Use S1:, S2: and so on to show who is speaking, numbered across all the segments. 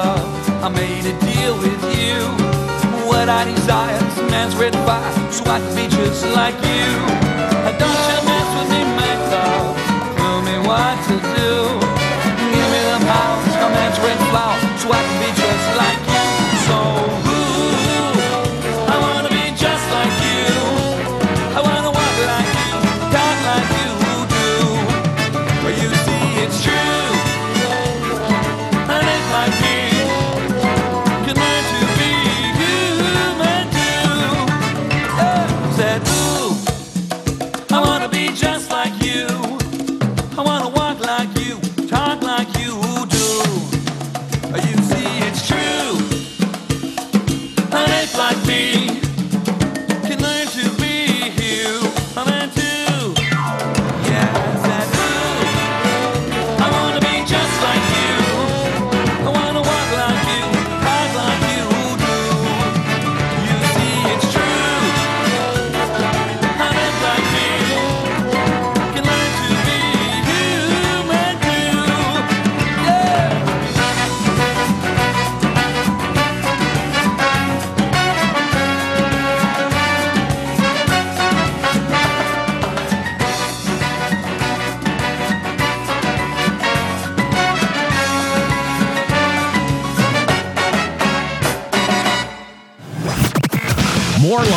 S1: I made a deal with you. What I desire's man's red fire, so I could be just like you. Don't you mess with me, my love. Tell me what to do. Give me the powers, a man's red flower, so I can be just like you. So ooh, I wanna be just like you. I wanna walk like you, talk like you do. But you see, it's true. I live like you. You're meant to be human too. Oh, said, ooh, I wanna be just like you. I wanna walk like you, talk like you do. You see, it's true. An ape like me can learn to be human too. Yeah, said, ooh, I wanna be just like you. I wanna walk like you, talk like you do. You see, it's true. I live like me. Can learn to be human too. Yeah.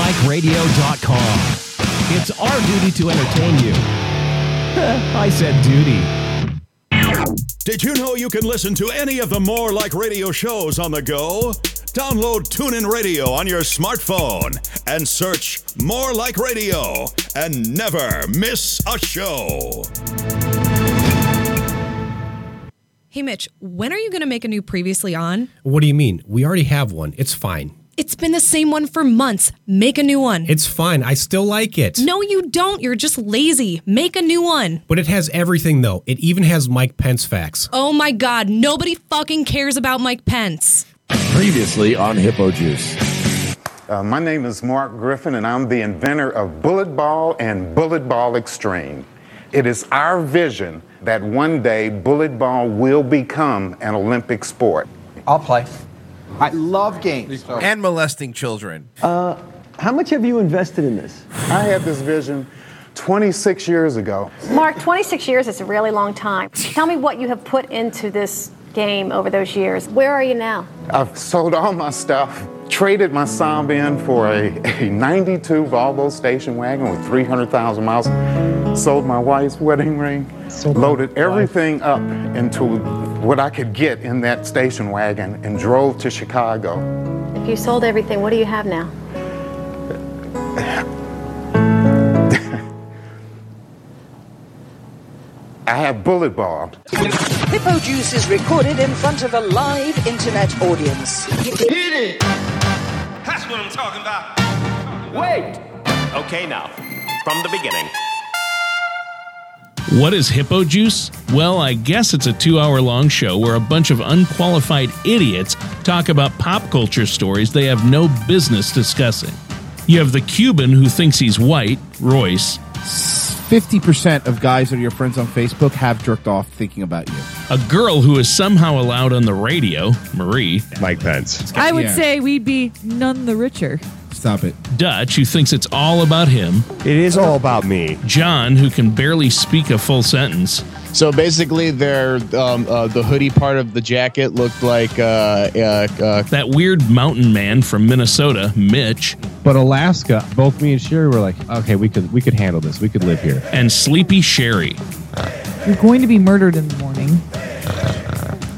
S2: morelikeradio.com. It's our duty to entertain you. I said duty.
S3: Did you know you can listen to any of the More Like Radio shows on the go? Download TuneIn Radio on your smartphone and search More Like Radio and never miss a show.
S4: Hey, Mitch, when are you going to make a new previously on?
S5: What do you mean? We already have one. It's fine.
S4: It's been the same one for months. Make a new one.
S5: It's fine. I still like it.
S4: no, you don't. You're just lazy. Make a new one.
S5: But it has everything, though. It even has Mike Pence facts.
S4: Oh my God, nobody fucking cares about Mike Pence.
S6: Previously on Hippo Juice.
S7: Uh, my name is Mark Griffin, and I'm the inventor of Bullet Ball and Bullet Ball Extreme. It is our vision that one day bullet ball will become an Olympic sport.
S8: I'll play. I love games. Uh,
S9: and molesting children.
S8: How much have you invested in this?
S7: I had this vision 26 years ago.
S10: Mark, 26 years is a really long time. Tell me what you have put into this game over those years. Where are you now?
S7: I've sold all my stuff, traded my Saab in for a, a 92 Volvo station wagon with 300,000 miles, sold my wife's wedding ring, loaded everything up into what I could get in that station wagon, and drove to Chicago.
S10: If you sold everything, what do you have now?
S7: I have bullet ball.
S11: Hippo Juice is recorded in front of a live internet audience.
S1: That's what I'm talking about.
S6: Okay, now, from the beginning.
S12: What is Hippo Juice? Well, I guess it's a two hour long show where a bunch of unqualified idiots talk about pop culture stories they have no business discussing. You have the Cuban who thinks he's white, Royce,
S9: 50% of guys that are your friends on Facebook have jerked off thinking about you.
S12: a girl who is somehow allowed on the radio, Marie,
S6: Mike Pence.
S13: I would
S9: Yeah.
S13: say we'd be none the richer.
S9: Stop it.
S12: Dutch who thinks it's all about him,
S6: It is all about me.
S12: John who can barely speak a full sentence,
S8: So basically, their um, uh, the hoodie part of the jacket looked like uh, uh, uh,
S12: that weird mountain man from Minnesota, Mitch,
S6: But Alaska, both me and Sherry were like, okay, we could we could handle this. We could live here.
S12: and Sleepy Sherry.
S13: You're going to be murdered in the morning.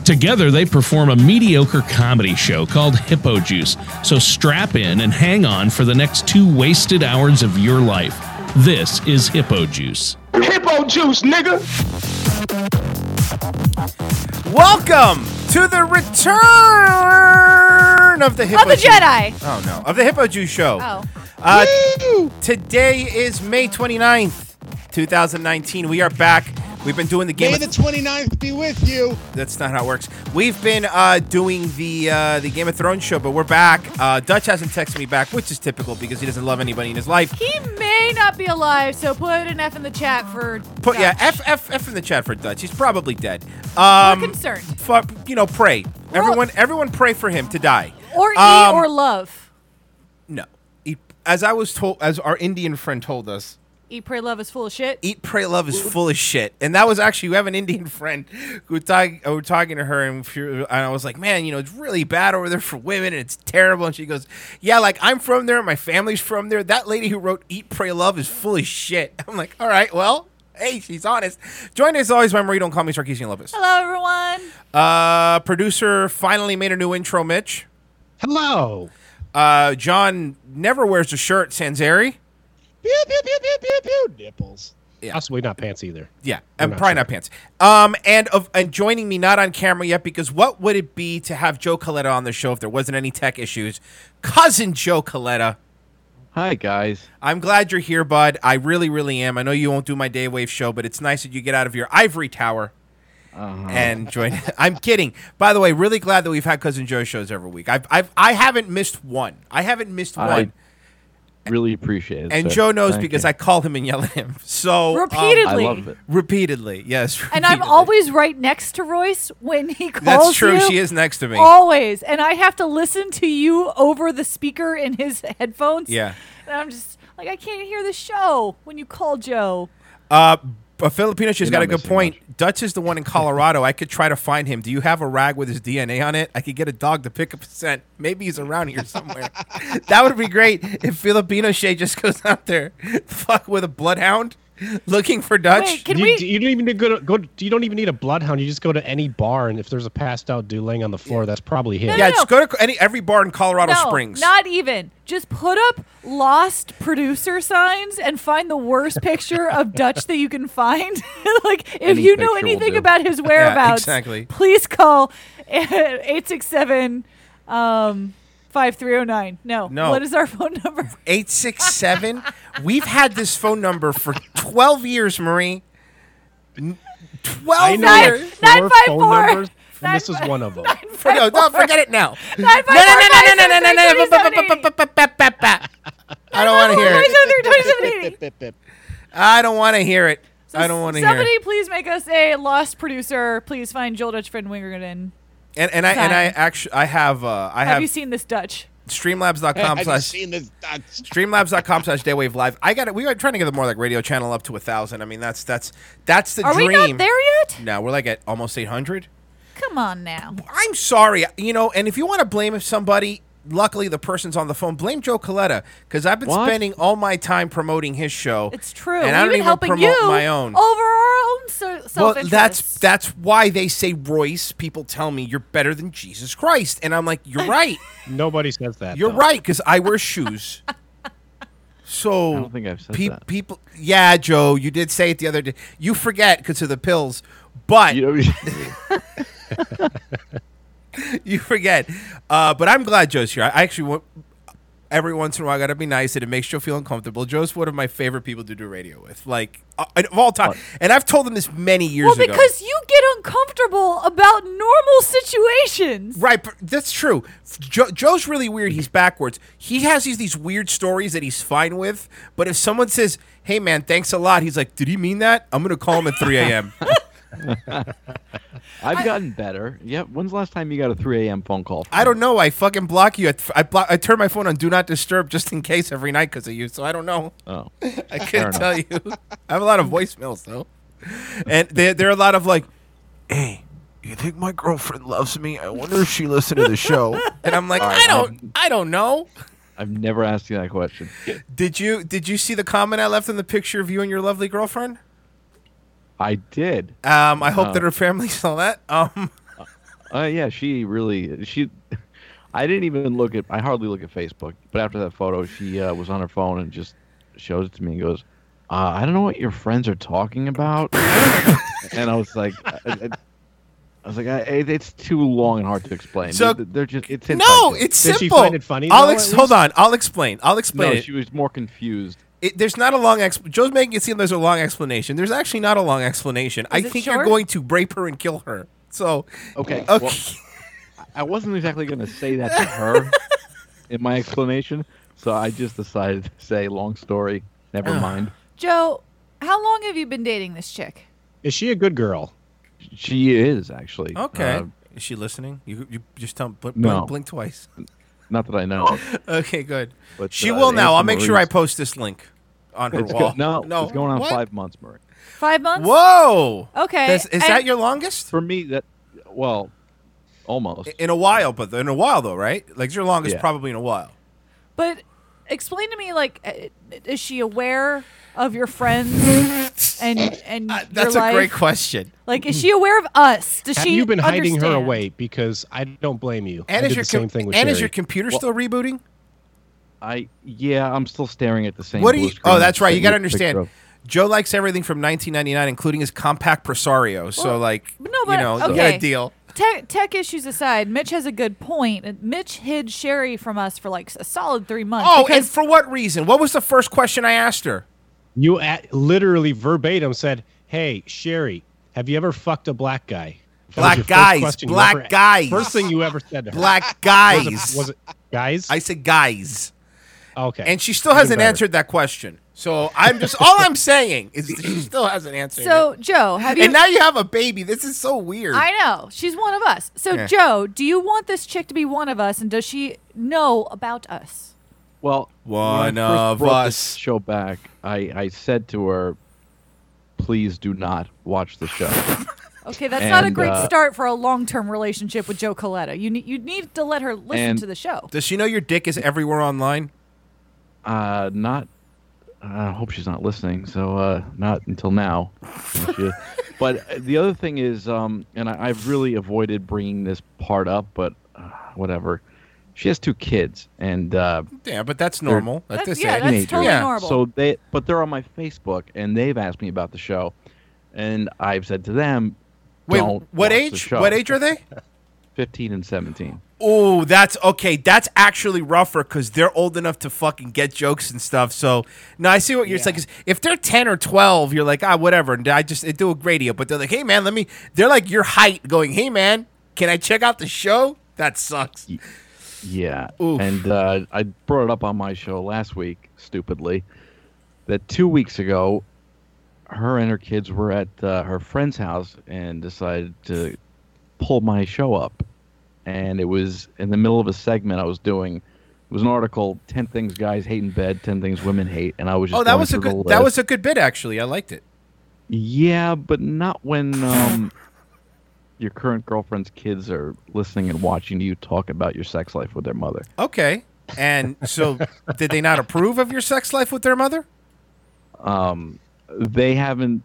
S12: Together, they perform a mediocre comedy show called Hippo Juice. So strap in and hang on for the next two wasted hours of your life. This is Hippo Juice.
S8: hippo juice, nigga.
S9: Welcome to the return of the Hippo
S13: Of the
S9: Ju-
S13: Jedi.
S9: Oh, no. Of the Hippo Juice Show.
S13: Oh.
S9: Uh, today is May 29th, 2019. We are back. We've been doing the game.
S8: May
S9: of-
S8: the 29th be with you.
S9: that's not how it works. We've been uh, doing the uh, the Game of Thrones show, but we're back. Uh, Dutch hasn't texted me back, which is typical because he doesn't love anybody in his life.
S13: He may not be alive, so put an F in the chat for.
S9: Put yeah,
S13: Dutch.
S9: f f f in the chat for Dutch. He's probably dead. Um,
S13: concerned.
S9: fu- you know, pray. Everyone, everyone, pray for him to die.
S13: Or
S9: Um,
S13: E or love.
S9: no. Eat, as I was told, as our Indian friend told us,
S13: Eat, pray, love is full of shit.
S9: eat, pray, love is full of shit. And that was actually we have an Indian friend who talk, uh, we're talking to her, and, she, and I was like, man, you know, it's really bad over there for women, and it's terrible. And she goes, yeah, like I'm from there, my family's from there. That lady who wrote Eat, Pray, Love is full of shit. I'm like, all right, well, hey, she's honest. Joined us as always by Marie. Don't call me Sarkeesian Lopez.
S13: Hello, everyone.
S9: Uh, producer finally made a new intro, Mitch. Hello. Uh, John never wears a shirt, Sanzeri.
S6: Pew, pew, pew, pew, pew, pew. Nipples.
S9: Yeah.
S6: Possibly not pants either.
S9: Yeah,
S6: Or
S9: and
S6: not
S9: probably not pants. Um, and of and joining me not on camera yet because what would it be to have Joe Coletta on the show if there wasn't any tech issues? Cousin Joe Coletta.
S14: Hi guys.
S9: I'm glad you're here, bud. I really, really am. I know you won't do my day wave show, but it's nice that you get out of your ivory tower
S14: Uh-huh.
S9: and join. I'm kidding. By the way, really glad that we've had Cousin Joe shows every week. I've, I've I haven't missed one. I haven't missed
S14: I
S9: one.
S14: Really appreciate it.
S9: and
S14: sir.
S9: Joe knows
S14: Thank
S9: because
S14: you.
S9: I call him and yell at him. So um,
S13: Repeatedly. I love it.
S9: Repeatedly, yes.
S13: And I'm always right next to Royce when he calls
S9: That's true.
S13: you.
S9: She is next to me.
S13: Always. And I have to listen to you over the speaker in his headphones.
S9: Yeah.
S13: And I'm just like, I can't hear the show when you call Joe.
S9: Uh, but Filipino, she's
S14: You're
S9: got a
S14: not
S9: good
S14: missing
S9: point. Dutch is the one in Colorado. I could try to find him. Do you have a rag with his DNA on it? I could get a dog to pick up a scent. Maybe he's around here somewhere. that would be great if Filipino Shay just goes out there, fuck with a bloodhound, looking for Dutch.
S6: you, You don't even need to go, to, go. to- You don't even need a bloodhound. You just go to any bar, and if there's a passed out dude laying on the floor, that's probably him.
S9: yeah, just go to any every bar in Colorado
S13: no,
S9: Springs.
S13: Not even. Just put up lost producer signs and find the worst picture of Dutch that you can find. like if
S9: Any
S13: you know
S9: picture will
S13: anything
S9: do.
S13: about his
S9: Yeah,
S13: whereabouts,
S9: exactly.
S13: please call 867 um 5309. No.
S9: No.
S13: What is our phone number?
S9: 867. We've had this phone number for 12 years, Marie. N-
S13: Oh,
S9: 12
S6: I know
S9: years.
S6: like four phone numbers, and this is one of them.
S9: For- no, no, forget it now. No, no,
S13: five
S9: no,
S13: four
S9: no, no,
S13: five
S9: no, no,
S13: seven three
S9: no, no, no,
S13: twenty
S9: ba- ba- ba- ba- ba- ba- ba- ba- ba. I don't want to hear it. I don't want to hear it. I don't want to hear
S13: Somebody
S9: it.
S13: please make us a lost producer. Please find Joel Dutch Friend Wingerton.
S9: And and I and I actually I have uh I
S13: Have,
S9: have
S13: you seen this Dutch?
S9: Streamlabs.com
S13: Have you
S9: slash
S13: seen
S9: Streamlabs.com slash Daywave Live. I got it. We are trying to get the more like radio channel up to a thousand. I mean that's that's that's the
S13: Are
S9: dream.
S13: we not there yet?
S9: No, we're like at almost eight hundred.
S13: Come on now.
S9: I'm sorry, you know, and if you want to blame somebody, luckily the person's on the phone. Blame Joe Coletta because I've been
S13: What?
S9: spending all my time promoting his show.
S13: It's true.
S9: and
S13: We've
S9: I don't
S13: been
S9: even
S13: helping
S9: promote
S13: you
S9: my own.
S13: over our own so-
S9: Well,
S13: self
S9: that's that's why they say Royce. People tell me you're better than Jesus Christ, and I'm like, you're right.
S6: Nobody says that.
S9: You're
S6: though.
S9: right because I wear shoes. So I don't
S14: think I've said that.
S9: people, yeah, Joe, you did say it the other day. You forget because of the pills, but you forget. Uh, but I'm glad Joe's here. I I actually want every once in a while I gotta be nice, and it makes Joe feel uncomfortable. Joe's one of my favorite people to do radio with, like uh, of all time. And I've told him this many years
S13: well
S9: ago.
S13: because you get uncomfortable about normal situations.
S9: Right, but that's true. Jo- Joe's really weird. He's backwards. He has these these weird stories that he's fine with, but if someone says, "Hey, man, thanks a lot," he's like, "Did he mean that?" I'm gonna call him at 3 a.m.
S14: I've gotten better. Yep. When's the last time you got a 3 a.m. phone call?
S9: I don't know. I fucking block you. I, I block. I turn my phone on do not disturb just in case every night because of you. So I don't know.
S14: Oh.
S9: I
S14: Fair
S9: couldn't
S14: enough.
S9: tell you. I have a lot of voicemails though, and there there are a lot of like, "Hey, you think my girlfriend loves me? I wonder if she listened to the show." And I'm like,
S14: All right,
S9: I don't, I don't know.
S14: I've never asked you that question.
S9: Did you did you see the comment I left in the picture of you and your lovely girlfriend?
S14: I did.
S9: Um, I hope
S14: Oh.
S9: that her family saw that. Um,
S14: Uh, yeah, she really she. I didn't even look at. I hardly look at Facebook. But after that photo, she uh, was on her phone and just shows it to me and goes, uh, "I don't know what your friends are talking about." and I was like, I, I, I was like, I, it- it's too long and hard to explain.
S9: So-
S14: they're, they're just it's
S9: no,
S14: insensitive.
S9: it's simple. I'll ex- hold on. I'll explain. I'll explain
S14: No,
S9: it.
S14: she was more confused.
S9: It- There's not a long exp- Joe's making it seem there's a long explanation. There's actually not a long explanation. I
S14: it
S9: think you're
S14: short?
S9: going to rape her and kill her. So
S14: Okay.
S9: okay.
S14: Oh, well, I- I wasn't exactly going to say that to her in my explanation, so I just decided to say long story. Never mind.
S13: Joe, how long have you been dating this chick?
S14: Is she a good girl? She is actually.
S13: Okay.
S14: Uh,
S9: Is she listening? You, you just tell blink,
S14: No.
S9: blink, blink twice.
S14: Not that I know. of.
S9: Okay, good.
S14: But,
S9: she
S14: uh,
S9: will now. I'll
S14: Anthony
S9: make sure I
S14: Maurice-
S9: post this link on her
S14: It's go-
S9: wall.
S14: no,
S9: no,
S14: it's going on
S9: what?
S14: five months, Murray.
S13: Five months.
S9: Whoa.
S13: Okay.
S9: That's- is
S13: I-
S9: that your longest?
S14: For me, that well, almost
S9: in a while, but in a while though, right? Like it's your longest,
S14: Yeah.
S9: probably in a while.
S13: But explain to me, like, uh, is she aware of your friends and and your
S9: That's a
S13: life?
S9: great question.
S13: Like, is she aware of us? Does
S6: Have
S13: she?
S6: you been hiding her
S13: understand?
S6: away? Because I don't blame you. I
S9: And is
S6: did
S9: your
S6: the same
S9: com-
S6: thing with
S9: and is
S6: Sherry.
S9: your computer
S6: Well-
S9: still rebooting?
S14: I yeah, I'm still staring at the same.
S9: What do
S14: blue
S9: you?
S14: screen
S9: Oh, that's right.
S14: that
S9: You got to
S14: took a picture
S9: understand.
S14: of.
S9: Joe likes everything from 1999, including his compact Presario. So,
S13: Well,
S9: like,
S13: But No, but
S9: you know,
S13: okay.
S9: you got a deal.
S13: Tech, tech issues aside, Mitch has a good point. And Mitch hid Sherry from us for like a solid three months.
S9: Oh, and
S13: because
S9: for what reason? What was the first question I asked her?
S6: You at, literally verbatim said, "Hey, Sherry, have you ever fucked a black guy?" That was
S9: Black
S6: your first
S9: guys,
S6: question you
S9: black
S6: ever-
S9: guys.
S6: First thing you ever said to her.
S9: Black
S6: Was it-
S9: guys.
S6: Was it, guys?
S9: I said guys.
S6: Okay.
S9: And she still
S6: Even
S9: hasn't
S6: better.
S9: answered that question. So I'm just all I'm saying is she still hasn't answered.
S13: So,
S9: it.
S13: Joe, have you-
S9: And now you have a baby. This is so weird.
S13: I know she's one of us. So,
S9: Yeah.
S13: Joe, do you want this chick to be one of us, and does she know about us?
S14: Well,
S9: One
S14: when I first
S9: of
S14: brought this
S9: us.
S14: Show back. I I said to her, please do not watch the show.
S13: Okay, that's not a
S14: And,
S13: great
S14: uh,
S13: start for a long-term relationship with Joe Coletta. You need you need to let her listen
S14: And-
S13: to the show.
S9: Does she know your dick is everywhere online?
S14: Uh, not. I hope she's not listening. So, uh, not until now. She- but the other thing is, um, and I, I've really avoided bringing this part up, but uh, whatever. She has two kids, and uh,
S9: Yeah, but that's
S14: they're
S9: normal at That's- this yeah, age. that's totally
S14: teenagers.
S9: normal.
S14: So they, but they're on my Facebook, and they've asked me about the show, and I've said to them,
S9: Wait,
S14: "Don't watch
S9: what
S14: the
S9: age?
S14: show."
S9: What age are they?
S14: Fifteen and seventeen.
S9: Oh, that's okay. That's actually rougher because they're old enough to fucking get jokes and stuff. So no, I see what you're saying. 'cause if they're ten or twelve, you're like ah whatever. And I just I do a radio, but they're like, hey man, let me. They're like your height, going, hey man, can I check out the show? That sucks.
S14: Yeah. And uh, I brought it up on my show last week, stupidly, that two weeks ago, her and her kids were at uh, her friend's house and decided to pull my show up. And it was in the middle of a segment I was doing. It was an article, 10 Things Guys Hate in Bed, 10 Things Women Hate. And I was just
S9: Oh, that
S14: going
S9: was a
S14: through the
S9: good. That
S14: list.
S9: was a good bit actually. I liked it.
S14: Yeah, but not when um, your current girlfriend's kids are listening and watching you talk about your sex life with their mother.
S9: Okay. And so, did they not approve of your sex life with their mother?
S14: Um, they haven't.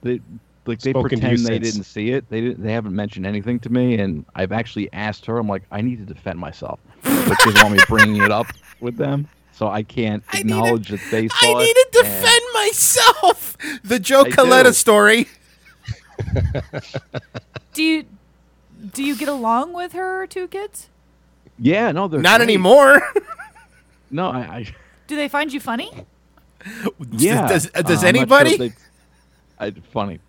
S14: They like they
S6: Spoken to you
S14: pretend they
S6: since.
S14: didn't see it. They didn't, they haven't mentioned anything to me, and I've actually asked her. I'm like, I need to defend myself, but she doesn't want me bringing it up with them, so I can't acknowledge that they saw
S9: I
S14: it.
S9: need to
S14: and-
S9: defend myself. The Joe
S14: I do.
S9: Coletta story.
S13: Do you do you get along with her two kids?
S14: Yeah, no, they're
S9: Not
S14: great.
S9: anymore.
S14: No, I. I
S13: Do they find you funny?
S14: Yeah.
S9: Does,
S14: Uh,
S9: does
S14: I'm not sure
S9: anybody?
S14: if they- I, funny.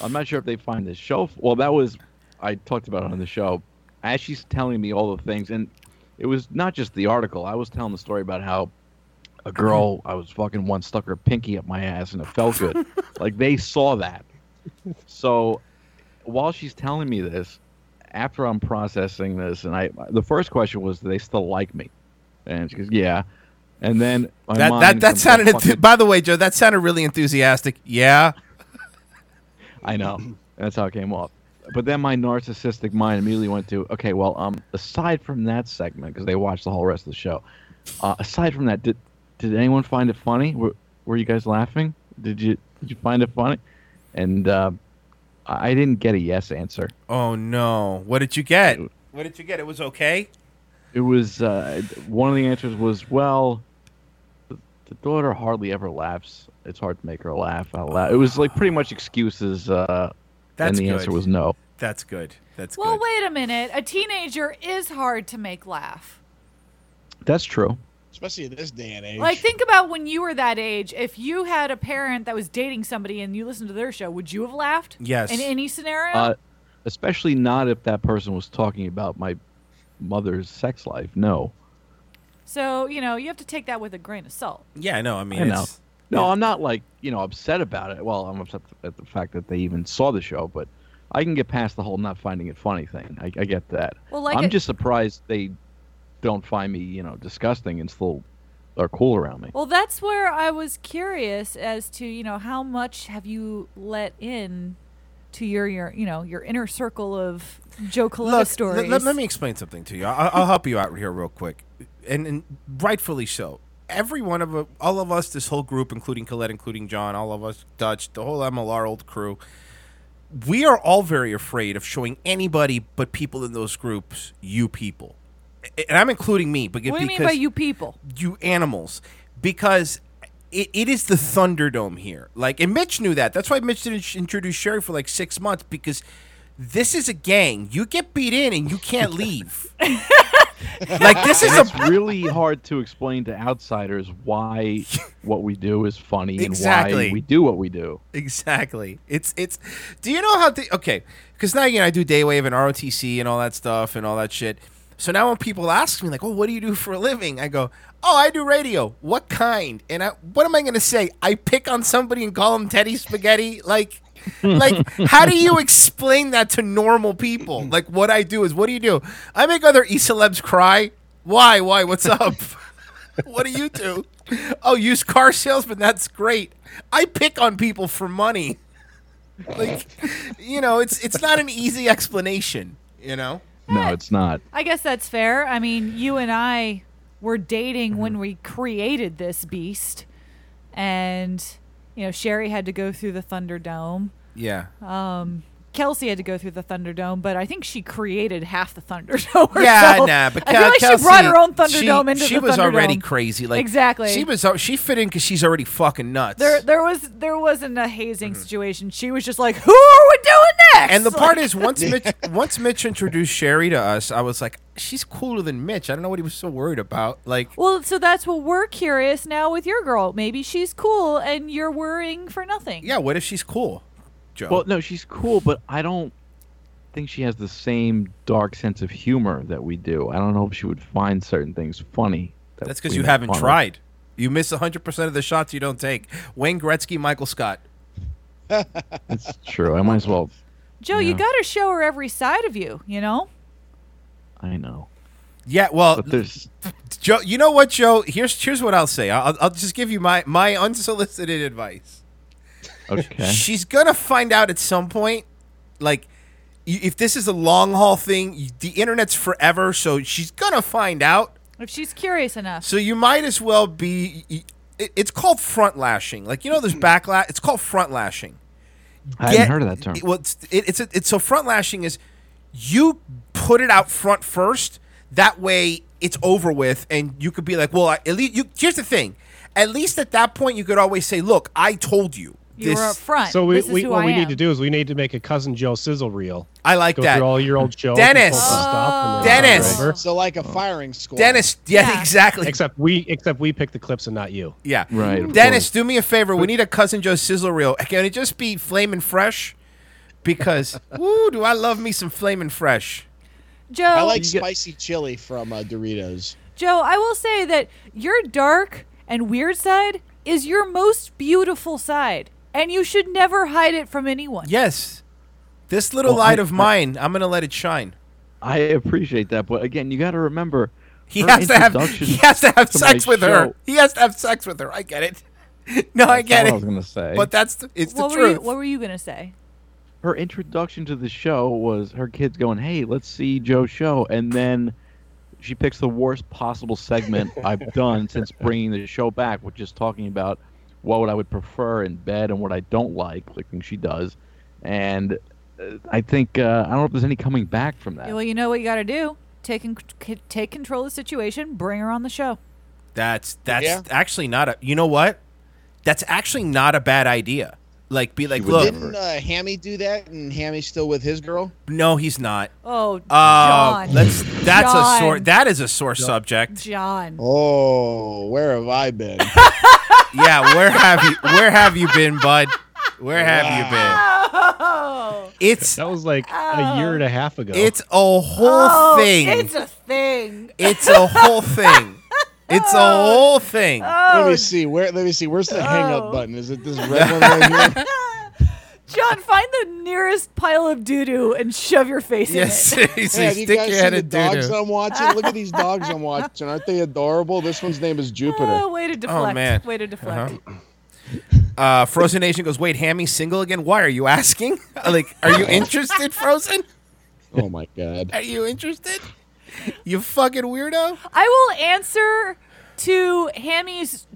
S14: I'm not sure if they find this show. f- Well, that was I talked about it on the show. As she's telling me all the things, and it was not just the article. I was telling the story about how a girl I was fucking once stuck her pinky up my ass and it felt good. like they saw that. So while she's telling me this, after I'm processing this, and I the first question was, do they still like me? And she goes, yeah. And then my
S9: that
S14: mind
S9: that, that
S14: comes up
S9: sounded. enth-
S14: fucking-
S9: by the way, Joe, that sounded really enthusiastic. Yeah.
S14: I know. That's how it came off. But then my narcissistic mind immediately went to, okay, well, um, aside from that segment, because they watched the whole rest of the show, uh, aside from that, did did anyone find it funny? Were, were you guys laughing? Did you did you find it funny? And uh, I I didn't get a yes answer.
S9: Oh no! What did you get? What did you get? It was okay.
S14: It was uh, one of the answers was, well, the, the daughter hardly ever laughs. It's hard to make her laugh out loud. It was like pretty much excuses, uh,
S9: That's
S14: and the
S9: good.
S14: answer was no.
S9: That's good. That's
S13: Well, wait a minute. A teenager is hard to make laugh.
S14: That's true.
S15: Especially in this day and age.
S13: Like, think about when you were that age. If you had a parent that was dating somebody and you listened to their show, would you have laughed?
S14: Yes.
S13: In any scenario?
S14: Uh, especially not if that person was talking about my mother's sex life. No.
S13: so, you know, you have to take that with a grain of salt.
S9: Yeah, no, I mean,
S14: I know.
S9: it's-
S14: No, I'm not like, you know, upset about it. Well, I'm upset at the fact that they even saw the show, but I can get past the whole not finding it funny thing. I, I get that.
S13: Well, like
S14: I'm
S13: it-
S14: just surprised they don't find me, you know, disgusting and still are cool around me.
S13: Well, that's where I was curious as to you know how much have you let in to your your you know your inner circle of Joe Coletta
S9: Look,
S13: stories.
S9: Let, let me explain something to you. I'll, I'll help you out here real quick, and, and rightfully so. Every one of u- all of us, this whole group, including Colette, including John, all of us, Dutch, the whole MLR old crew, we are all very afraid of showing anybody but people in those groups you people, A- and I'm including me. But
S13: what do you mean
S9: because
S13: by you people?
S9: you animals because it, it is the Thunderdome here. Like, and Mitch knew that. That's why Mitch didn't sh- introduce Sherry for like six months because this is a gang. You get beat in and you can't leave. like, this is
S14: And
S9: a
S14: it's really hard to explain to outsiders why what we do is funny and
S9: Exactly.
S14: why we do what we do.
S9: Exactly. It's it's. Do you know how? Th- okay, because now again I do Daywave and ROTC and all that stuff and all that shit. So now when people ask me like, "Well, what do you do for a living?" I go, "Oh, I do radio. What kind?" And I, what am I going to say? I pick on somebody and call them Teddy Spaghetti. Like, like how do you explain that to normal people? Like, what I do is, what do you do? I make other e celebs cry. Why? Why? What's up? what do you do? Oh, used car salesman. That's great. I pick on people for money. Like, you know, it's it's not an easy explanation. You know.
S14: No, it's not.
S13: I guess that's fair. I mean, you and I were dating
S6: Mm-hmm.
S13: when we created this beast, and you know Sherry had to go through the Thunderdome.
S9: Yeah.
S13: Um, Kelsey had to go through the Thunderdome, but I think she created half the Thunderdome.
S9: Yeah,
S13: herself.
S9: nah, but
S13: I feel
S9: Kel-
S13: like
S9: Kelsey,
S13: she brought her own
S9: she-
S13: Thunderdome into
S9: she
S13: the
S9: was already
S13: Thunderdome.
S9: crazy. Like
S13: exactly.
S9: she was. al- She fit in because she's already fucking nuts.
S13: there, there was there wasn't a hazing situation. She was just like, "Who are we doing next?"
S9: And the part
S13: Like-
S9: is once Mitch once Mitch introduced Sherry to us, I was like, she's cooler than Mitch. I don't know what he was so worried about. Like,
S13: Well, so that's what we're curious now with your girl. Maybe she's cool and you're worrying for nothing.
S9: yeah, what if she's cool, Joe?
S14: Well, no, she's cool, but I don't think she has the same dark sense of humor that we do. I don't know if she would find certain things funny. that
S9: That's because
S14: we
S9: you
S14: make
S9: haven't
S14: fun of.
S9: tried. You miss 100% of the shots you don't take. Wayne Gretzky, Michael Scott.
S14: That's true. I might as well.
S13: Joe, you
S14: Yeah.
S13: got to show her every side of you, you know?
S14: I know.
S9: Yeah, well,
S14: But there's
S9: Joe, you know what, Joe? Here's here's what I'll say. I'll, I'll just give you my my unsolicited advice.
S14: okay.
S9: She's gonna find out at some point, like. you- If this is a long haul thing, you- the internet's forever, so she's gonna find out.
S13: If she's curious enough.
S9: So you might as well be. y- It, it's called front lashing. Like you know, there's backlash. It's called front lashing.
S14: I haven't heard of that term.
S9: It, well, it's it, it's, a, it's so front lashing is you put it out front first. That way, it's over with, and you could be like, "Well, I, at least you." Here's the thing: at least at that point, you could always say, "Look, I told you."
S6: So we, we what we need to do is we need to make a cousin Joe sizzle reel.
S9: I like
S6: Go
S9: that.
S6: Through all your old shows,
S9: Dennis.
S6: stuff, and then
S9: Dennis.
S6: remember.
S15: So like a firing squad.
S9: Dennis, yeah, exactly.
S6: Except we, except we pick the clips and not you.
S9: Yeah.
S14: Right, of
S9: Dennis, do me a favor. We need a cousin Joe sizzle reel. Can it just be flaming fresh? Because woo, do I love me some flaming fresh?
S13: Joe,
S15: I like spicy chili from uh, Doritos.
S13: Joe, I will say that your dark and weird side is your most beautiful side, and you should never hide it from anyone.
S9: Yes. This little
S14: Well,
S9: light
S14: I-
S9: of mine, I'm gonna let it shine.
S14: I appreciate that, but again, you got to remember
S9: He
S14: her
S9: has to have
S14: introduction
S9: he has to have
S14: to
S9: sex
S14: my
S9: with her.
S14: show-
S9: He has to have sex with her. I get it. No,
S14: That's
S9: I
S14: not
S9: get
S14: what
S9: it.
S14: I was gonna say.
S9: But that's the, it's
S13: what
S9: the
S13: were
S9: truth.
S13: You, what were you gonna say?
S14: Her introduction to the show was her kids going, "Hey, let's see Joe's show," and then she picks the worst possible segment I've done since bringing the show back, which is talking about what would I would prefer in bed and what I don't like, like things she does, and uh, I think uh, I don't know if there's any coming back from that.
S13: Well, you know what you got to do. Take con- c- take control of the situation. Bring her on the show.
S9: That's that's
S13: Yeah.
S9: actually not a. You know what? That's actually not a bad idea. Like be like, look,
S15: Didn't uh, Hammy do that? And Hammy's still with his girl.
S9: no, he's not.
S13: Oh,
S9: Uh,
S13: John.
S9: let's. That's a sore.
S13: John.
S9: That is a sore subject.
S13: John.
S15: Oh, where have I been?
S9: Yeah, where have you? Where have you been, bud? Where have you been?
S13: Oh,
S9: It's
S6: that was like a year and a half ago.
S9: It's a whole thing.
S13: It's a thing.
S9: It's a whole thing. It's a whole thing.
S15: Let me see. Where? Let me see. Where's the hang up button? Is it this red one right here?
S13: John, find the nearest pile of doo doo and shove your face
S9: Yes,
S13: in it.
S9: he
S15: Hey,
S9: says,
S15: have you
S9: stick
S15: guys
S9: your
S15: seen
S9: head
S15: the
S9: in
S15: dogs
S9: doo
S15: I'm watching? Look at these dogs I'm watching. Aren't they adorable? This one's name is Jupiter.
S13: Oh, way to deflect.
S9: man.
S13: Way to deflect.
S9: Uh-huh. Uh, Frozen Nation goes, wait, Hammy single again? Why are you asking? like, are you interested, Frozen?
S15: Oh my god.
S9: Are you interested? You fucking weirdo.
S13: I will answer to Hammy's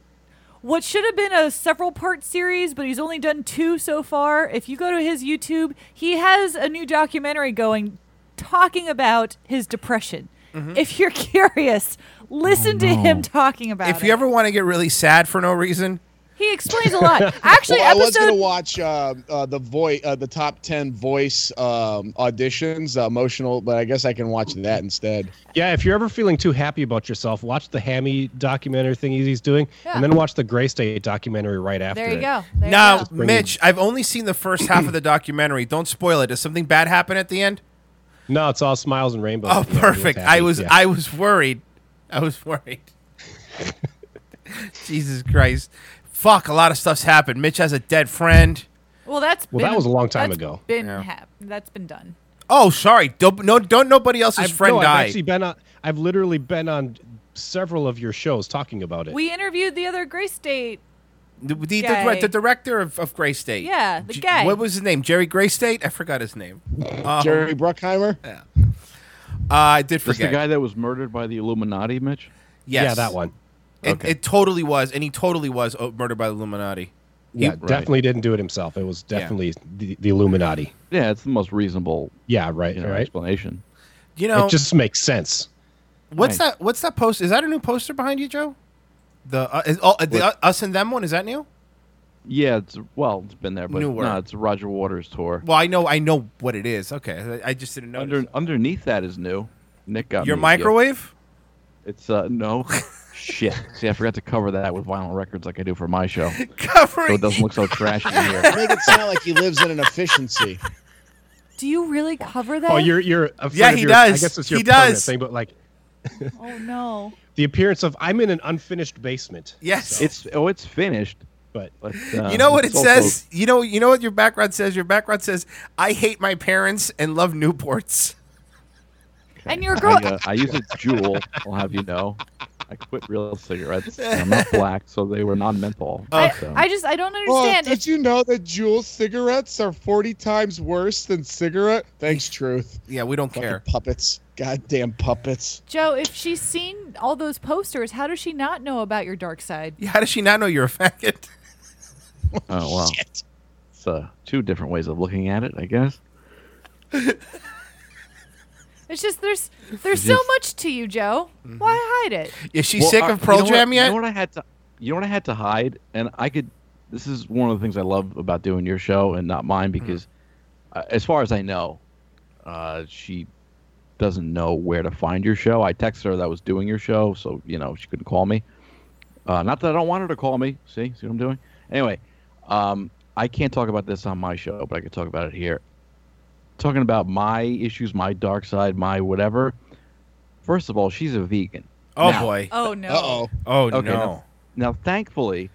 S13: what should have been a several part series, but he's only done two so far. If you go to his YouTube, he has a new documentary going talking about his depression.
S9: Mm-hmm.
S13: If you're curious, listen to him talking about
S9: Oh, If
S13: it.
S9: you ever want to get really sad for no reason,
S13: he explains a lot. Actually,
S15: Well, I was
S13: episode
S15: gonna watch uh, uh, the voice, uh, the top ten voice um, auditions, uh, emotional, but I guess I can watch that instead.
S6: Yeah, if you're ever feeling too happy about yourself, watch the Hammy documentary thing he's doing,
S13: Yeah.
S6: and then watch the Gray State documentary right after.
S13: There you
S6: it.
S13: go.
S9: now,
S6: go.
S9: Mitch, I've only seen the first half of the documentary. Don't spoil it. Does something bad happen at the end?
S6: No, it's all smiles and rainbows.
S9: Oh, perfect. I was I was worried. I was worried. Jesus Christ. Fuck, a lot of stuff's happened. Mitch has a dead friend.
S13: Well, that's
S9: Well, that
S13: been-
S9: was a long time
S13: that's
S9: ago.
S13: Been
S9: Yeah.
S13: hap- that's been done.
S9: Oh, sorry. Don't no don't nobody else's
S6: I've,
S9: friend
S6: no, I've
S9: died.
S6: actually been on. I've literally been on several of your shows talking about it.
S13: We interviewed the other Grace State.
S9: the, the, the-
S13: Guy.
S9: the director of, of Gray State.
S13: Yeah, the
S9: J-
S13: guy.
S9: What was his name? Jerry Gray State? I forgot his name. Um,
S15: Jerry Bruckheimer.
S9: Yeah. Uh, I did
S14: This
S9: forget.
S14: the guy that was murdered by the Illuminati, Mitch?
S9: Yes. It,
S14: Okay.
S9: it totally was, and he totally was uh, murdered by the Illuminati.
S6: yeah,
S9: He-
S6: definitely didn't do it himself. It was
S9: Yeah.
S6: definitely the, the Illuminati.
S14: Yeah, it's the most reasonable.
S6: Yeah, right,
S14: you know,
S6: right.
S14: Explanation.
S9: You know,
S6: it just makes sense.
S9: What's
S14: Nice.
S9: that? What's that post? Is that a new poster behind you, Joe? The uh, is, oh, uh, the uh, us and them one is that new?
S14: Yeah, it's well, it's been there, but
S9: Newer.
S14: no, it's Roger Waters tour.
S9: Well, I know, I know what it is. Okay, I, I just didn't know.
S14: Under, underneath that is new. Nick got
S9: Your
S14: me a gift.
S9: microwave?
S14: It's uh no. Shit. See, I forgot to cover that with vinyl records like I do for my show.
S9: Covering.
S14: So it doesn't look so trashy here.
S15: Make it sound like he lives in an efficiency.
S13: Do you really cover that?
S6: Oh, you're you're afraid
S9: Yeah,
S6: of
S9: he
S6: your- I
S9: does.
S6: guess it's your
S9: He
S6: permanent
S9: does.
S6: thing, but like
S13: Oh no.
S6: the appearance of I'm in an unfinished basement.
S9: Yes.
S14: It's oh, it's finished.
S6: But,
S14: uh,
S9: you know what it
S14: it's also-
S9: says? You know, you know what your background says. Your background says, "I hate my parents and love Newports."
S13: And you're a
S14: I,
S13: girl.
S14: uh, I use a jewel. I'll have you know. I quit real cigarettes. and I'm not black, so they were non-menthol.
S9: Oh.
S14: so.
S13: I just I don't understand.
S15: Oh, did you know that Juul cigarettes are forty times worse than cigarette? Thanks, truth.
S9: Yeah, we don't
S15: Fucking
S9: care.
S15: Puppets, goddamn puppets.
S13: Joe, if she's seen all those posters, how does she not know about your dark side?
S9: How does she not know you're a faggot?
S14: oh wow. It's uh, two different ways of looking at it, I guess.
S13: It's just there's there's
S14: It's
S13: so
S14: just-
S13: much to you, Joe.
S9: Mm-hmm.
S13: Why hide it?
S9: Is she
S14: Well,
S9: sick
S14: I-
S9: of Pearl
S14: you know
S9: Jam
S14: what,
S9: yet?
S14: You know what I had to. You know what I had to hide, and I could. This is one of the things I love about doing your show and not mine
S9: Mm-hmm.
S14: because, uh, as far as I know, uh, she doesn't know where to find your show. I texted her that I was doing your show, so you know she couldn't call me. Uh, not that I don't want her to call me. See, see what I'm doing? Anyway, um, I can't talk about this on my show, but I could talk about it here. Talking about my issues, my dark side, my whatever. First of all, she's a vegan.
S9: Oh
S14: Now-
S9: boy.
S13: Oh no.
S15: Uh-oh.
S9: Oh
S14: Okay,
S9: no.
S14: Now, now, thankfully,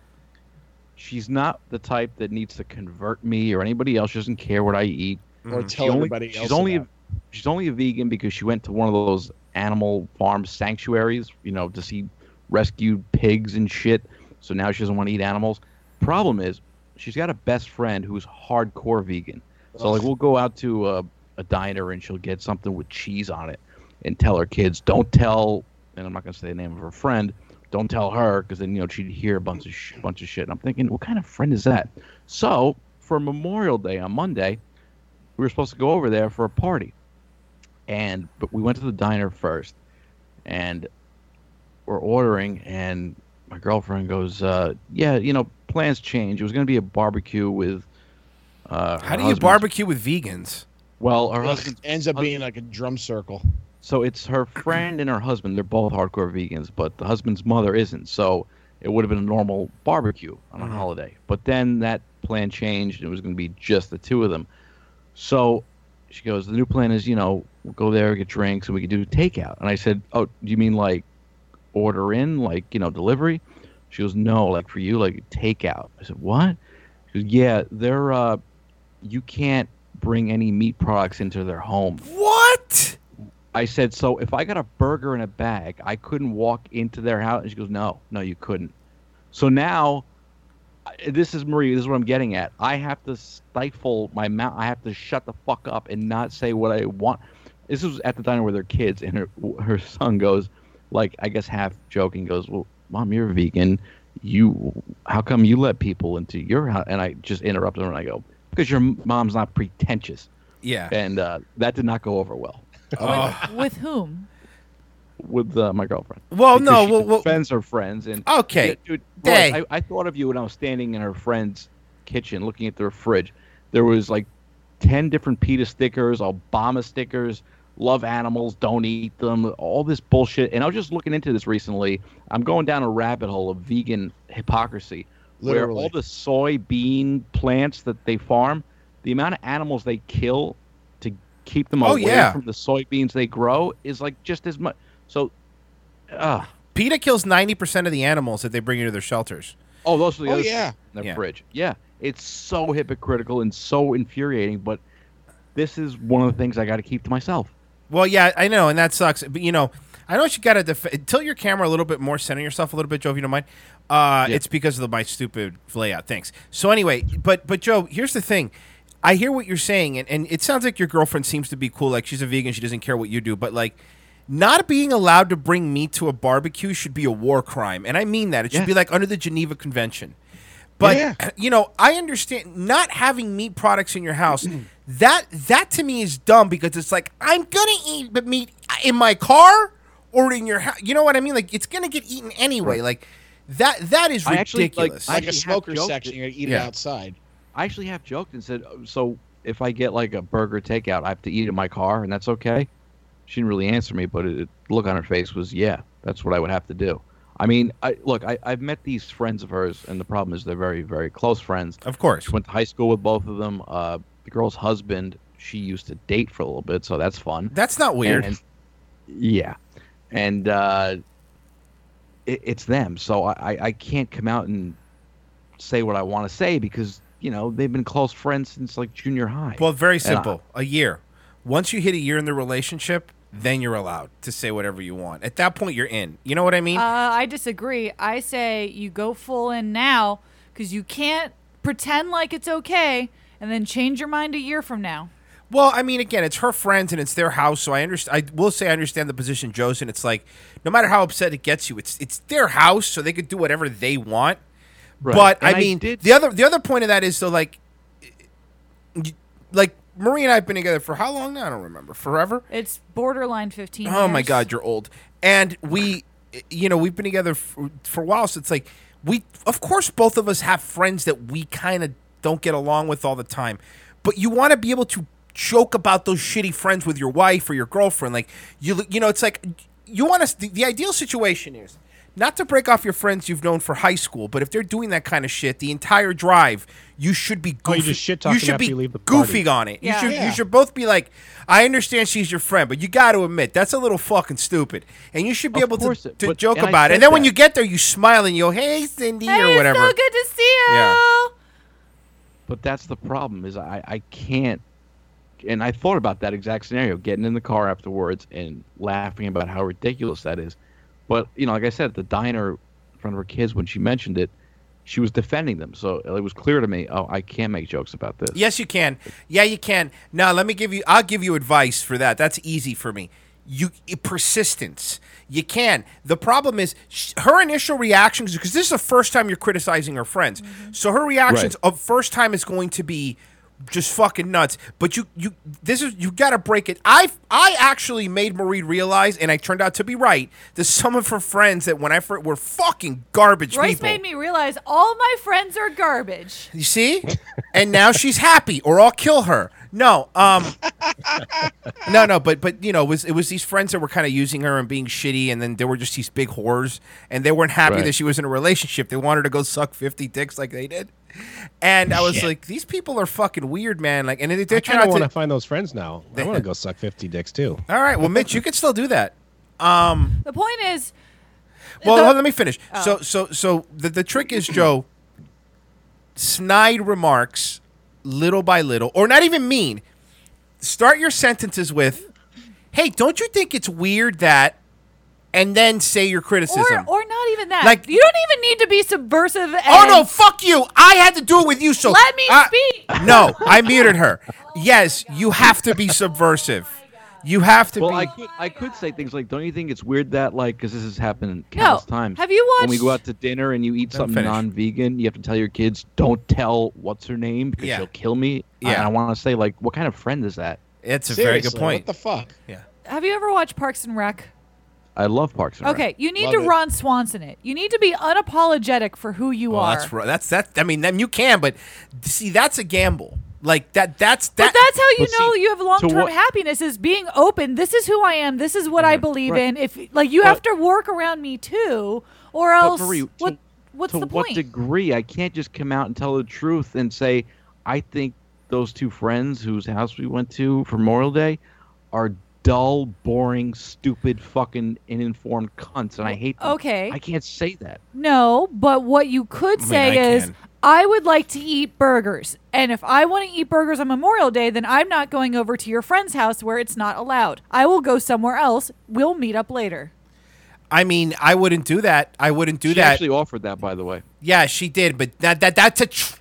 S14: she's not the type that needs to convert me or anybody else. She doesn't care what I eat.
S15: Or
S14: She
S15: tell
S14: only-
S15: everybody
S14: She's
S15: else
S14: only
S15: about
S14: A, she's only a vegan because she went to one of those animal farm sanctuaries, you know, to see rescued pigs and shit. So now she doesn't want to eat animals. Problem is, she's got a best friend who's hardcore vegan. So like, we'll go out to a, a diner and she'll get something with cheese on it, and tell her kids, don't tell. And I'm not gonna say the name of her friend. Don't tell her because then you know she'd hear a bunch of sh- bunch of shit. And I'm thinking, what kind of friend is that? So for Memorial Day on Monday, we were supposed to go over there for a party and but we went to the diner first and we're ordering and my girlfriend goes uh, yeah you know plans change it was going to be a barbecue with uh,
S9: How do you barbecue with vegans?
S14: well her
S15: Ugh,
S14: husband
S15: ends up being like a drum circle.
S14: so it's her friend and her husband they're both hardcore vegans but the husband's mother isn't so it would have been a normal barbecue on a holiday but then that plan changed and it was going to be just the two of them so she goes, the new plan is, you know, we'll go there, get drinks, and we can do takeout. And I said, oh, do you mean like order in, like, you know, delivery? She goes, no, like for you, like takeout. I said, what? She goes, yeah, they're, uh, you can't bring any meat products into their home.
S9: What?
S14: I said, so if I got a burger in a bag, I couldn't walk into their house. And she goes, no, no, you couldn't. So now, I- this is Marie. This is what I'm getting at. I have to stifle my mouth. I have to shut the fuck up and not say what I want. This was at the diner with her kids, and her her son goes, like I guess half joking, goes, well, mom, you're vegan. You, how come you let people into your house? And I just interrupt her and I go, because your mom's not pretentious.
S9: Yeah.
S14: And uh, that did not go over well
S13: With, with whom?
S14: with uh, my girlfriend.
S9: Well, no,
S14: she
S9: well, well-
S14: defends her friends and
S9: Okay.
S14: Yeah, dude,
S9: Hey.
S14: Roy, I, I thought of you when I was standing in her friend's kitchen, looking at their fridge. There was like ten different PETA stickers, Obama stickers, love animals, don't eat them, all this bullshit. And I was just looking into this recently. I'm going down a rabbit hole of vegan hypocrisy, where
S15: Literally.
S14: all the soybean plants that they farm, the amount of animals they kill to keep them
S9: Oh,
S14: away
S9: yeah.
S14: from the soybeans they grow is like just as much. So, uh,
S9: PETA kills 90% of the animals that they bring into their shelters.
S14: oh, those are the
S9: Oh,
S14: other
S9: yeah.
S14: in the
S9: Yeah.
S14: fridge. Yeah, it's so hypocritical and so infuriating. But this is one of the things I got to keep to myself.
S9: Well, yeah, I know, and that sucks. But you know, I know you got to def- tilt your camera a little bit more, center yourself a little bit, Joe, if you don't mind. Uh, It's because of the, my stupid layout. Thanks. So anyway, but but Joe, here's the thing. I hear what you're saying, and, and it sounds like your girlfriend seems to be cool. Like she's a vegan, she doesn't care what you do. But like, not being allowed to bring meat to a barbecue should be a war crime, and I mean that. It should be like under the Geneva Convention. But you know, I understand not having meat products in your house. that that to me is dumb because it's like I'm gonna eat the meat in my car or in your house. You know what I mean? Like it's gonna get eaten anyway.
S14: Right.
S9: Like that that is
S14: I actually,
S9: ridiculous.
S14: I actually have joked it-
S9: Yeah.
S15: outside.
S14: I actually have joked and said, "Oh, so if I get like a burger takeout, I have to eat it in my car, and that's okay. She didn't really answer me, but it, it- the look on her face was, yeah, that's what I would have to do. I mean, I look, I, I've met these friends of hers, and the problem is they're very, very close friends.
S9: Of course.
S14: She went to high school with both of them. Uh, the girl's husband, she used to date for a little bit, so that's fun.
S9: That's not weird.
S14: And- yeah, and uh, it, it's them. So I, I- I can't come out and say what I want to say because you know they've been close friends since like junior high.
S9: Well, very
S14: And I-
S9: simple. A year. Once you hit a year in the relationship, then you're allowed to say whatever you want. At that point, you're in. You know what I mean?
S13: Uh, I disagree. I say you go full in now because you can't pretend like it's okay and then change your mind a year from now.
S9: Well, I mean, again, it's her friends and it's their house, so I understand. I will say I understand the position Joe's in. It's like, no matter how upset it gets you, it's it's their house, so they could do whatever they want.
S14: Right.
S9: But
S14: And
S9: I
S14: I
S9: mean,
S14: did-
S9: the other the other point of that is though, like, y- like Marie and I have been together for how long now? I don't remember. Forever.
S13: It's borderline 15.
S9: Oh my
S13: years.
S9: God, you're old. And we, you know, we've been together for, for a while, so it's like we, of course, both of us have friends that we kind of don't get along with all the time. But you want to be able to joke about those shitty friends with your wife or your girlfriend, like you, you know, it's like you want us. The, the ideal situation is not to break off your friends you've known for high school, but if they're doing that kind of shit the entire drive, you should be
S6: Oh,
S9: goofy.
S6: you just shit-talk them
S9: should
S6: after
S9: be
S6: you leave the party.
S9: goofy on it.
S6: Yeah.
S9: You should
S6: Yeah.
S9: you should both be like, I understand she's your friend, but you got to admit that's a little fucking stupid, and you should be able to,
S14: course it-
S9: to
S14: but-
S9: joke
S14: and I
S9: about it.
S14: said
S9: And then when
S14: that.
S9: you get there, you smile and you go, "Hey, Cindy,"
S13: Hey,
S9: or whatever.
S13: It's so good to see you.
S9: Yeah.
S14: But that's the problem is I, I can't. And I thought about that exact scenario, getting in the car afterwards and laughing about how ridiculous that is. But you know, like I said, at the diner in front of her kids when she mentioned it, she was defending them. So it was clear to me, oh, I can't make jokes about this.
S9: Yes, you can. Yeah, you can. Now, let me give you. I'll give you advice for that. That's easy for me. You persistence. You can. The problem is sh- her initial reactions because this is the first time you're criticizing her friends. So her reactions of first time is going to be just fucking nuts. But you you this is you got to break it. I I actually made Marie realize, and I turned out to be right. That some of her friends that when I fir- were fucking garbage
S13: Royce
S9: people.
S13: made me realize all my friends are garbage.
S9: You see? and now she's happy, or I'll kill her. No, um, no, no, but but you know, it was it was these friends that were kind of using her and being shitty, and then there were just these big whores, and they weren't happy
S15: Right.
S9: that she was in a relationship. They wanted her to go suck fifty dicks like they did, and I was
S6: Shit.
S9: like, these people are fucking weird, man. Like, and they,
S6: I
S9: they're
S6: kind
S9: trying
S6: of want
S9: to.
S6: to find those friends now. I want to go suck fifty dicks too.
S9: All right, well, Mitch, you can still do that. Um,
S13: The point is,
S9: Well,
S13: The-
S9: hold- let me finish.
S13: Oh.
S9: So, so, so the, the trick is, Joe, snide remarks little by little, or not even mean. Start your sentences with, "Hey, don't you think it's weird that," and then say your criticism.
S13: Or, or not even that.
S9: Like-
S13: Like you don't even need to be subversive. And
S9: Oh no! Fuck you! I had to do it with you, so
S13: Let me
S9: I-
S13: speak.
S9: No, I muted her. Yes, you have to be subversive. You have to
S14: well,
S9: be.
S14: I could, I could say things like, "Don't you think it's weird that like, because this has happened
S13: No.
S14: countless times.
S13: Have you
S14: when we
S13: watched-
S14: go out to dinner and you eat
S9: Let him
S14: something
S9: finish.
S14: non-vegan? You have to tell your kids, don't tell what's her name because
S9: Yeah.
S14: she'll kill me.
S9: Yeah.
S14: and I want to say like, what kind of friend is that?
S9: It's
S14: Seriously, what the
S9: fuck? Yeah.
S13: Have you ever watched Parks and Rec?
S14: I love Parks and Rec.
S13: Okay, you need
S14: Love
S13: to
S14: it.
S13: Ron Swanson it. You need to be unapologetic for who you
S9: Well,
S13: are.
S9: that's ri- that's that. I mean, then you can, but see, that's a gamble. Like that. That's that.
S13: But that's how you
S9: But
S13: know
S9: see,
S13: you have
S9: to
S13: long term
S9: what-
S13: happiness is being open. This is who I am. This is what I believe
S14: right.
S13: in. If like you
S14: But-
S13: have to work around me too, or else
S14: but Marie, to-
S13: what what's
S14: to
S13: the
S14: what
S13: point?
S14: degree? I can't just come out and tell the truth and say, I think those two friends whose house we went to for Memorial Day are dull, boring, stupid, fucking uninformed cunts, and I hate them.
S13: okay.
S14: I can't say that.
S13: No, but what you could
S14: I mean,
S13: say
S14: I
S13: is,
S14: can.
S13: I would like to eat burgers. And if I want to eat burgers on Memorial Day, then I'm not going over to your friend's house where it's not allowed. I will go somewhere else. We'll meet up later.
S9: I mean, I wouldn't do that. I wouldn't do
S14: she
S9: that.
S14: actually offered that, by the way.
S9: yeah, she did, but that that that's a. Tr-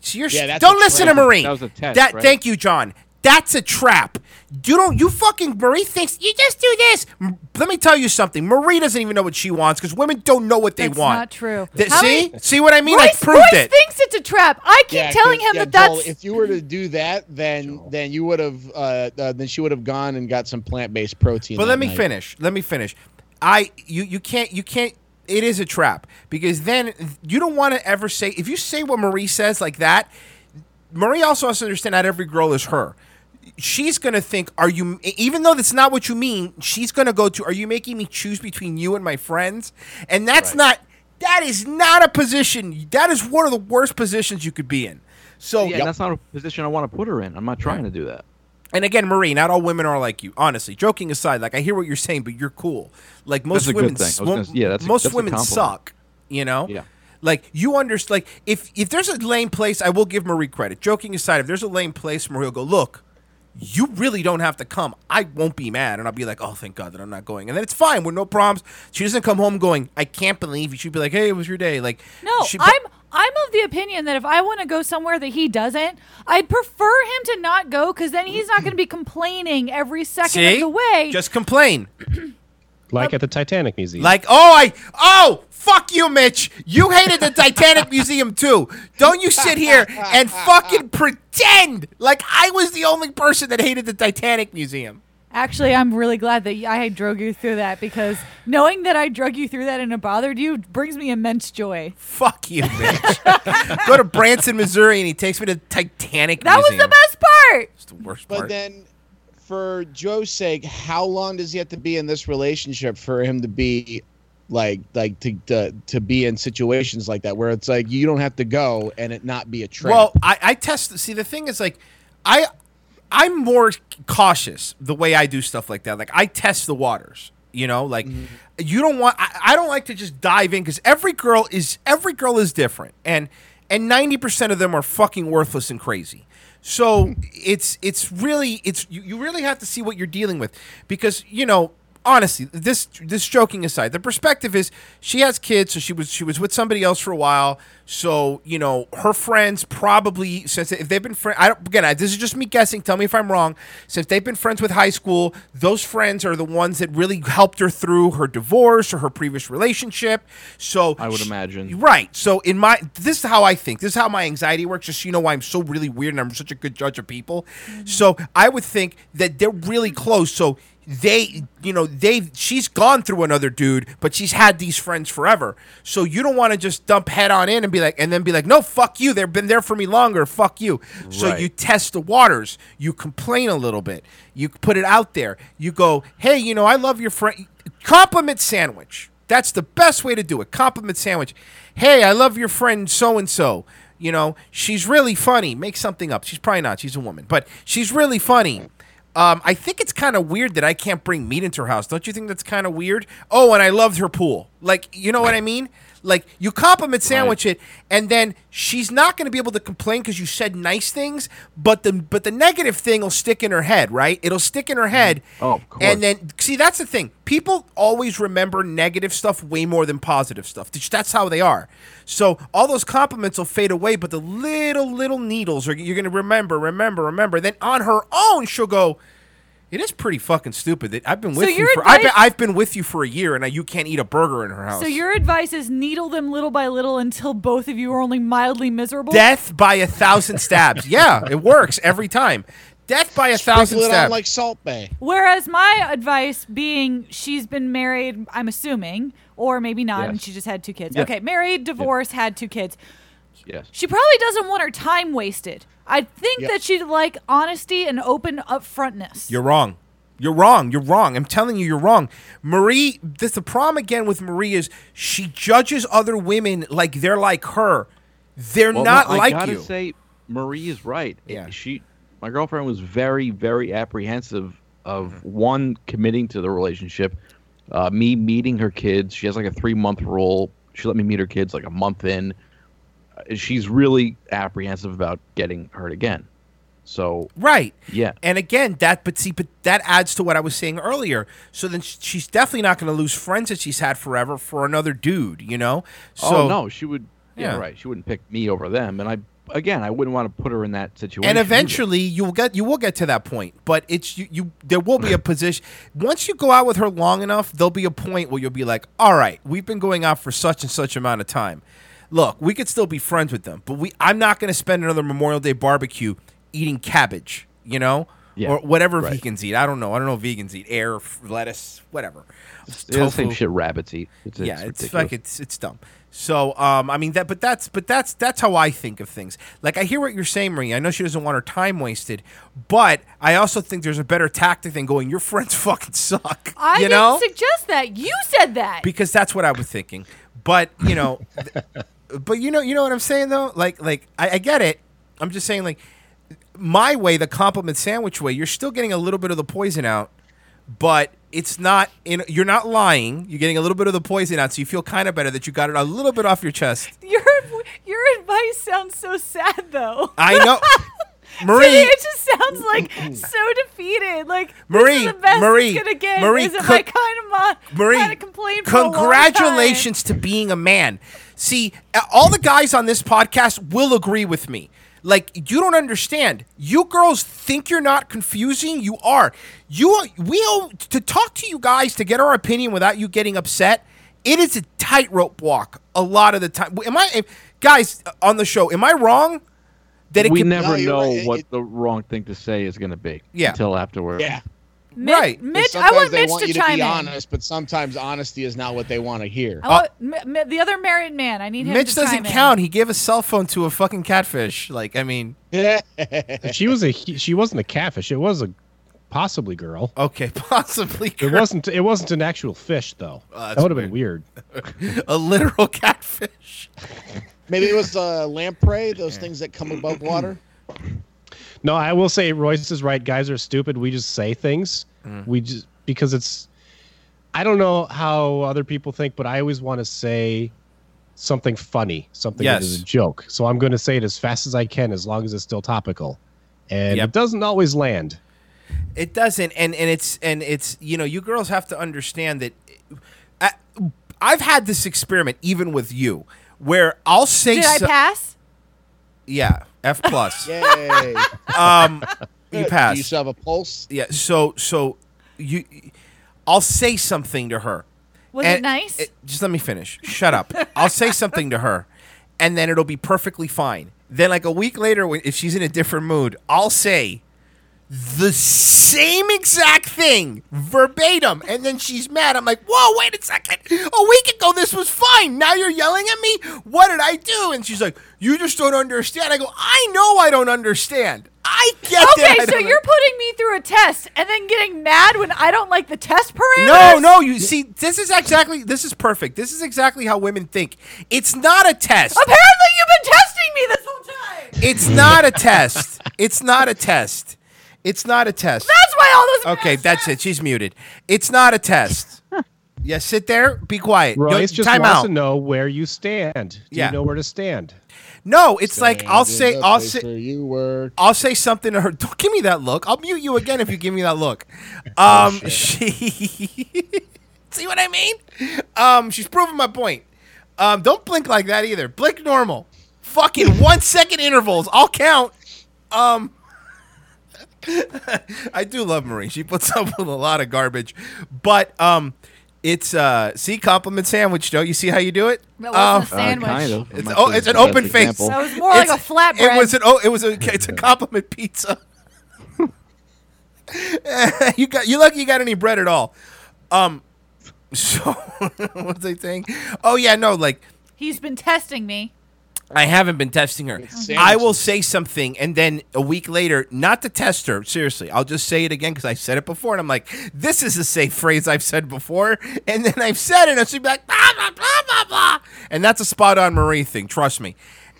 S9: so you're
S14: Yeah, that's
S9: don't
S14: a
S9: listen
S14: trap.
S9: to Marie.
S14: That was a test,
S9: That-
S14: right?
S9: Thank you, John. That's a trap. You don't. You fucking Marie thinks you just do this. M- Let me tell you something. Marie doesn't even know what she wants because women don't know what they
S13: That's
S9: want.
S13: not true.
S9: Th-
S13: How
S9: see,
S13: many-
S9: see what I mean?
S13: Royce,
S9: I proved
S13: Royce
S9: it.
S13: thinks it's a trap. I keep
S15: Yeah,
S13: telell telling
S15: 'cause-
S13: him
S15: yeah,
S13: that
S15: Joel,
S13: that's
S15: if you were to do that, then then you would have uh, uh, then she would have gone and got some plant based protein.
S9: But
S15: that
S9: let me
S15: night.
S9: finish. Let me finish. I you you can't you can't. It is a trap because then you don't want to ever say if you say what Marie says like that. Marie also has to understand not every girl is her. She's gonna think, "Are you?" e-, Even though that's not what you mean, she's gonna go to, "Are you making me choose between you and my friends?" And that's not. That is not a position. That is one of the worst positions you could be in. So
S14: Yeah, and that's not a position I want to put her in. I'm not trying to do that.
S9: and again, Marie, not all women are like you. Honestly, joking aside, like I hear what you're saying, but you're cool. Like most
S14: That's a good
S9: women,
S14: thing. I
S9: s-
S14: was gonna s- yeah, that's a-
S9: most
S14: that's a
S9: women
S14: compliment.
S9: suck. You know, yeah. Like you understand. Like if if there's a lame place, I will give Marie credit. Joking aside, if there's a lame place, Marie will go look. You really don't have to come. I won't be mad, and I'll be like, "Oh, thank God that I'm not going." And then it's fine. We're no problems. She doesn't come home going, "I can't believe you." She'd be like, "Hey, it was your day." Like,
S13: No,
S9: she-
S13: I'm I'm of the opinion that if I want to go somewhere that he doesn't, I'd prefer him to not go because then he's not going to be complaining every second
S9: see,
S13: of the way.
S9: just complain.
S6: Like at the Titanic Museum.
S9: Like, oh, I, oh, fuck you, Mitch. You hated the Titanic Museum too. Don't you sit here and fucking pretend like I was the only person that hated the Titanic Museum.
S13: Actually, I'm really glad that I drug you through that because knowing that I drug you through that and it bothered you brings me immense joy.
S9: Fuck you, Mitch. Go to Branson, Missouri, and he takes me to the Titanic
S13: That was the
S9: Museum.
S13: best part.
S9: It's the worst
S15: But
S9: part.
S15: then, for Joe's sake, how long does he have to be in this relationship for him to be like like to to, to be in situations like that where it's like you don't have to go and it not be a trap?
S9: Well, I, I test. See, the thing is, like, I, I'm more cautious the way I do stuff like that. Like, I test the waters. You know, like,
S15: Mm-hmm.
S9: you don't want. I, I don't like to just dive in because every girl is every girl is different, and and ninety percent of them are fucking worthless and crazy. So it's it's really it's you, you really have to see what you're dealing with because you know honestly this this joking aside the perspective is she has kids so she was she was with somebody else for a while so you know her friends probably since if they've been friends I don't again I, this is just me guessing tell me if I'm wrong since they've been friends with high school those friends are the ones that really helped her through her divorce or her previous relationship so
S14: I would
S9: she-
S14: imagine.
S9: Right. So in my this is how I think. This is how my anxiety works. Just so you know why I'm so really weird and I'm such a good judge of people. So I would think that they're really close. So they, you know, they she's gone through another dude, but she's had these friends forever. So you don't want to just dump head on in and be like, and then be like, no, fuck you. They've been there for me longer. Fuck you. So
S14: Right.
S9: you test the waters. You complain a little bit. You put it out there. You go, hey, you know, I love your friend. Compliment sandwich. That's the best way to do it. Compliment sandwich. Hey, I love your friend so and so. You know, she's really funny. Make something up. She's probably not. She's a woman, but she's really funny. Um, I think it's kind of weird that I can't bring meat into her house. Don't "Oh, you think that's kind of weird? Oh, and I loved her pool. Like, you know what I mean? Like you compliment sandwich it, and then she's not going to be able to complain because you said nice things, but the but the negative thing will stick in her head, right? It'll stick in her head.
S14: Oh, of
S9: And then see that's the thing. People oh, always remember negative stuff way more than positive stuff. That's- That's how they are. So all those compliments will fade away, but the little little needles are you're going to remember, remember, remember. Then on her own, she'll go. It is pretty fucking stupid that I've been
S13: So
S9: with you.
S13: your
S9: For, I've, been,
S13: advice-
S9: I've been with you for a year, and I, you can't eat a burger in her house.
S13: So your advice is needle them little by little until both of you are only mildly miserable.
S9: Death by a thousand stabs. yeah, it works every time. Death by a thousand
S15: Sprinkle it on
S9: stabs.
S15: like Salt Bay.
S13: Whereas my advice being she's been married, I'm assuming, or maybe not, and
S14: Yes.
S13: she just had two kids.
S14: Yeah.
S13: Okay, married, divorced, had two kids.
S14: Yes.
S13: She probably doesn't want her time wasted. I think
S9: Yep.
S13: that she'd like honesty and open upfrontness.
S9: You're wrong. You're wrong. You're wrong. I'm telling you, you're wrong. Marie, this the problem again with Marie is she judges other women like they're like her. They're
S14: Well, no,
S9: not
S14: I
S9: like
S14: gotta
S9: you.
S14: say, Marie is right. Yeah. She, my girlfriend, was very, very apprehensive of
S9: Mm-hmm.
S14: one committing to the relationship, uh, me meeting her kids. She has like a three month rule. She let me meet her kids like a month in. Uh, She's really apprehensive about getting hurt again. So
S9: Right.
S14: Yeah.
S9: And again, that but see, but that adds to what I was saying earlier. So then sh- she's definitely not going to lose friends that she's had forever for another dude. You know. So
S14: oh no, she would. Yeah,
S9: Yeah.
S14: right. She wouldn't pick me over them, and I again, I wouldn't want to put her in that situation.
S9: and
S14: either.
S9: eventually you'll get you will get to that point but it's you, you there will be a position once you go out with her long enough there'll be a point where you'll be like all right we've been going out for such and such amount of time look we could still be friends with them but we i'm not going to spend another memorial day barbecue eating cabbage you know
S14: Yeah,
S9: or whatever
S14: right.
S9: vegans eat i don't know i don't know what vegans eat air f- lettuce whatever
S14: Yeah, the same
S9: Tofu
S14: shit rabbits eat. It's,
S9: yeah, it's,
S14: ridiculous.
S9: like it's it's dumb. So um, I mean that, but that's but that's that's how I think of things. Like I hear what you're saying, Marie. I know she doesn't want her time wasted, but I also think there's a better tactic than going. Your friends fucking suck.
S13: I
S9: you
S13: didn't
S9: know,
S13: suggest that. You said that.
S9: because that's what I was thinking. But you know, th- but you know, you know what I'm saying though. Like like I, I get it. I'm just saying like my way, the compliment sandwich way. You're still getting a little bit of the poison out, but it's not in. You're not lying. You're getting a little bit of the poison out, so you feel kind of better that you got it a little bit off your chest.
S13: Your your advice sounds so sad though.
S9: I know,
S13: To me,
S9: Marie.
S13: it just sounds like so defeated. Like
S9: Marie,
S13: this is the best
S9: Marie,
S13: it's gonna get.
S9: Marie,
S13: isn't
S9: co-
S13: my kind of mo-
S9: Marie,
S13: kind of complaint. for a long time.
S9: Congratulations to being a man. See, uh, all the guys on this podcast will agree with me. Like you don't understand. You girls think you're not confusing. You are. You are, we owe, to talk to you guys to get our opinion without you getting upset. It is a tightrope walk a lot of the time. Am I, if, guys, uh, on the show? Am I wrong? That it
S14: we
S9: can,
S14: never know what the wrong thing to say is going to be
S9: Yeah.
S14: until afterward.
S15: Yeah.
S13: Mitch,
S9: Right.
S13: Mitch, I
S15: Sometimes
S13: want
S15: they
S13: Mitch
S15: want
S13: to
S15: you
S13: chime
S15: be
S13: in.
S15: honest, but sometimes honesty is not what they want to hear.
S13: I want, M- M- the other married man. I need him
S9: Mitch
S13: to chime
S9: doesn't
S13: in.
S9: count. He gave a cell phone to a fucking catfish. Like I mean,
S6: she was a he- she wasn't a catfish. It was a possibly girl.
S9: Okay, possibly.
S6: It wasn't. It wasn't an actual fish though.
S9: Oh,
S6: that would have been weird.
S9: a literal catfish.
S15: Maybe it was uh, lamprey, those things that come above water.
S6: No, I will say Royce is right. Guys are stupid. We just say things.
S9: Mm.
S6: We just because it's. I don't know how other people think, but I always want to say something funny, something that is
S9: Yes.
S6: a joke. So I'm going to say it as fast as I can, as long as it's still topical, and it doesn't always land.
S9: It doesn't, and and it's and it's you know you girls have to understand that. I, I've had this experiment even with you, where I'll say,
S13: Did I
S9: so-
S13: pass?
S9: yeah, F plus.
S15: Yay!
S9: um, you
S15: Do
S9: passed.
S15: you still have a pulse?
S9: Yeah. So so you, I'll say something to her.
S13: Was
S9: And-
S13: it nice?
S9: it- just let me finish. Shut up. I'll say something to her, and then it'll be perfectly fine. Then, like a week later, when- if she's in a different mood, I'll say the same exact thing verbatim, and then she's mad. I'm like, "Whoa, wait a second! A week ago, this was fine. Now you're yelling at me. What did I do?" And she's like, "You just don't understand." I go, "I know I don't understand. I get that."
S13: okay,
S9: I
S13: so
S9: don't
S13: you're putting me through a test and then getting mad when I don't like the test parameters.
S9: No, no, you see, this is exactly this is perfect. This is exactly how women think. It's not a test.
S13: Apparently, you've been testing me this whole time.
S9: It's not a test. It's not a test. It's not a test.
S13: That's why all those.
S9: Okay, that's it. She's muted. It's not a test. Yeah, sit there, be quiet. No,
S6: Royce just
S9: time
S6: wants
S9: out.
S6: to know where you stand. Do
S9: Yeah.
S6: you know where to stand?
S9: No, it's like I'll say I'll say
S15: you were
S9: I'll say something to her. Don't give me that look. I'll mute you again if you give me that look. Um, she see what I mean? Um, she's proving my point. Um, don't blink like that either. Blink normal. Fucking one second intervals. I'll count. Um, I do love Marie. She puts up with a lot of garbage, but um, it's uh, see compliment sandwich. Don't you see how you do it?
S13: That wasn't a
S9: Um,
S13: sandwich. Uh, kind of.
S9: It's,
S13: Unless
S9: oh,
S13: it's
S9: it's an
S13: the best
S9: open face.
S13: example. That was more like
S9: It's-
S13: a flatbread.
S9: It was an oh, it was a it's a compliment pizza. you got you lucky you got any bread at all. Um, so what's they saying? Oh yeah, no, like
S13: He's been testing me.
S9: I haven't been testing her. I will say something, and then a week later, not to test her, seriously, I'll just say it again because I said it before, and I'm like, this is a safe phrase I've said before, and then I've said it, and she'd be like, blah, blah, blah, blah, blah. And that's a spot on Marie thing, trust me.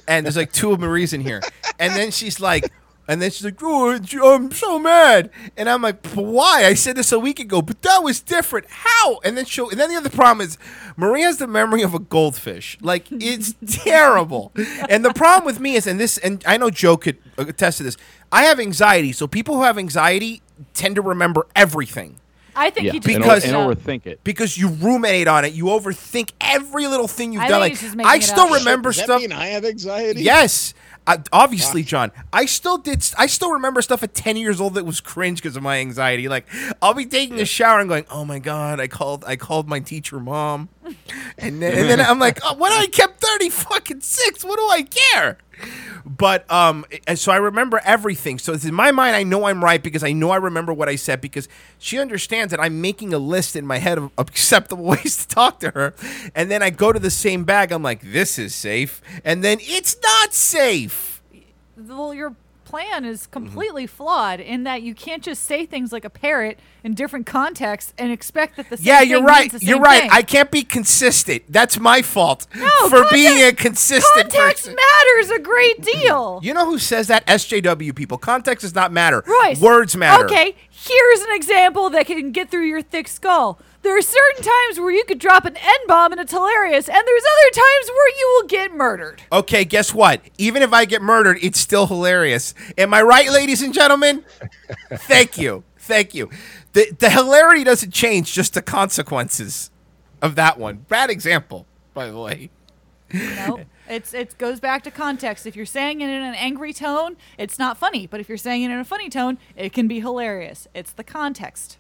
S9: And there's like two of Marie's in here. And then she's like, and then she's like, oh, I'm so mad. And I'm like, "But why? I said this a week ago, but that was different. How? And then she'll, and then the other problem is Marie has the memory of a goldfish. Like, it's terrible. And the problem with me is, and this, and I know Joe could attest to this, I have anxiety. So people who have anxiety tend to remember everything
S13: I think he just
S9: because
S13: made it up.
S9: overthink it. Because you ruminate on it, you overthink every little thing you've
S13: I think
S9: done. Like
S13: he's just making
S9: I
S13: it
S9: still
S13: up.
S9: remember
S15: Does that
S9: stuff.
S15: mean I have anxiety.
S9: Yes, I, obviously, John. I still did. I still remember stuff at ten years old that was cringe because of my anxiety. Like I'll be taking a shower and going, "Oh my god, I called. I called my teacher mom," and then, and then I'm like, oh, "What? I kept thirty fucking six. What do I care?" But um, and so I remember everything. So it's in my mind, I know I'm right because I know I remember what I said because she understands that I'm making a list in my head of acceptable ways to talk to her, and then I go to the same bag. I'm like, this is safe, and then it's not safe.
S13: Well, your plan
S9: Mm-hmm.
S13: is completely flawed in that you can't just say things like a parrot in different contexts and expect that the same
S9: yeah, you're
S13: thing
S9: right.
S13: means the
S9: You're
S13: same
S9: right.
S13: thing.
S9: I can't be consistent. That's my fault
S13: No,
S9: for
S13: context-
S9: being a consistent
S13: Context
S9: person.
S13: matters a great deal.
S9: You know who says that? SJW people. Context does not matter.
S13: Royce.
S9: Words matter.
S13: Okay, here's an example that can get through your thick skull. There are certain times where you could drop an N bomb and it's hilarious, and there's other times where you will get murdered.
S9: Okay, guess what? Even if I get murdered, it's still hilarious. Am I right, ladies and gentlemen? Thank you. Thank you. The, the hilarity doesn't change, just the consequences of that one. Bad example, by the way.
S13: No, it's it goes back to context. If you're saying it in an angry tone, it's not funny. But if you're saying it in a funny tone, it can be hilarious. It's the context.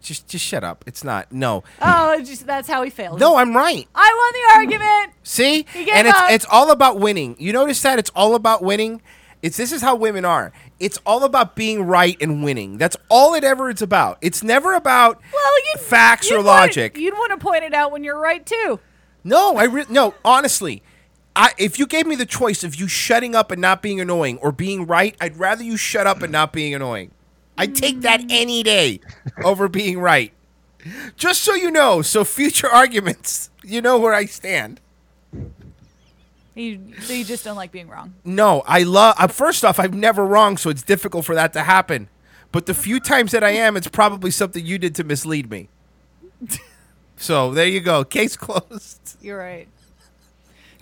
S9: Just just shut up. It's not. No.
S13: Oh, it's just, that's how he failed.
S9: No, I'm right.
S13: I won the argument.
S9: See?
S13: He gave
S9: And it's
S13: up.
S9: it's all about winning. You notice that it's all about winning? It's this is how women are. It's all about being right and winning. That's all it ever is about. It's never about
S13: Well, you
S9: facts or logic.
S13: you'd want to point it out when you're right too.
S9: No, I re- no. Honestly, I if you gave me the choice of you shutting up and not being annoying or being right, I'd rather you shut up and not being annoying. I'd take that any day over being right. Just so you know, so future arguments, you know where I stand.
S13: You, so you just don't like being wrong.
S9: No, I love. Uh, first off, I'm never wrong, so it's difficult for that to happen. But the few times that I am, it's probably something you did to mislead me. So Oh, there you go. Case closed.
S13: You're right.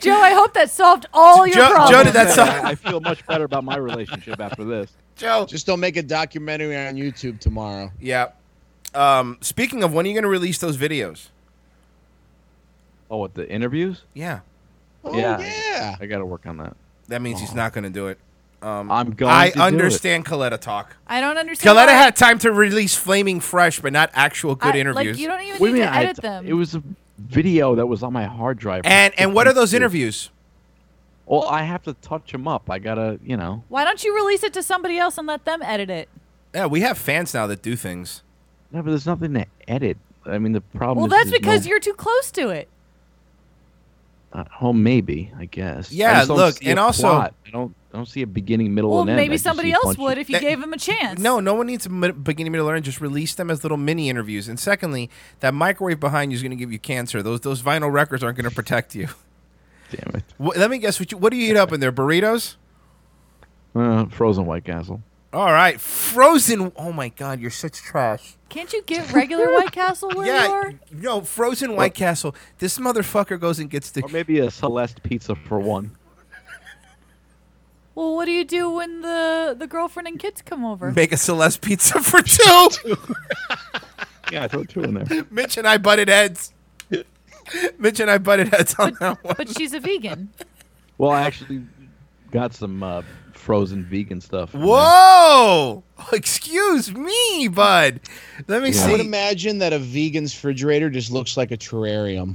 S13: Joe, I hope that solved all your
S9: Joe- Joe,
S13: problems.
S9: did that sound-
S14: I feel much better about my relationship after this.
S9: Joe.
S15: Just don't make a documentary on YouTube tomorrow.
S9: Yeah. Um, speaking of, when are you going to release those videos?
S14: Oh, what the interviews?
S9: Yeah.
S15: Oh, yeah.
S14: I, got to work on that.
S9: That means he's not going to do it. Um,
S14: I'm going.
S9: I
S14: to
S9: understand Coletta talk.
S13: I don't understand.
S9: Coletta
S13: why-
S9: had time to release Flaming Fresh, but not actual good
S13: I-
S9: interviews.
S13: Like you don't even
S14: Wait a
S13: need
S14: minute,
S13: to
S14: I-
S13: edit them.
S14: Do it. it was a video that was on my hard drive. for
S9: and and what are those
S14: 52.
S9: interviews?
S14: Well, I have to touch them up. I gotta, you know.
S13: Why don't you release it to somebody else and let them edit it?
S9: Yeah, we have fans now that do things.
S14: Yeah, but there's nothing to edit. I mean, the problem.
S13: Well,
S14: is
S13: that's
S14: there's
S13: because
S14: no-
S13: you're too close to it.
S14: Uh, well, maybe I guess. I
S9: Yeah,
S14: just don't
S9: look,
S14: see a
S9: and also-
S14: plot. I don't, I don't see a beginning, middle,
S13: Well,
S14: and end. I
S13: maybe
S14: just
S13: somebody
S14: see
S13: else
S14: bunches.
S13: would if you gave them a chance.
S9: No, no one needs a mi- beginning, middle, and end. Just release them as little mini interviews. And secondly, that microwave behind you is going to give you cancer. Those those vinyl records aren't going to protect you.
S14: Damn it!
S9: Wh- let me guess. What, you, what do you eat up in there? Burritos?
S14: Uh, frozen White Castle.
S9: All right, Frozen. Oh my God, you're such trash.
S13: Can't you get regular White Castle where
S9: Yeah,
S13: you are?
S9: No, Frozen White Castle. This motherfucker goes and gets the. Or
S14: maybe a Celeste pizza for one.
S13: Well, what do you do when the the girlfriend and kids come over?
S9: Make a Celeste pizza for two.
S14: yeah, throw two in there.
S9: Mitch and I butted heads. Mitch and I butted heads on that one.
S13: but she's a vegan.
S14: Well, I actually got some uh, frozen vegan stuff.
S15: Oh!
S9: Whoa! Excuse me, bud. Let me
S15: I would
S9: see.
S15: imagine that a vegan's refrigerator just looks like a terrarium.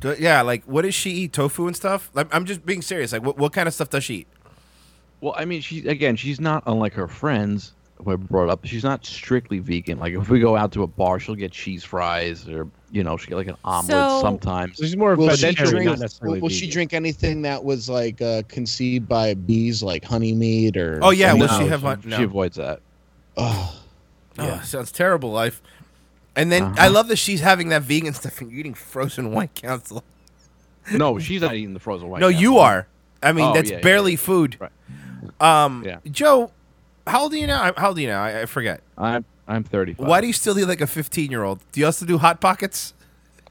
S9: Do- yeah, like what does she eat? Tofu and stuff. Like, I'm just being serious. Like, what, what kind of stuff does she eat?
S14: Well, I mean, she again, she's not unlike her friends who I brought up. She's not strictly vegan. Like if we go out to a bar, she'll get cheese fries or you know, she will get like an omelet
S15: So-
S14: sometimes.
S6: She's more
S15: Will she, drink,
S14: not
S15: will,
S14: necessarily
S15: will she
S14: vegan.
S15: drink anything that was like uh, conceived by bees, like honey meat or?
S9: Oh, yeah, will
S15: something?
S9: she have No, hun- she- no. she
S14: avoids that.
S15: Oh,
S9: Oh, sounds terrible, life. And then I love that she's having that vegan stuff and eating frozen white council.
S14: No, she's not eating the frozen white.
S9: no, you
S14: Castle.
S9: are. I mean,
S14: Oh,
S9: that's
S14: yeah, yeah,
S9: barely
S14: yeah.
S9: food. Um, Joe, how old are you now? I- How old are you now? I, I forget.
S14: I'm I'm 35.
S9: Why do you still eat like a 15 year old? Do you also do hot pockets?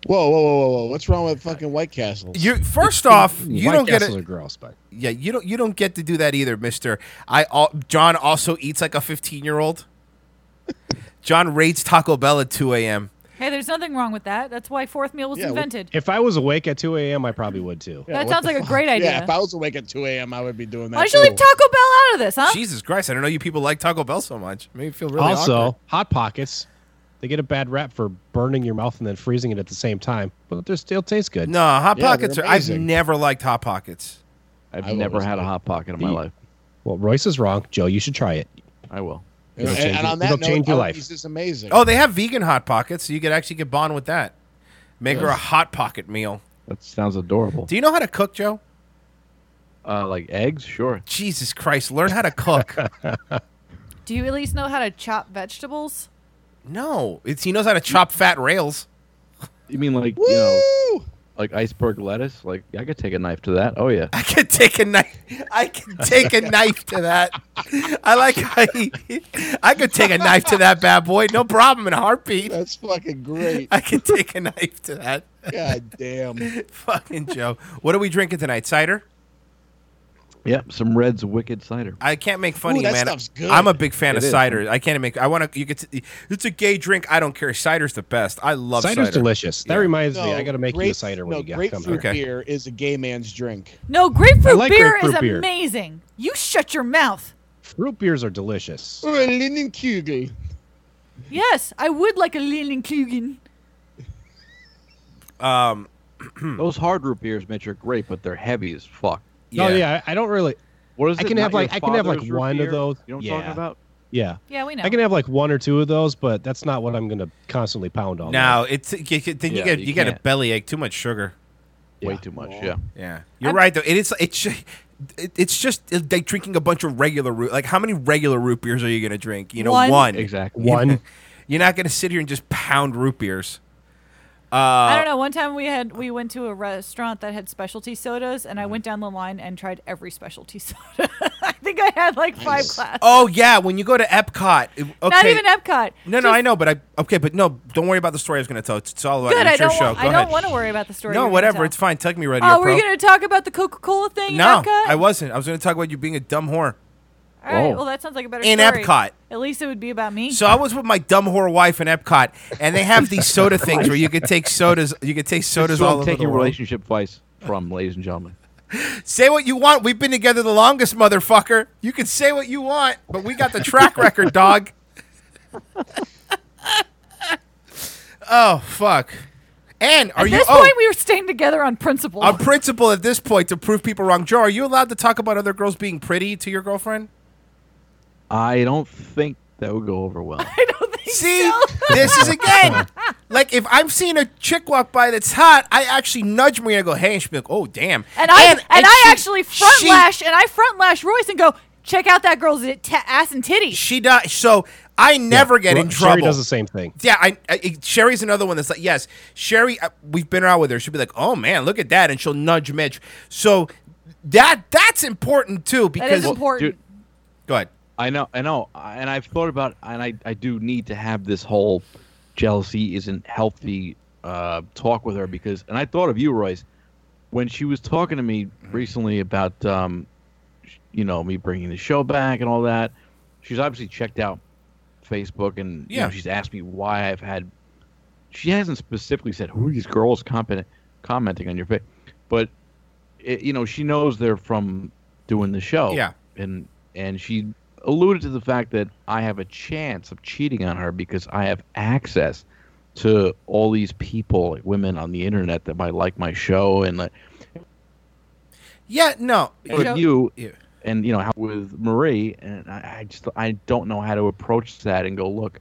S15: Whoa, whoa, whoa, whoa, whoa! What's wrong with fucking White Castle?
S9: You first off, you
S15: White
S9: don't get
S15: Castles
S9: it.
S15: are gross, but-
S9: Yeah, you don't you don't get to do that either, Mister. I al- John also eats like a 15 year old. John rates Taco Bell at 2 a.m.
S13: Hey, there's nothing wrong with that. That's why fourth meal was invented.
S6: If I was awake at 2 a.m., I probably would too.
S13: That sounds like a great idea.
S15: Yeah, if I was awake at 2 a.m., I would be doing that.
S13: Why should leave Taco Bell out of this, huh?
S9: Jesus Christ, I don't know you people like Taco Bell so much. Made me feel really
S6: also,
S9: awkward.
S6: Hot Pockets, they get a bad rap for burning your mouth and then freezing it at the same time, but they still taste good.
S9: No, Uh, hot pockets are. I've never liked hot pockets.
S14: I've
S6: I've
S14: never
S6: always
S14: had a hot pocket in my life.
S6: Well, Royce is wrong. Joe, you should try it.
S14: I will.
S15: And,
S6: It'll change
S15: and
S6: your-
S15: on that
S6: it'll change
S15: note,
S6: your
S15: your
S6: life.
S15: life. is amazing.
S9: Oh, they have vegan hot pockets, so you could actually get bond with that. Make her a
S14: Yes.
S9: hot pocket meal.
S14: That sounds adorable.
S9: Do you know how to cook, Joe?
S14: Uh, like eggs, sure.
S9: Jesus Christ, learn how to cook.
S13: Do you at least know how to chop vegetables?
S9: no, it's he knows how to chop fat rails.
S14: You mean like you know, like iceberg lettuce? Like I could take a knife to that. Oh yeah.
S9: I could take a knife. I could take a knife to that. I like. How he, I could take a knife to that bad boy. No problem in a heartbeat.
S15: That's fucking great.
S9: I could take a knife to that.
S15: God damn.
S9: Fucking Joe. What are we drinking tonight? Cider.
S14: Yep. Some Red's Wicked cider.
S9: I can't make fun
S14: Ooh,
S9: of you,
S14: that
S9: man.
S14: stuff's good.
S9: I'm a big fan
S14: It
S9: of
S14: is.
S9: cider. I can't make. I want to. You get. To, it's a gay drink. I don't care. Cider's the best. I love
S6: Cider's
S9: cider.
S6: delicious. That reminds me,
S15: No,
S6: I got to make you a
S15: grape-
S6: cider when
S15: no,
S6: you got, come
S15: grapefruit
S6: here.
S15: beer is a gay man's drink.
S13: No, grapefruit
S6: like
S13: beer
S6: grapefruit
S13: is
S6: beer.
S13: amazing. You shut your mouth.
S6: Fruit beers are delicious.
S15: Or a Lindenkugel.
S13: Yes, I would like a Lindenkugel.
S9: Um,
S14: Hmm. those hard root beers, Mitch, are great, but they're heavy as fuck.
S6: No, yeah, I I don't really.
S14: What is
S6: I
S14: it,
S6: can have
S14: not your
S6: like I can have like
S14: father's root
S6: one
S14: beer?
S6: of those.
S14: You know what
S6: yeah.
S14: I'm talking about?
S6: Yeah.
S13: Yeah, we know.
S6: I can have like one or two of those, but that's not what I'm going to constantly pound on.
S9: No, oh, it's you, you- then you
S6: Yeah,
S9: get
S6: you
S9: you, get a
S6: can't.
S9: bellyache. Too much sugar.
S14: Way too much. Yeah.
S9: Yeah. You're right though. It is. It's. It, it's just uh, like drinking a bunch of regular root. Like how many regular root beers are you gonna drink? You know, one,
S13: One.
S6: Exactly. One.
S9: You're not gonna sit here and just pound root beers. Uh,
S13: I don't know. One time we had we went to a restaurant that had specialty sodas, and I went down the line and tried every specialty soda. I think I had like five glasses.
S9: Oh yeah, when you go to Epcot, it- okay.
S13: Not even Epcot.
S9: No, no, I know, but I okay, but no, don't worry about the story I was going to tell. It's, it's all about
S13: Good.
S9: your
S13: I don't.
S9: show.
S13: Want,
S9: Go
S13: I
S9: ahead.
S13: don't want to worry about the story.
S9: no,
S13: you're gonna
S9: whatever.
S13: tell.
S9: It's fine. Tug me right
S13: Oh,
S9: here,
S13: we're
S9: pro.
S13: you going to talk about the Coca Cola thing
S9: no,
S13: in Epcot?
S9: I wasn't. I was going to talk about you being a dumb whore.
S14: Oh.
S13: All right.
S9: Whoa.
S13: Well, that sounds like a better
S9: In
S13: story.
S9: Epcot.
S13: At least it would be about me.
S9: So I was with my dumb whore wife in Epcot, and they have these soda things where you could take sodas. You could take sodas
S14: That's where
S9: all
S14: I'm
S9: over
S14: taking
S9: the world.
S14: relationship advice from, ladies and gentlemen.
S9: Say what you want. We've been together the longest, motherfucker. You can say what you want, but we got the track record, dog. oh fuck! And are
S13: At
S9: you?
S13: this
S9: oh,
S13: point, we were staying together on principle.
S9: on principle at this point to prove people wrong. Joe, are you allowed to talk about other girls being pretty to your girlfriend?
S14: I don't think that would go over well.
S9: See, this is again like if I'm seeing a chick walk by that's hot, I actually nudge Maria and go, "Hey," and she be like, "Oh, damn."
S13: and I and, I
S9: she-
S13: actually front
S9: she-
S13: lash and I front lash Royce and go check out that girl's it- ta- ass and titties.
S9: She does. So I never get in
S6: Sherry
S9: trouble.
S6: does the same thing.
S9: Yeah, I, I it- Sherry's another one that's like, yes, Sherry. uh, We've been around with her. She'll be like, "Oh man, look at that," and she'll nudge Mitch. So that that's important too because
S13: important.
S9: Go ahead.
S14: I know, I know, and I've thought about, and I, I do need to have this whole jealousy isn't healthy uh, talk with her because, and I thought of you, Royce, when she was talking to me recently about, um, sh- you know, me bringing the show back and all that. She's obviously checked out Facebook, and you know,
S9: Yeah.
S14: she's asked me why I've had. She hasn't specifically said who are these girls comment, commenting on your face, but it, you know, she knows they're from doing the show.
S9: Yeah.
S14: And and she alluded to the fact that I have a chance of cheating on her because I have access to all these people, like women on the internet that might like my show and like
S9: Yeah, no.
S14: with
S9: know-
S14: you
S9: Yeah.
S14: and you know how with Marie and I, I just I don't know how to approach that and go look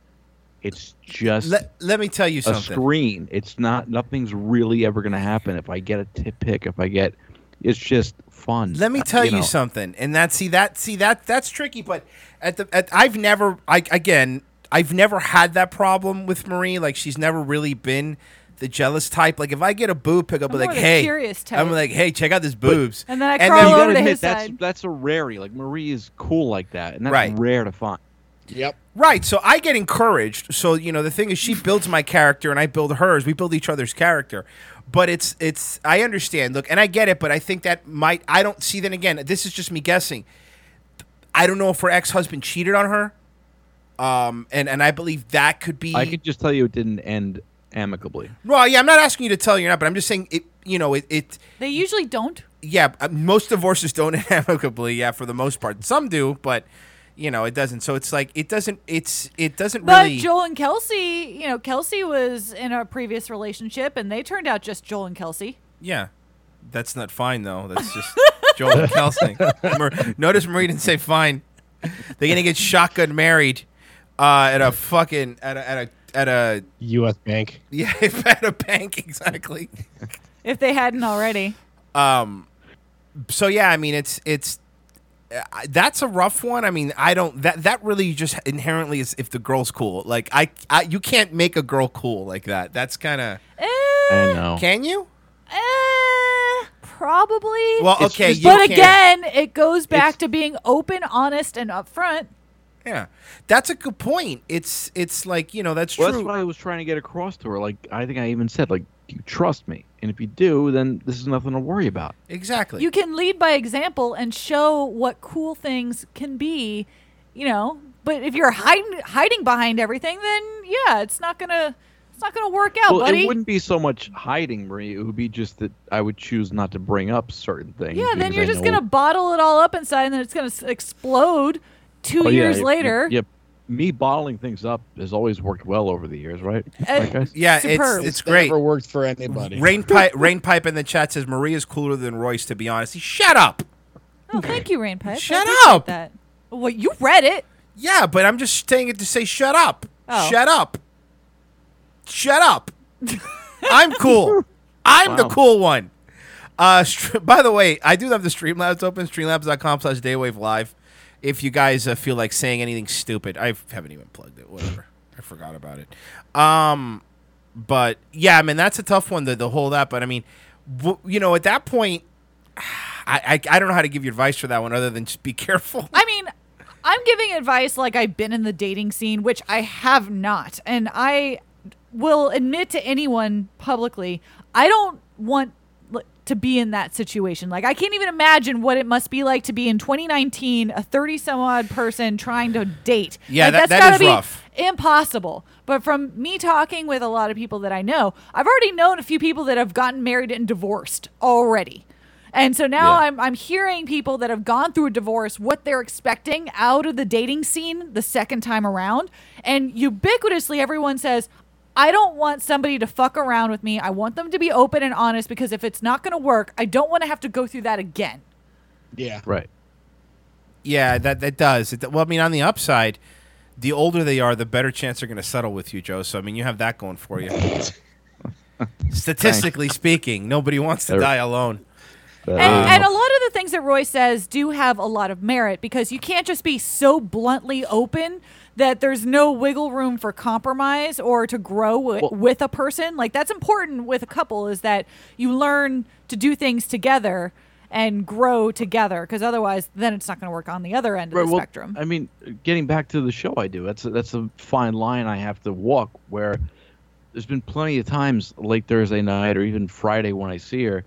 S14: it's just
S9: Let, let me tell you
S14: a
S9: something.
S14: screen it's not nothing's really ever going to happen if I get a tip pick if I get it's just fun uh,
S9: Let me tell you,
S14: know.
S9: something, and that see that see that that's tricky. But at the at, I've never I again I've never had that problem with Marie. Like she's never really been the jealous type. Like if I get a boob pick, I'll be
S13: I'm
S9: like,
S13: more the
S9: hey,
S13: curious
S9: I'm
S13: type.
S9: like, hey, check out this boobs,
S13: And then I
S14: But
S13: crawl
S14: you
S13: over
S14: gotta
S13: to
S14: admit,
S13: his
S14: that's,
S13: side.
S14: That's a rarity. Like Marie is cool like that, and that's
S9: Right.
S14: rare to find.
S15: Yep.
S9: Right. So I get encouraged. So you know, the thing is, she builds my character, and I build hers. We build each other's character. But it's it's I understand. Look, and I get it. But I think that might I don't see. Then again, this is just me guessing. I don't know if her ex husband cheated on her. Um, and and I believe that could be.
S14: I could just tell you it didn't end amicably.
S9: well, yeah. I'm not asking you to tell you not, but I'm just saying it. You know, it. it
S13: They usually don't.
S9: yeah, uh, most divorces don't end amicably. Yeah, for the most part, some do, but you know, it doesn't. So it's like it doesn't. It's it doesn't
S13: But
S9: really.
S13: Joel and Kelsey, you know, Kelsey was in a previous relationship and they turned out just Joel and Kelsey.
S9: Yeah. That's not fine though. That's just Joel and Kelsey. Mar- Notice Marie didn't say fine. They're gonna get shotgun married uh, at a fucking at a at a at a
S6: U.S. Bank.
S9: yeah at a bank exactly.
S13: If they hadn't already.
S9: Um, so yeah, I mean it's it's uh, I- that's a rough one. I mean I don't that that really just inherently is if the girl's cool. Like I, I you can't make a girl cool like that. That's kind of
S14: I know.
S9: can you?
S13: Eh, probably.
S9: Well, It's okay, just- you
S13: But again,
S9: can't-
S13: it goes back to being open, honest, and upfront.
S9: Yeah, that's a good point. It's it's like you know that's
S14: Well,
S9: true.
S14: that's what I was trying to get across to her. Like I think I even said, like, do you trust me? And if you do, then this is nothing to worry about.
S9: Exactly.
S13: You can lead by example and show what cool things can be, you know. But if you're hiding hiding behind everything, then yeah, it's not gonna it's not gonna work out,
S14: well,
S13: buddy.
S14: it wouldn't be so much hiding, Marie. It would be just that I would choose not to bring up certain things.
S13: yeah, then
S14: because
S13: you're
S14: I
S13: just
S14: know-
S13: gonna bottle it all up inside, and then it's gonna s- explode two
S14: Oh, yeah,
S13: years
S14: it- it-
S13: later.
S14: Yep. Me bottling things up has always worked well over the years, right?
S13: Uh,
S14: Right, guys?
S9: Yeah, it's it's great.
S15: Never worked for anybody.
S9: Rain pipe, rain pipe in the chat says Marie is cooler than Royce. To be honest, He- shut up.
S13: Oh, thank you, Rain Pipe. I
S9: Shut
S13: appreciate
S9: up!
S13: That. Well, you read it.
S9: Yeah, but I'm just saying it to say shut up.
S13: Oh.
S9: Shut up. Shut up. I'm cool. I'm the
S1: Wow.
S9: cool one. Uh, str- by the way, I do have the Streamlabs open, streamlabs.com slash daywave live. If you guys uh, feel like saying anything stupid, I haven't even plugged it. Whatever. I forgot about it. Um, but yeah, I mean, that's a tough one to, to hold up. But I mean, w- you know, at that point, I, I, I don't know how to give you advice for that one other than just be careful.
S13: I mean, I'm giving advice like I've been in the dating scene, which I have not. And I will admit to anyone publicly, I don't want li- to be in that situation. Like, I can't even imagine what it must be like to be in 2019, a 30 some odd person trying to date.
S9: Yeah,
S13: Like, that's
S9: that- that
S13: gotta
S9: is
S13: be
S9: rough.
S13: Impossible. But from me talking with a lot of people that I know, I've already known a few people that have gotten married and divorced already. And so now
S16: Yeah.
S13: I'm I'm hearing people that have gone through a divorce what they're expecting out of the dating scene the second time around. And ubiquitously everyone says, I don't want somebody to fuck around with me. I want them to be open and honest because if it's not going to work, I don't want to have to go through that again.
S15: Yeah.
S14: Right.
S9: Yeah, that that does. It, well, I mean, on the upside, the older they are, the better chance they're going to settle with you, Joe. So I mean, you have that going for you. Statistically speaking, nobody wants to
S14: There-
S9: die alone.
S14: Uh,
S13: And, and a lot of the things that Roy says do have a lot of merit because you can't just be so bluntly open that there's no wiggle room for compromise or to grow wi- with a person. Like that's important with a couple is that you learn to do things together and grow together because otherwise then it's not going to work on the other end of the
S14: well,
S13: spectrum.
S14: I mean, getting back to the show, I do. That's a, that's a fine line I have to walk. Where there's been plenty of times late Thursday night or even Friday when I see her,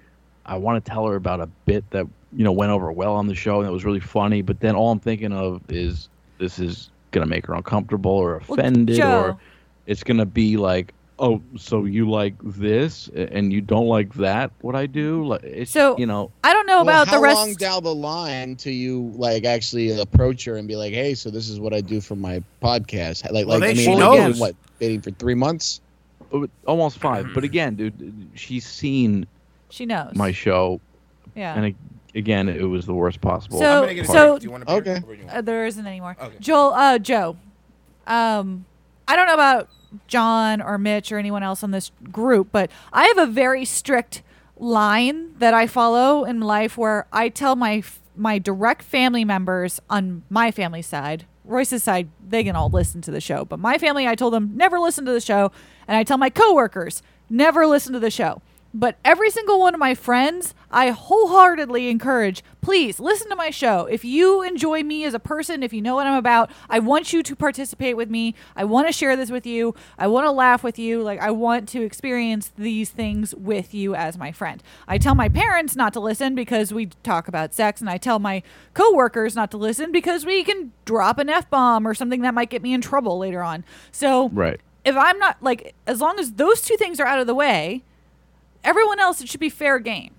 S14: I want to tell her about a bit that you know went over well on the show and it was really funny. But then all I'm thinking of is this is gonna make her uncomfortable or
S13: Well,
S14: offended
S13: Joe.
S14: or it's gonna be like. Oh, so you like this and you don't like that? What I do? Like, it's,
S13: So,
S14: you know,
S13: I don't know
S15: Well,
S13: about the
S15: how
S13: rest.
S15: long down the line till you like actually approach her and be like, "Hey, so this is what I do for my podcast." Like,
S14: Well,
S15: like I
S14: then
S15: mean,
S14: she
S15: we've been,
S14: knows.
S15: what dating for three months.
S14: almost five. But again, dude, she's seen
S13: she knows.
S14: my show.
S13: Yeah.
S14: And a- again, it was the worst possible.
S13: So- I'm gonna get a so- break. Do you
S14: want
S15: okay.
S13: Uh, there isn't anymore. Joel, uh, Joe, um, I don't know about John or Mitch or anyone else on this group, but I have a very strict line that I follow in life where I tell my f- my direct family members on my family side, Royce's side, they can all listen to the show, but my family, I told them never listen to the show, and I tell my coworkers never listen to the show. But every single one of my friends, I wholeheartedly encourage, please listen to my show. If you enjoy me as a person, if you know what I'm about, I want you to participate with me. I want to share this with you. I want to laugh with you. Like, I want to experience these things with you as my friend. I tell my parents not to listen because we talk about sex, and I tell my coworkers not to listen because we can drop an F bomb or something that might get me in trouble later on. So,
S14: Right.
S13: if I'm not like, as long as those two things are out of the way, everyone else it should be fair game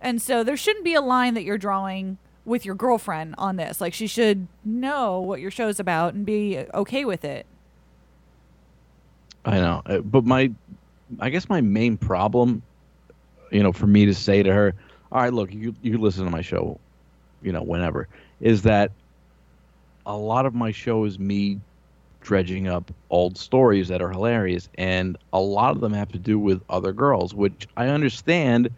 S13: and so there shouldn't be a line that you're drawing with your girlfriend on this like she should know what your show's about and be okay with it
S14: I know, Uh, but my, I guess my main problem, you know, for me to say to her, "All right, look, you you listen to my show, you know, whenever," is that a lot of my show is me dredging up old stories that are hilarious, and a lot of them have to do with other girls, which I understand.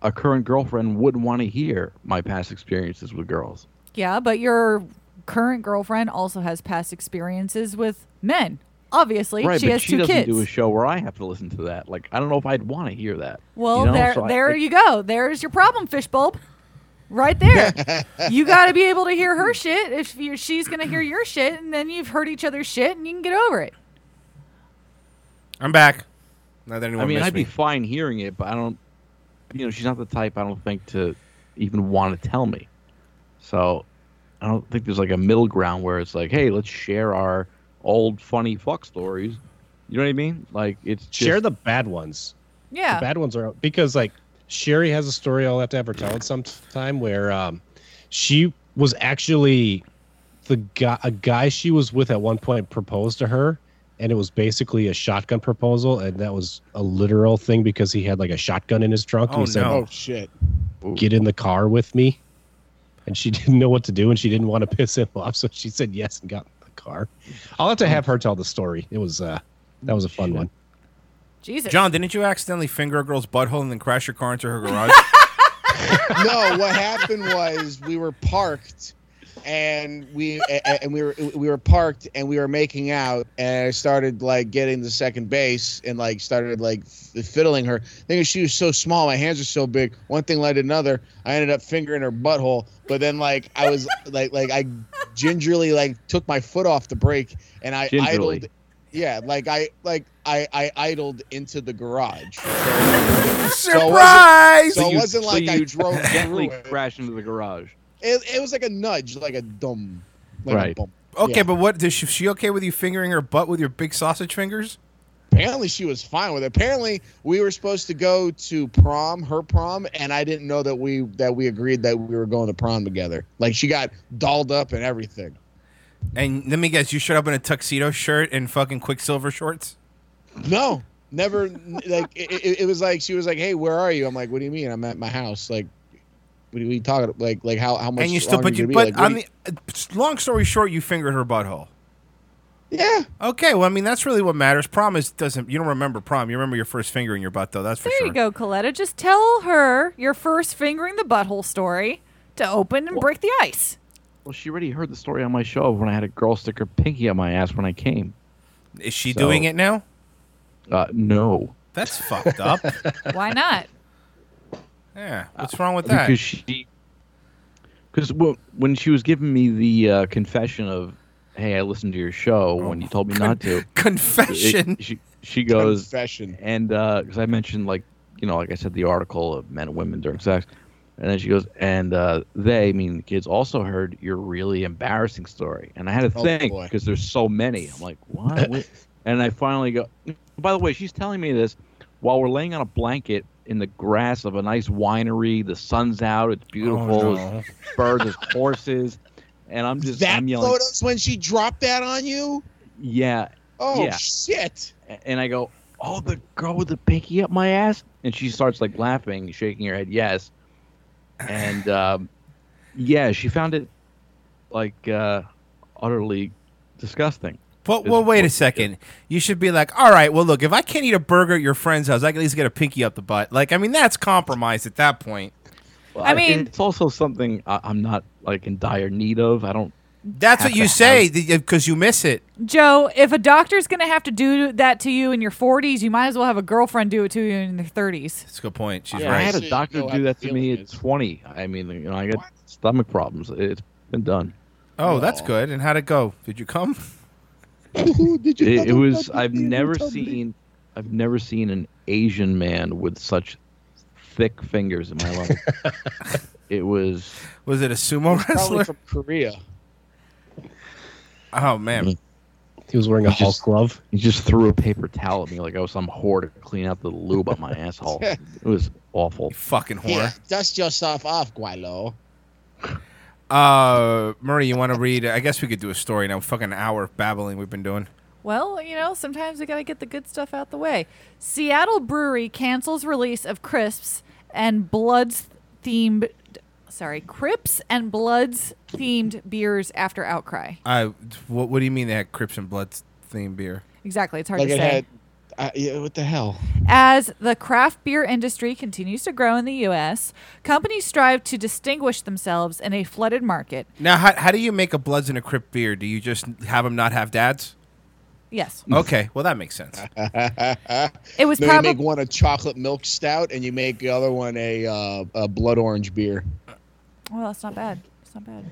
S14: A current girlfriend wouldn't want to hear my past experiences with girls.
S13: yeah but your current girlfriend also has past experiences with men obviously
S14: right,
S13: she
S14: but
S13: has
S14: she
S13: 2
S14: doesn't
S13: kids
S14: do a show where I have to listen to that. Like, I don't know if I'd want to hear that.
S13: well
S14: you know?
S13: there
S14: So I-
S13: there
S14: I-
S13: you go there's your problem fishbulb right there you got to be able to hear her shit if you, she's going to hear your shit and then you've heard each other's shit and you can get over it
S9: I'm back. Not that anyone
S14: I mean,
S9: missed
S14: I'd
S9: me.
S14: be fine hearing it, but I don't. You know, she's not the type I don't think to even want to tell me. So, I don't think there's like a middle ground where it's like, hey, let's share our old funny fuck stories. You know what I mean? Like, it's just,
S6: Share the bad ones.
S13: Yeah.
S6: The bad ones are because like Sherry has a story I'll have to have her tell at some time where um she was actually the guy a guy she was with at one point proposed to her and it was basically a shotgun proposal and that was a literal thing because he had like a shotgun in his trunk and he said
S15: Oh shit!
S6: get in the car with me and she didn't know what to do and she didn't want to piss him off so she said yes and got in the car i'll have to have her tell the story it was uh that was a fun one
S13: Jesus.
S9: John, didn't you accidentally finger a girl's butthole and then crash your car into her garage?
S15: no, what happened was we were parked, and we a- a- and we were we were parked, and we were making out, and I started like getting the second base, and like started like f- fiddling her. Thinking she was so small, my hands are so big. One thing led to another. I ended up fingering her butthole, but then like I was like like I gingerly like took my foot off the brake, and I
S14: Gingerly.
S15: idled. Yeah, like I like I I idled into the garage.
S9: Surprise!
S15: So it wasn't, so it
S14: you-
S15: wasn't
S14: so
S15: like I
S14: you
S15: drove through
S14: gently
S15: it.
S14: crashed into the garage.
S15: It, it was like a nudge, like a dumb. Like A
S14: Right.
S15: bump.
S9: Okay,
S15: Yeah.
S9: but what? Is she, she okay with you fingering her butt with your big sausage fingers?
S15: Apparently, she was fine with it. Apparently, we were supposed to go to prom, her prom, and I didn't know that we that we agreed that we were going to prom together. Like she got dolled up and everything.
S9: And let me guess, you showed up in a tuxedo shirt and fucking Quicksilver shorts?
S15: No, never. like it, it, it was like she was like, "Hey, where are you?" I'm like, "What do you mean? I'm at my house." Like, what are we talking? Like, like how how much?
S9: and you still,
S15: longer
S9: but
S15: you
S9: you,
S15: gonna be?
S9: but on
S15: Like, what do you-
S9: the, uh, long story short, you fingered her butthole.
S15: Yeah.
S9: Okay. Well, I mean, that's really what matters. Prom is doesn't. You don't remember prom. You remember your first finger in your butt, though. That's for
S13: There
S9: sure.
S13: you go, Coletta. Just tell her your first fingering the butthole story to open and break the ice.
S14: Well, she already heard the story on my show of when I had a girl stick her pinky on my ass when I came.
S9: Is she
S14: So-
S9: doing it now?
S14: Uh, no.
S9: That's fucked up.
S13: Why not?
S9: Yeah. What's wrong with that?
S14: because she because when she was giving me the uh, confession of hey i listened to your show
S9: Oh,
S14: when you told me not to
S9: confession.
S14: it- she, she goes
S15: Confession.
S14: and because i mentioned like you know like i said the article of men and women during sex and then she goes and uh, they I mean the kids also heard your really embarrassing story and i had to
S15: Oh,
S14: think
S15: boy.
S14: because there's so many i'm like what What? and i finally go by the way she's telling me this while we're laying on a blanket in the grass of a nice winery. The sun's out. It's beautiful.
S15: Oh,
S9: no.
S14: There's birds, there's horses, and I'm just
S15: that
S14: I'm yelling.
S15: photos when she dropped that on you?
S14: Yeah.
S15: Oh
S14: yeah.
S15: shit!
S14: A- and I go, oh, the girl with the pinky up my ass, and she starts like laughing, shaking her head, yes. And um, yeah, she found it like uh, utterly disgusting.
S9: But well, wait a second. You should be like, all right. Well, look, if I can't eat a burger at your friend's house, I can at least get a pinky up the butt. Like, I mean, that's compromise at that point.
S14: Well,
S13: I mean-
S14: it's also something I- I'm not like in dire need of. I don't.
S9: That's
S14: have
S9: what you
S14: to
S9: say
S14: have-
S9: because you miss it.
S13: Joe, if a doctor's going to have to do that to you in your 40s, you might as well have a girlfriend do it to you in their 30s.
S9: That's a good point. She's
S14: Yeah,
S9: right.
S14: I had a doctor do that to me at 20. I mean, you know, I got stomach problems. It's been done.
S9: Oh, that's good. And how'd it go? Did you come?
S14: Did you it, it was. I've never seen. I've never seen an Asian man with such thick fingers in my life. it was.
S9: Was it a sumo
S15: Probably
S9: wrestler?
S15: from Korea.
S9: Oh man.
S15: Mm-hmm.
S14: He was wearing a Hulk glove. He just threw a paper towel at me like I was some whore to clean out the lube on my asshole. It was awful.
S9: fucking
S15: Yeah,
S9: whore.
S15: dust yourself off, Guaylo.
S9: Uh, Murray, you want to read? I guess we could do a story now. Fucking hour of babbling we've been doing.
S13: Well, you know, sometimes we got to get the good stuff out the way. Seattle Brewery cancels release of crisps and bloods themed sorry, Crips and Bloods themed beers after outcry.
S9: I. What, what do you mean they had Crips and Bloods themed beer?
S13: Exactly, it's hard
S15: Like
S13: to
S15: it
S13: say.
S15: had. Uh, yeah, what the hell?
S13: As the craft beer industry continues to grow in the U.S., companies strive to distinguish themselves in a flooded market.
S9: Now, how, how do you make a Bloods and a Crip beer? Do you just have them not have dads?
S13: Yes.
S15: Mm.
S9: Okay, well that makes sense.
S13: It was
S15: no,
S13: probab-
S15: you make one a chocolate milk stout, and you make the other one a, uh, a blood orange beer.
S13: Well, that's not bad. It's not bad.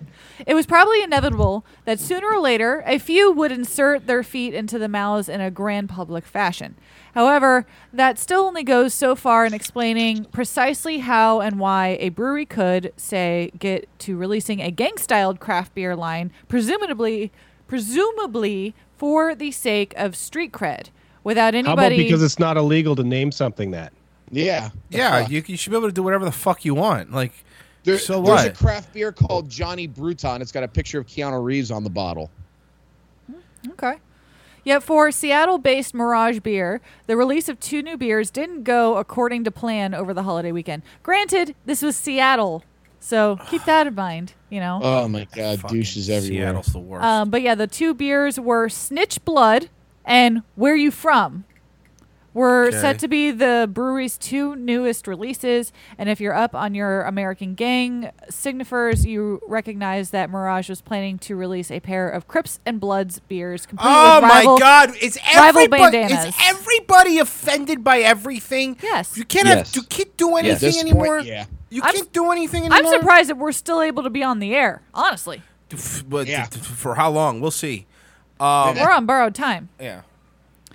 S13: It was probably inevitable that sooner or later a few would insert their feet into the mouths in a grand public fashion. However, that still only goes so far in explaining precisely how and why a brewery could, say, get to releasing a gang styled craft beer line, presumably presumably for the sake of street cred, without
S6: How about
S13: anybody
S6: because it's not illegal to name something that?
S15: Yeah.
S9: Yeah, you, you should be able to do whatever the fuck you want. Like,
S15: There-
S9: so
S15: there's a
S9: what?
S15: craft beer called Johnny Bruton. It's got a picture of Keanu Reeves on the bottle.
S13: Okay. Yet for Seattle based Mirage Beer, the release of two new beers didn't go according to plan over the holiday weekend. Granted, this was Seattle, so keep that in mind, you know.
S15: Oh my god, douches everywhere.
S9: Seattle's the worst.
S13: Um, but yeah, the two beers were Snitch Blood and Where You From. Were
S9: Okay.
S13: set to be the brewery's two newest releases, and if you're up on your American Gang signifiers, you recognize that Mirage was planning to release a pair of Crips and Bloods beers. Complete
S9: Oh
S13: with rival,
S9: my God! Is
S13: rival
S9: everybody
S13: bandanas?
S9: is everybody offended by everything?
S13: Yes.
S9: You can't
S14: Yes.
S9: have you can't do
S14: Yeah, at
S9: anything
S14: this point,
S9: anymore.
S15: yeah.
S9: You can't do anything
S13: I'm
S9: anymore.
S13: surprised that we're still able to be on the air. Honestly,
S9: surprised. But yeah. for how long? We'll see. Um,
S13: we're on borrowed time.
S9: yeah.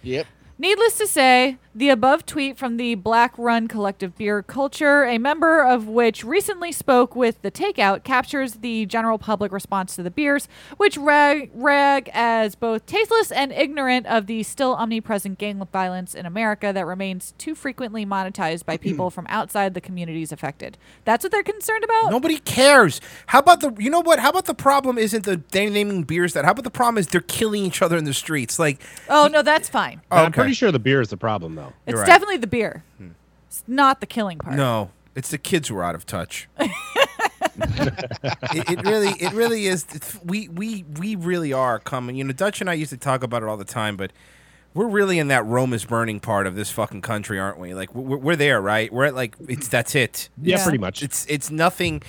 S15: Yep.
S13: Needless to say, the above tweet from the Black Run Collective Beer Culture, a member of which recently spoke with The Takeout, captures the general public response to the beers, which rag, rag as both tasteless and ignorant of the still omnipresent gang violence in America that remains too frequently monetized by people from outside the communities affected. That's what they're concerned about?
S9: Nobody cares. How about the? You know what? How about the problem isn't the they naming beers that? How about the problem is they're killing each other in the streets? Like,
S13: Oh, no, that's fine.
S9: oh,
S6: I'm pretty sure the beer is the problem, though.
S13: It's definitely the beer. It's not the killing part.
S9: No, it's the kids who are out of touch. it, it really, it really is. it's- we, we, we really are coming. You know, Dutch and I used to talk about it all the time, but we're really in that Rome is burning part of this fucking country, aren't we? Like we're, we're there, right? We're at like it's that's it.
S6: Yeah,
S9: It's-
S6: pretty much.
S9: It's it's nothing.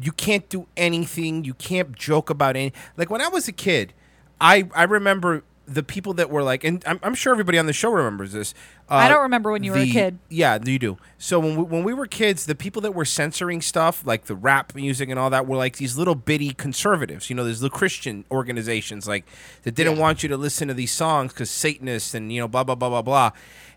S9: You can't do anything. You can't joke about any. Like when I was a kid, I I remember the people that were like, and I'm, I'm sure everybody on the show remembers this.
S14: Uh,
S13: I don't remember when you were a
S9: the-
S13: kid.
S9: Yeah, you do. So when we, when we were kids, the people that were censoring stuff like the rap music and all that were like these little bitty conservatives. You know, there's little Christian organizations like that didn't want you to listen to these songs because Satanists and you know blah blah blah blah blah.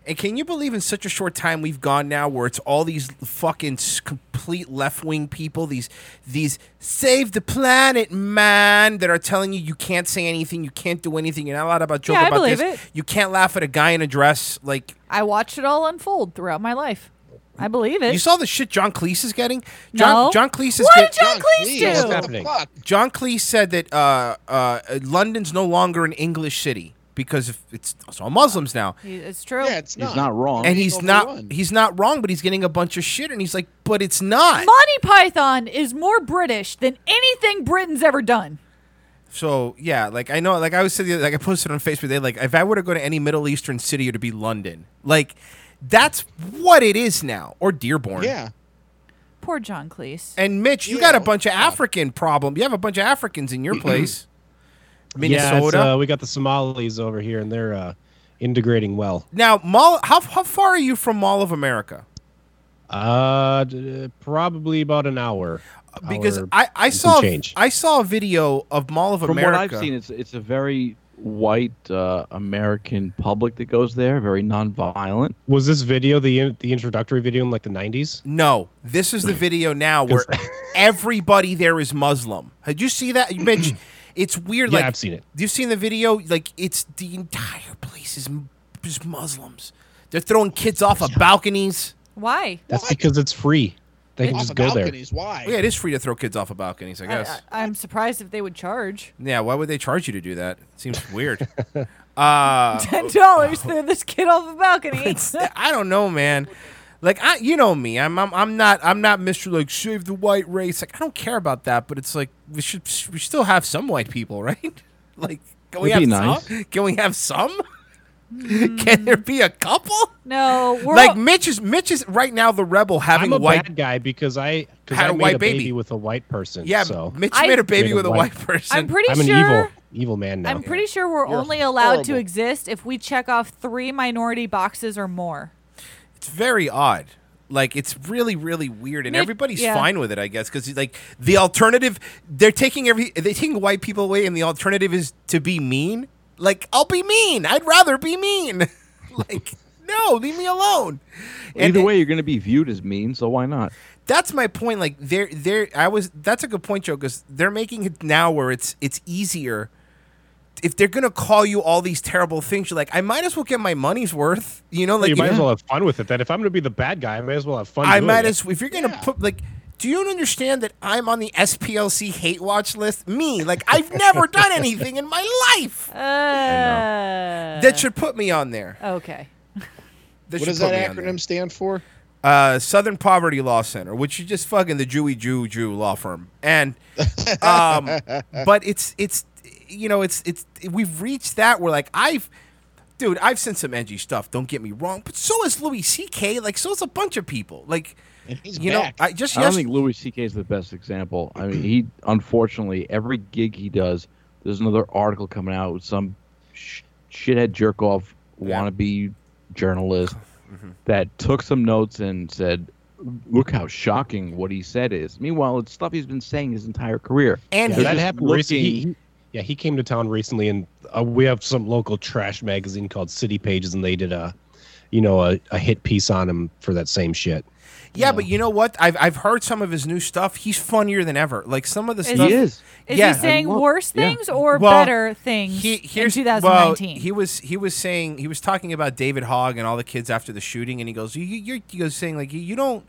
S9: And can you believe in such a short time we've gone now where it's all these fucking s- complete left wing people, these these save the planet man that are telling you you can't say anything, you can't do anything, you're not allowed about joke
S13: Yeah, I
S9: about
S13: believe
S9: this,
S13: it.
S9: you can't laugh at a guy in a dress, like
S13: I watched it all unfold throughout my life. I believe it.
S9: you saw the shit John Cleese is getting. John
S13: No.
S9: John Cleese is
S13: What
S9: get-
S13: did John John Cleese Cleese, do? what's
S9: John-
S13: happening?
S9: John Cleese said that uh, uh, London's no longer an English city because of, it's, it's all Muslims now.
S13: He- It's true.
S15: Yeah, it's
S9: He's not wrong, and he's not he's not wrong, but he's getting a bunch of shit, and he's like, but it's not.
S13: Monty Python is more British than anything Britain's ever done.
S9: So yeah, like I know, like I was saying, like I posted on Facebook, they like if I were to go to any Middle Eastern city, it'd be London. Like that's what it is now, or Dearborn.
S15: Yeah.
S13: Poor John Cleese.
S9: And Mitch, you got a bunch of African problem. You have a bunch of Africans in your place,
S6: Yeah, it's,
S9: Minnesota.
S6: uh, we got the Somalis over here, and they're uh, integrating well.
S9: now, Mall, how how far are you from Mall of America?
S6: Uh, d- probably about an hour.
S9: Uh, Because
S6: hour
S9: I, I
S6: and some
S9: saw
S6: change.
S9: I saw a video of Mall of
S14: From
S9: America.
S14: what I've seen, it's it's a very white uh, American public that goes there, very nonviolent.
S6: Was this video the in- the introductory video in like the '90s?
S9: No, this is the video now where everybody there is Muslim. Did you see that, Mitch? It's weird.
S6: Yeah,
S9: like,
S6: I've seen it.
S9: You've seen the video. Like it's the entire place is is Muslims. They're throwing kids off of balconies.
S13: Why?
S6: That's because it's free. They can just go there.
S15: Why?
S9: Yeah, it is free to throw kids off of balconies. I guess.
S13: I, am surprised if they would charge
S9: yeah, why would they charge you to do that? It seems weird. uh,
S13: ten dollars throw this kid off a balcony.
S9: I don't know, man. Like I, you know me. I'm, I'm, I'm not, I'm not Mister like save the white race. Like I don't care about that. But it's like we should, we still have some white people, right? Like can we have
S14: It'd be
S9: some? Can we have some? Can there be a couple?
S13: No, we're
S9: like Mitch is, Mitch is right now the rebel having
S6: I'm a
S9: white.
S6: bad guy because I 'cause
S9: Had
S6: I
S9: a
S6: made
S9: white
S6: a baby.
S9: baby.
S6: with a white person.
S9: Yeah,
S6: so.
S9: Mitch I- made a baby with a white person.
S13: I'm pretty
S6: I'm an
S13: sure-
S6: evil evil man now.
S13: I'm pretty sure we're
S6: You're
S13: only allowed to
S6: horrible.
S13: exist if we check off three minority boxes or more.
S9: It's very odd. Like it's really, really weird, and
S13: Mitch-
S9: everybody's
S13: yeah.
S9: fine with it, I guess, because like the alternative, they're taking every, they taking white people away, and the alternative is to be mean. Like I'll be mean. I'd rather be mean. like no, leave me alone. And-
S14: Either way, you're going to be viewed as mean, so why not?
S9: that's my point. Like they're they're I was that's a good point, Joe, because they're making it now where it's it's easier. If they're gonna call you all these terrible things, you're like, I might as well get my money's worth. You know,
S6: Well,
S9: like
S6: you might
S9: if-
S6: as well have fun with it. Then if I'm going to be the bad guy, I may as well have fun.
S9: I
S6: doing
S9: might
S6: it.
S9: as if you're gonna put like. Do you understand that I'm on the SPLC hate watch list? Me, like I've never done anything in my life
S13: Uh,
S9: that should put me on there.
S13: okay.
S9: That
S15: what
S9: should
S15: does
S9: put
S15: that
S9: me on there.
S15: acronym stand for?
S9: Uh, Southern Poverty Law Center, which is just fucking the Jewy Jew Jew law firm, and um, but it's it's you know it's it's we've reached that where like I've dude I've seen some edgy stuff. Don't get me wrong, but so is Louis C.K. Like so is a bunch of people. Like you know I just
S14: I don't
S9: yes,
S14: think Louis C.K. is the best example. I mean, he unfortunately every gig he does, there's another article coming out with some sh- shithead jerk off wannabe journalist
S9: Mm-hmm.
S14: that took some notes and said, "Look how shocking what he said is." Meanwhile, it's stuff he's been saying his entire career.
S9: And
S6: Yeah,
S14: They're
S6: that
S14: just
S6: happened
S14: looking-
S6: recently. He- he- yeah, he came to town recently, and uh, we have some local trash magazine called City Pages, and they did a, you know, a, a hit piece on him for that same shit.
S9: yeah, but you know what? I've I've heard some of his new stuff. He's funnier than ever. Like some of the
S13: Is
S9: stuff
S13: he- Is he saying worse things or
S9: Well,
S13: better things
S9: He, here's,
S13: in
S9: well,
S13: 2019?
S9: he was he was saying he was talking about David Hogg and all the kids after the shooting, and he goes, you, you, you're- he goes saying like you, you don't.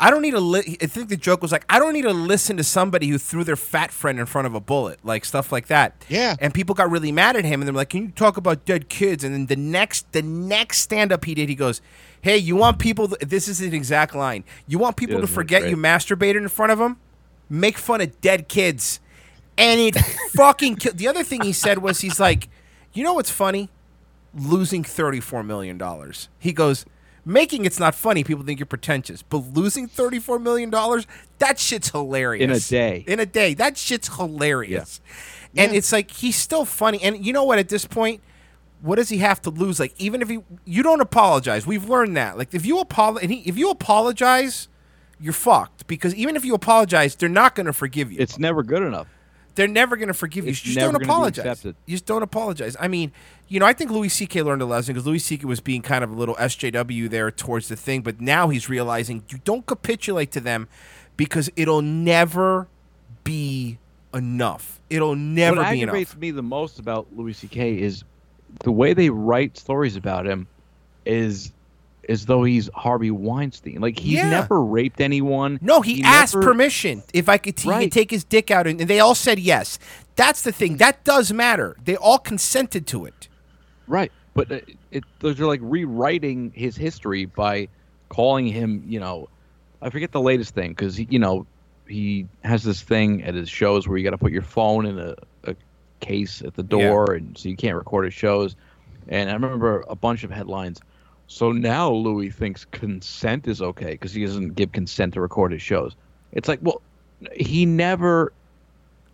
S9: I don't need to. Li- I think the joke was like, I don't need to listen to somebody who threw their fat friend in front of a bullet, like stuff like that. Yeah. And people got really mad at him, and they're like, "Can you talk about dead kids?" And then the next, the next stand up he did, he goes, "Hey, you want people? th- this is an exact line. You want people
S14: Yeah,
S9: to
S14: this is
S9: forget
S14: great.
S9: you masturbated in front of them? Make fun of dead kids." and it fucking killed. The other thing he said was he's like, you know what's funny? Losing thirty-four million dollars. He goes, making it's not funny. People think you're pretentious, but losing thirty-four million dollars, that shit's hilarious.
S14: In a day.
S9: In a day, that shit's hilarious. And it's like he's still funny. And you know what? At this point, what does he have to lose? Like even if he, you don't apologize. We've learned that. Like if you apologize, if you apologize, you're fucked because even if you apologize, they're not going to forgive you. It's
S14: never good enough.
S9: They're never going to forgive you.
S14: It's
S9: You just
S14: never
S9: don't
S14: gonna be
S9: apologize.
S14: accepted.
S9: You just don't apologize. I mean, you know, I think Louis C.K. learned a lesson because Louis C.K. was being kind of a little SJW there towards the thing, but now he's realizing you don't capitulate to them because it'll never be enough. It'll never
S14: what
S9: be enough.
S14: aggravates me the most about Louis C.K. is the way they write stories about him is as though he's Harvey Weinstein. Like he
S9: Yeah.
S14: never raped anyone.
S9: No, he, asked
S14: never-
S9: permission if I could, he could
S14: Right.
S9: take his dick out, and, and they all said yes. That's the thing. That does matter. They all consented to it.
S14: Right, but uh, it, those are like rewriting his history by calling him. You know, I forget the latest thing because you know he has this thing at his shows where you got to put your phone in a, a case at the door, and so you can't record his shows. And I remember a bunch of headlines. So now Louis thinks consent is okay because he doesn't give consent to record his shows. It's like, well, he never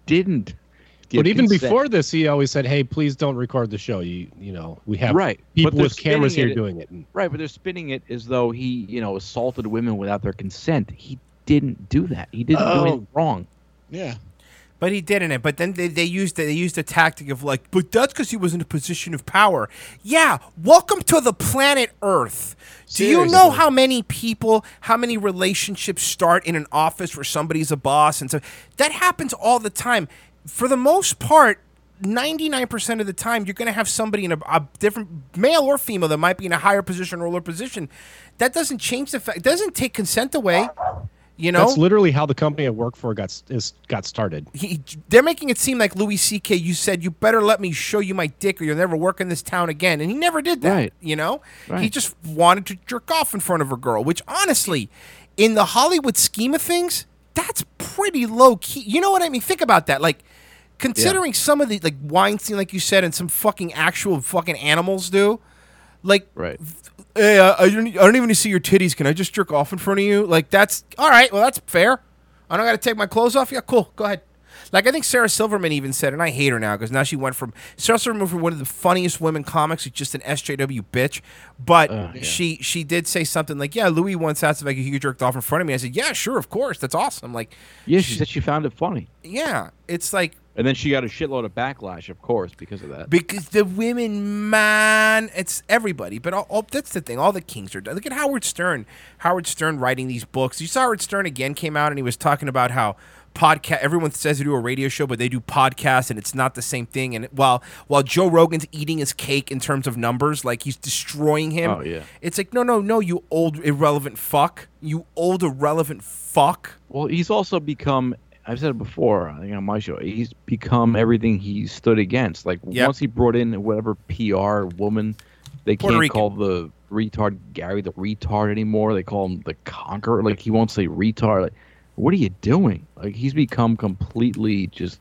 S14: didn't. give
S6: But even
S14: consent.
S6: before this, he always said, "Hey, please don't record the show. You you know we have
S14: right
S6: people
S14: they're
S6: with cameras
S14: spinning
S6: here doing it."
S14: Right, but they're spinning it as though he, you know, assaulted women without their consent. He didn't do that. He didn't do anything
S9: Oh.
S14: wrong.
S15: Yeah.
S9: But he didn't it. But then they, they used they used the tactic of like, but that's because he was in a position of power. Yeah, welcome to the planet Earth. Do you know
S1: Seriously.
S9: how many people, how many relationships start in an office where somebody's a boss and so that happens all the time. For the most part, 99% of the time you're going to have somebody in a, a different male or female that might be in a higher position or lower position. That doesn't change the fact doesn't take consent away. You know?
S6: that's literally how the company I work for got s- is, got started.
S9: he, they're making it seem like Louis C.K. You said you better let me show you my dick, or you'll never work in this town again. And he never did that.
S1: Right.
S9: You know, he
S1: Right.
S9: just wanted to jerk off in front of a girl. Which honestly, in the Hollywood scheme of things, that's pretty low key. You know what I mean? Think about that. Like considering some of the like Weinstein, like you said, and some fucking actual fucking animals do. Like
S14: right.
S9: Hey, I, I don't, e, I don't even see your titties. Can I just jerk off in front of you? Like that's all right. Well, that's fair. I don't got to take my clothes off. Yeah, cool. Go ahead. Like I think Sarah Silverman even said, and I hate her now because now she went from Sarah Silverman from one of the funniest women comics to just an SJW bitch. But she she did say something like, "Yeah, Louis once asked if I could he jerked off in front of me." I said, "Yeah, sure, of course, that's awesome." Like,
S14: Yeah, she said she found it funny,
S9: yeah, it's like
S14: and then she got a shitload of backlash, of course, because of that.
S9: Because the women, man, it's everybody. But all, all, that's the thing. All the kings are done. Look at Howard Stern. Howard Stern writing these books. You saw Howard Stern again came out and he was talking about how podcast. Everyone says they do a radio show, but they do podcasts, and it's not the same thing. And while while Joe Rogan's eating his cake in terms of numbers, like he's destroying him.
S14: Oh, yeah.
S9: It's like no, no, no. You old irrelevant fuck. You old irrelevant fuck.
S14: Well, he's also become. I've said it before. I think on my show, he's become everything he stood against. Like once he brought in whatever PR woman, they
S9: Puerto
S14: can't
S9: Rican.
S14: call the retard Gary the retard anymore. They call him the conqueror. Like he won't say retard. Like, what are you doing? Like he's become completely just.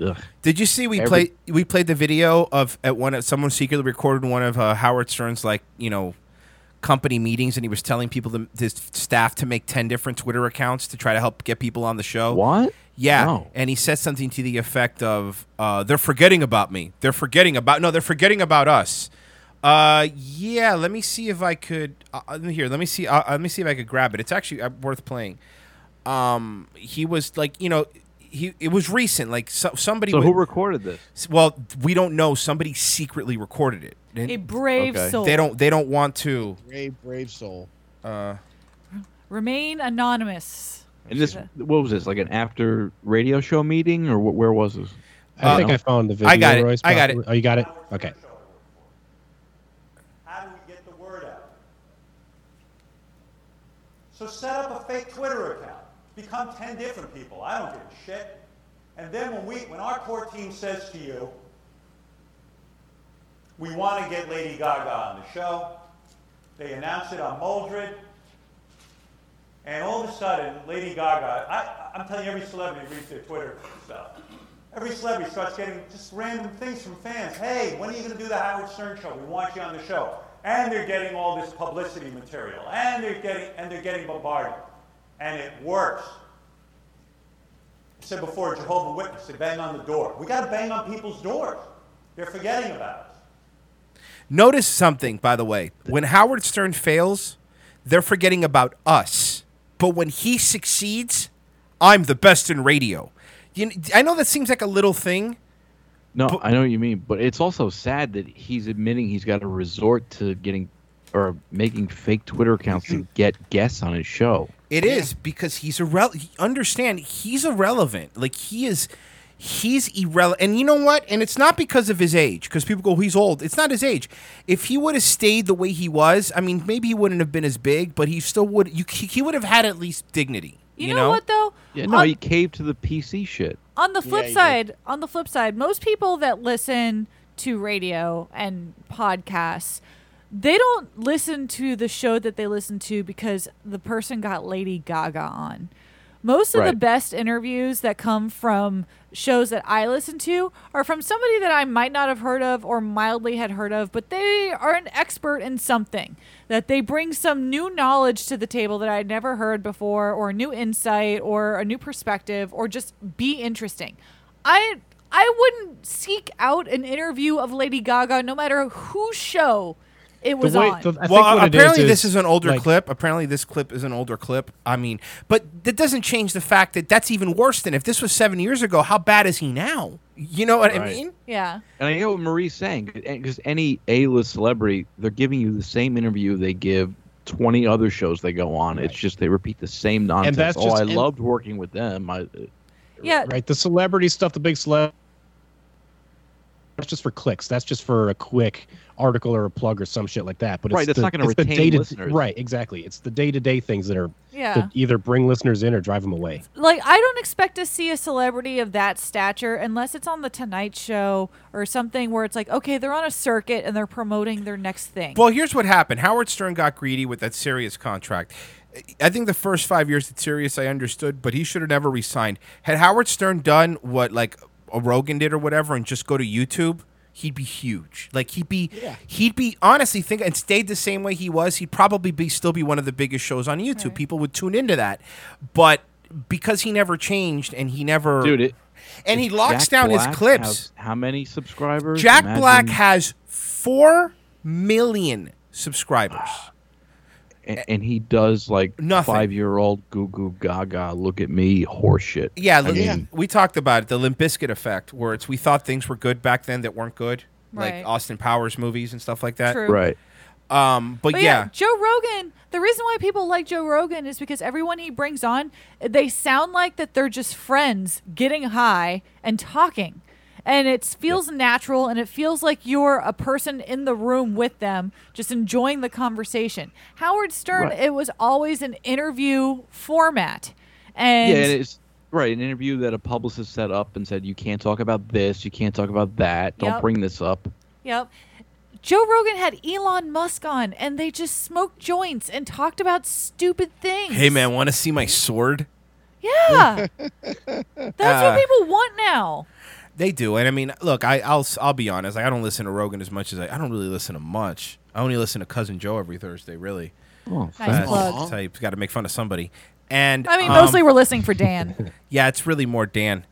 S14: Ugh.
S9: Did you see we
S14: Every-
S9: played we played the video of at one of someone secretly recorded one of uh, Howard Stern's like you know company meetings and he was telling people to, his staff to make ten different Twitter accounts to try to help get people on the show.
S14: What?
S9: Oh, Yeah,
S14: No.
S9: and he said something to the effect of uh, "They're forgetting about me. They're forgetting about no. They're forgetting about us." Uh, yeah. Let me see if I could. Uh, uh, here, let me see. Uh, uh, let me see if I could grab it. It's actually uh, worth playing. Um, he was like, you know, he it was recent. Like so, somebody.
S14: So
S9: wa-
S14: who recorded this?
S9: S- Well, we don't know. Somebody secretly recorded it. And
S13: A brave Okay. soul.
S9: They don't. They don't want to.
S15: Brave, brave soul.
S9: Uh,
S13: Remain anonymous.
S14: And this, what was this? Like an after radio show meeting, or wh- where was this?
S6: I think I found the video.
S14: I got it.
S6: Royce,
S14: I got
S6: but-
S14: it.
S6: Oh, you got it. Okay.
S16: So set up a fake Twitter account. Become 10 different people. I don't give a shit. And then when we when our core team says to you, we want to get Lady Gaga on the show, they announce it on Mildred. And all of a sudden, Lady Gaga, I, I'm telling you, every celebrity reads their Twitter stuff. Every celebrity starts getting just random things from fans. Hey, when are you going to do the Howard Stern show? We want you on the show. And they're getting all this publicity material, and they're getting and they're getting bombarded, and it works. said before, a Jehovah Witness, they bang on the door. We got to bang on people's doors. They're forgetting about us.
S9: Notice something, by the way. When Howard Stern fails, they're forgetting about us. But when he succeeds, I'm the best in radio. You kn- I know that seems like a little thing.
S14: No, I know what you mean, but it's also sad that he's admitting he's got to resort to getting or making fake Twitter accounts to get guests on his show.
S9: It is because he's irrelevant. Understand? He's irrelevant. Like he is, he's irrelevant. And you know what? And it's not because of his age. Because people go, he's old. It's not his age. If he would have stayed the way he was, I mean, maybe he wouldn't have been as big, but he still would. You, he he would have had at least dignity.
S13: You
S9: You,
S13: know what, though?
S14: Yeah,
S13: On-
S14: no, he caved to the PC shit.
S13: On the flip side, on the flip side, most people that listen to radio and podcasts, they don't listen to the show that they listen to because the person got Lady Gaga on. Most of the
S17: Right.
S13: best interviews that come from shows that I listen to are from somebody that I might not have heard of or mildly had heard of, but they are an expert in something. That they bring some new knowledge to the table that I'd never heard before, or a new insight, or a new perspective, or just be interesting. I I wouldn't seek out an interview of Lady Gaga, no matter whose show it was on.
S9: well, apparently this is an older
S13: like-
S9: clip. Apparently this clip is an older clip. I mean, but that doesn't change the fact that that's even worse than if this was seven years ago. How bad is he now? You know what I
S14: Right.
S9: mean?
S13: Yeah.
S14: And I get what Marie's saying because any A-list celebrity, they're giving you the same interview they give 20 other shows they go on. It's just they repeat the same nonsense.
S6: that's
S14: oh,
S6: just-
S14: I
S6: and-
S14: loved working with them. I, uh,
S13: Yeah.
S6: Right. The celebrity stuff, the big celeb. That's just for clicks. That's just for a quick article or a plug or some shit like that. But
S14: Right,
S6: It's
S14: that's
S6: the,
S14: not gonna
S6: it's the
S14: retain
S6: day-to-
S14: listeners.
S6: Right. Exactly. It's the day to day things that are
S13: Yeah.
S6: that either bring listeners in or drive them away.
S13: like I don't expect to see a celebrity of that stature unless it's on the Tonight Show or something where it's like, okay, they're on a circuit and they're promoting their next thing.
S9: Well, here's what happened. Howard Stern got greedy with that Sirius contract. I think the first five years at Sirius, I understood, but he should have never resigned. Had Howard Stern done what like a Rogan did or whatever, and just go to YouTube, he'd be huge. Like he'd be, he'd be honestly think and stayed the same way he was. He'd probably be still be one of the biggest shows on YouTube. People would tune into that, but because he never changed and he never
S14: dude, it,
S9: and he
S14: if
S9: locks
S14: Jack
S9: down
S14: Black
S9: his clips.
S14: has how many subscribers?
S9: Jack
S14: Imagine-
S9: Black has four million subscribers.
S14: and, and he does like
S9: Nothing.
S14: five-year-old goo goo gaga look at me horseshit.
S9: Yeah,
S14: I
S9: li-
S14: mean,
S9: we talked about it, the Limp Bizkit effect, where it's we thought things were good back then that weren't good,
S13: Right.
S9: like Austin Powers movies and stuff like that.
S13: True. Right.
S9: Um, but, yeah,
S13: Joe Rogan. The reason why people like Joe Rogan is because everyone he brings on, they sound like that they're just friends getting high and talking. And it feels natural and it feels like you're a person in the room with them, just enjoying the conversation. Howard Stern,
S14: Right.
S13: it was always an interview format.
S14: yeah,
S13: And
S14: and it's right an interview that a publicist set up and said you can't talk about this, you can't talk about that, don't
S13: Yep.
S14: bring this up.
S13: Yep. Joe Rogan had Elon Musk on, and they just smoked joints and talked about stupid things.
S9: hey man, want to see my sword?
S13: Yeah. That's
S9: Uh,
S13: what people want now.
S9: They do, and I mean, look, I, I'll s- I'll be honest, like, I don't listen to Rogan as much as I I don't really listen to much. I only listen to Cousin Joe every Thursday, really.
S14: Oh,
S13: Nice thanks. plug.
S9: Type, got to make fun of somebody. And
S13: I mean,
S9: um,
S13: mostly we're listening for Dan.
S9: Yeah, it's really more Dan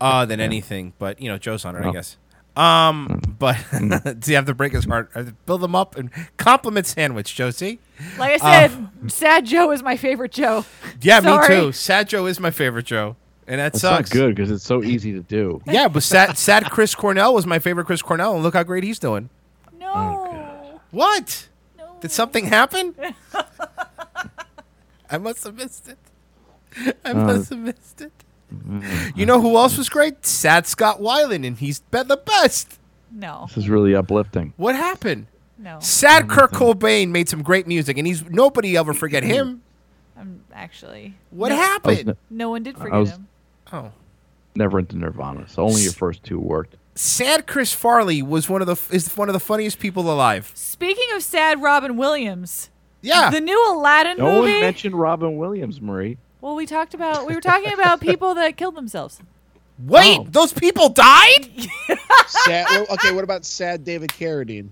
S9: uh, than anything. But you know, Joe's on it, I guess. Um, but do you have to break his heart? I have to build him up and compliment sandwich, Joe. See,
S13: Like I
S9: Uh,
S13: said, Sad Joe is my favorite Joe.
S9: yeah,
S13: Sorry.
S9: me too. Oh, Sad Joe is my favorite Joe, and that
S14: That's
S9: sucks.
S14: not good because it's so easy to do.
S9: Yeah, but sad, sad Chris Cornell was my favorite Chris Cornell, and look how great he's doing. No. What? Did something happen? I must have missed it. I
S1: Uh,
S9: must have missed it. You know who else was great? Sad Scott Weiland, and he's been the best.
S13: No.
S14: This is really uplifting.
S9: What happened?
S13: No.
S9: Sad Kurt Cobain made some great music, and he's nobody ever forget him.
S13: I'm actually.
S9: What
S13: No-
S9: happened?
S13: No one did
S14: I
S13: forget
S14: was-
S13: him.
S9: Oh.
S14: Never into Nirvana, so only your first two worked.
S9: Sad Chris Farley was one of the f- is one of the funniest people alive.
S13: Speaking of sad Robin Williams.
S9: Yeah.
S13: The new Aladdin
S14: No one
S13: movie.
S14: mentioned Robin Williams, Marie.
S13: well, we talked about we were talking about people that killed themselves.
S9: Wait, those people died?
S15: sad, well, okay, what about sad David Carradine?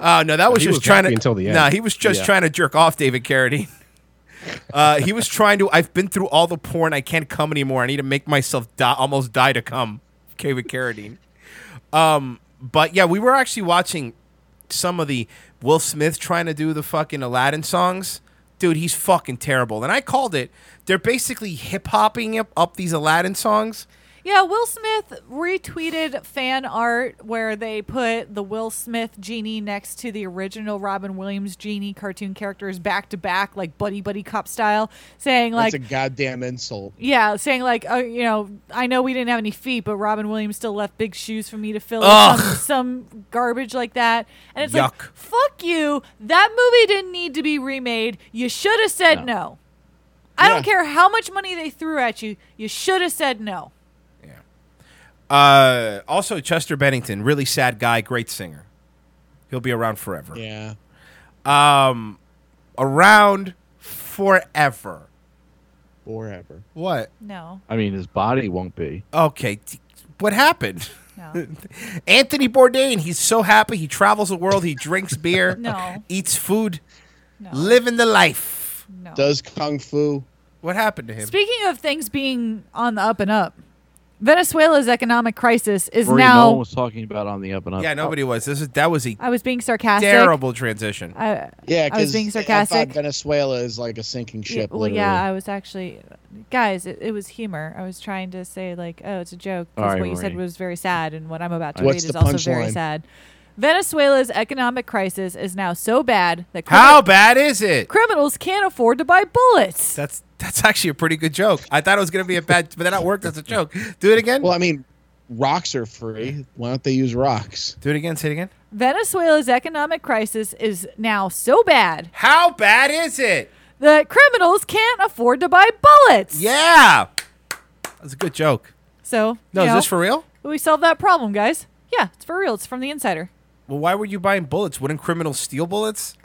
S9: Oh no, that was
S15: He
S9: just
S15: was
S9: trying to
S15: happy until the end.
S9: No, he was just
S15: Yeah.
S9: trying to jerk off David Carradine. Uh, he was trying to. I've been through all the porn. I can't come anymore. I need to make myself die, almost die to come. Okay, with carotene. Um, but yeah, we were actually watching some of the Will Smith trying to do the fucking Aladdin songs. Dude, he's fucking terrible. And I called it. They're basically hip hopping up, up these Aladdin songs.
S13: Yeah, Will Smith retweeted fan art where they put the Will Smith genie next to the original Robin Williams genie cartoon characters back to back, like buddy buddy cop style, saying like,
S15: That's a goddamn insult.
S13: yeah, saying like, oh, you know, I know we didn't have any feet, but Robin Williams still left big shoes for me to fill, or
S9: Ugh.
S13: some, some garbage like that. And it's like,
S9: Yuck.
S13: fuck you. That movie didn't need to be remade. You should have said no. I don't
S9: Yeah.
S13: care how much money they threw at you. You should have said no.
S9: Uh, also, Chester Bennington, really sad guy, great singer. He'll be around forever.
S15: Yeah.
S9: Um, around forever.
S15: Forever.
S9: What?
S13: No.
S14: I mean, his body won't be.
S13: Oh.
S9: Okay. t- What happened? Anthony Bourdain, he's so happy. He travels the world. He drinks beer.
S13: No.
S9: Eats food. Living the life.
S13: No.
S15: Does kung fu.
S9: What happened to him?
S13: Speaking of things being on the up and up, Venezuela's economic crisis is
S14: Marie,
S13: now.
S14: no one was talking about on the up and up.
S9: yeah, nobody was. This is that was a
S13: I was being sarcastic.
S9: terrible transition.
S13: I,
S15: Yeah,
S13: I was
S15: because
S13: being sarcastic.
S15: Venezuela is like a sinking
S13: Yeah,
S15: ship.
S13: well,
S15: literally.
S13: yeah, I was actually, guys, it, it was humor. I was trying to say like, oh, it's a joke. 'cause
S15: All right,
S13: what you said
S15: Marie.
S13: was very sad, and what I'm about to
S15: What's
S13: read
S15: the
S13: is also very
S15: punchline?
S13: sad. Venezuela's economic crisis is now so bad that
S9: How
S13: crimin-
S9: bad is it?
S13: criminals can't afford to buy bullets.
S9: That's that's actually a pretty good joke. I thought it was gonna be a bad, but then it worked as a joke. Do it again.
S15: Well, I mean, rocks are free. Why don't they use rocks?
S9: Do it again. Say it again.
S13: Venezuela's economic crisis is now so bad
S9: How bad is it?
S13: that criminals can't afford to buy bullets.
S9: Yeah, that's a good joke.
S13: So
S9: No,
S13: you
S9: is
S13: know,
S9: this for real?
S13: We solved that problem, guys. Yeah, it's for real. It's from the insider.
S9: Well, why were you buying bullets? Wouldn't criminals steal bullets?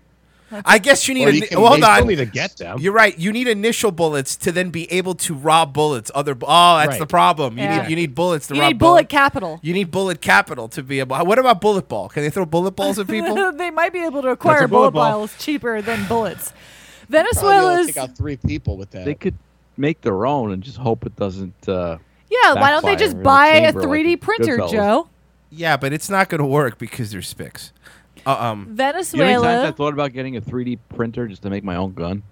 S9: I guess you need.
S13: Or
S9: a
S13: you
S9: ni-
S13: can-
S9: well,
S13: they
S9: hold
S13: still
S9: on.
S13: need to
S6: get them.
S9: You're right. You need initial bullets to then be able to rob bullets. Other. bu- Oh, that's
S13: Right.
S9: the problem. You
S13: Yeah.
S9: need you need bullets to
S13: you
S9: rob
S13: need bullet capital.
S9: You need bullet capital to be able. What about bullet ball? Can they throw bullet balls at people?
S13: they might be able to acquire
S9: a bullet
S13: bullet
S9: ball.
S13: balls cheaper than bullets.
S15: Probably able to
S13: Venezuela's
S15: take out three people with that.
S14: They could make their own and just hope it doesn't. Uh,
S13: yeah. Why don't they
S14: backfire
S13: just
S14: in the
S13: buy a
S14: chamber like
S13: 3D
S14: in
S13: printer,
S14: Goodfellas.
S13: Joe?
S9: Yeah, but it's not going to work because they're spics. Uh, um,
S13: Venezuela.
S14: You know how many times I thought about getting a 3D printer just to make my own gun?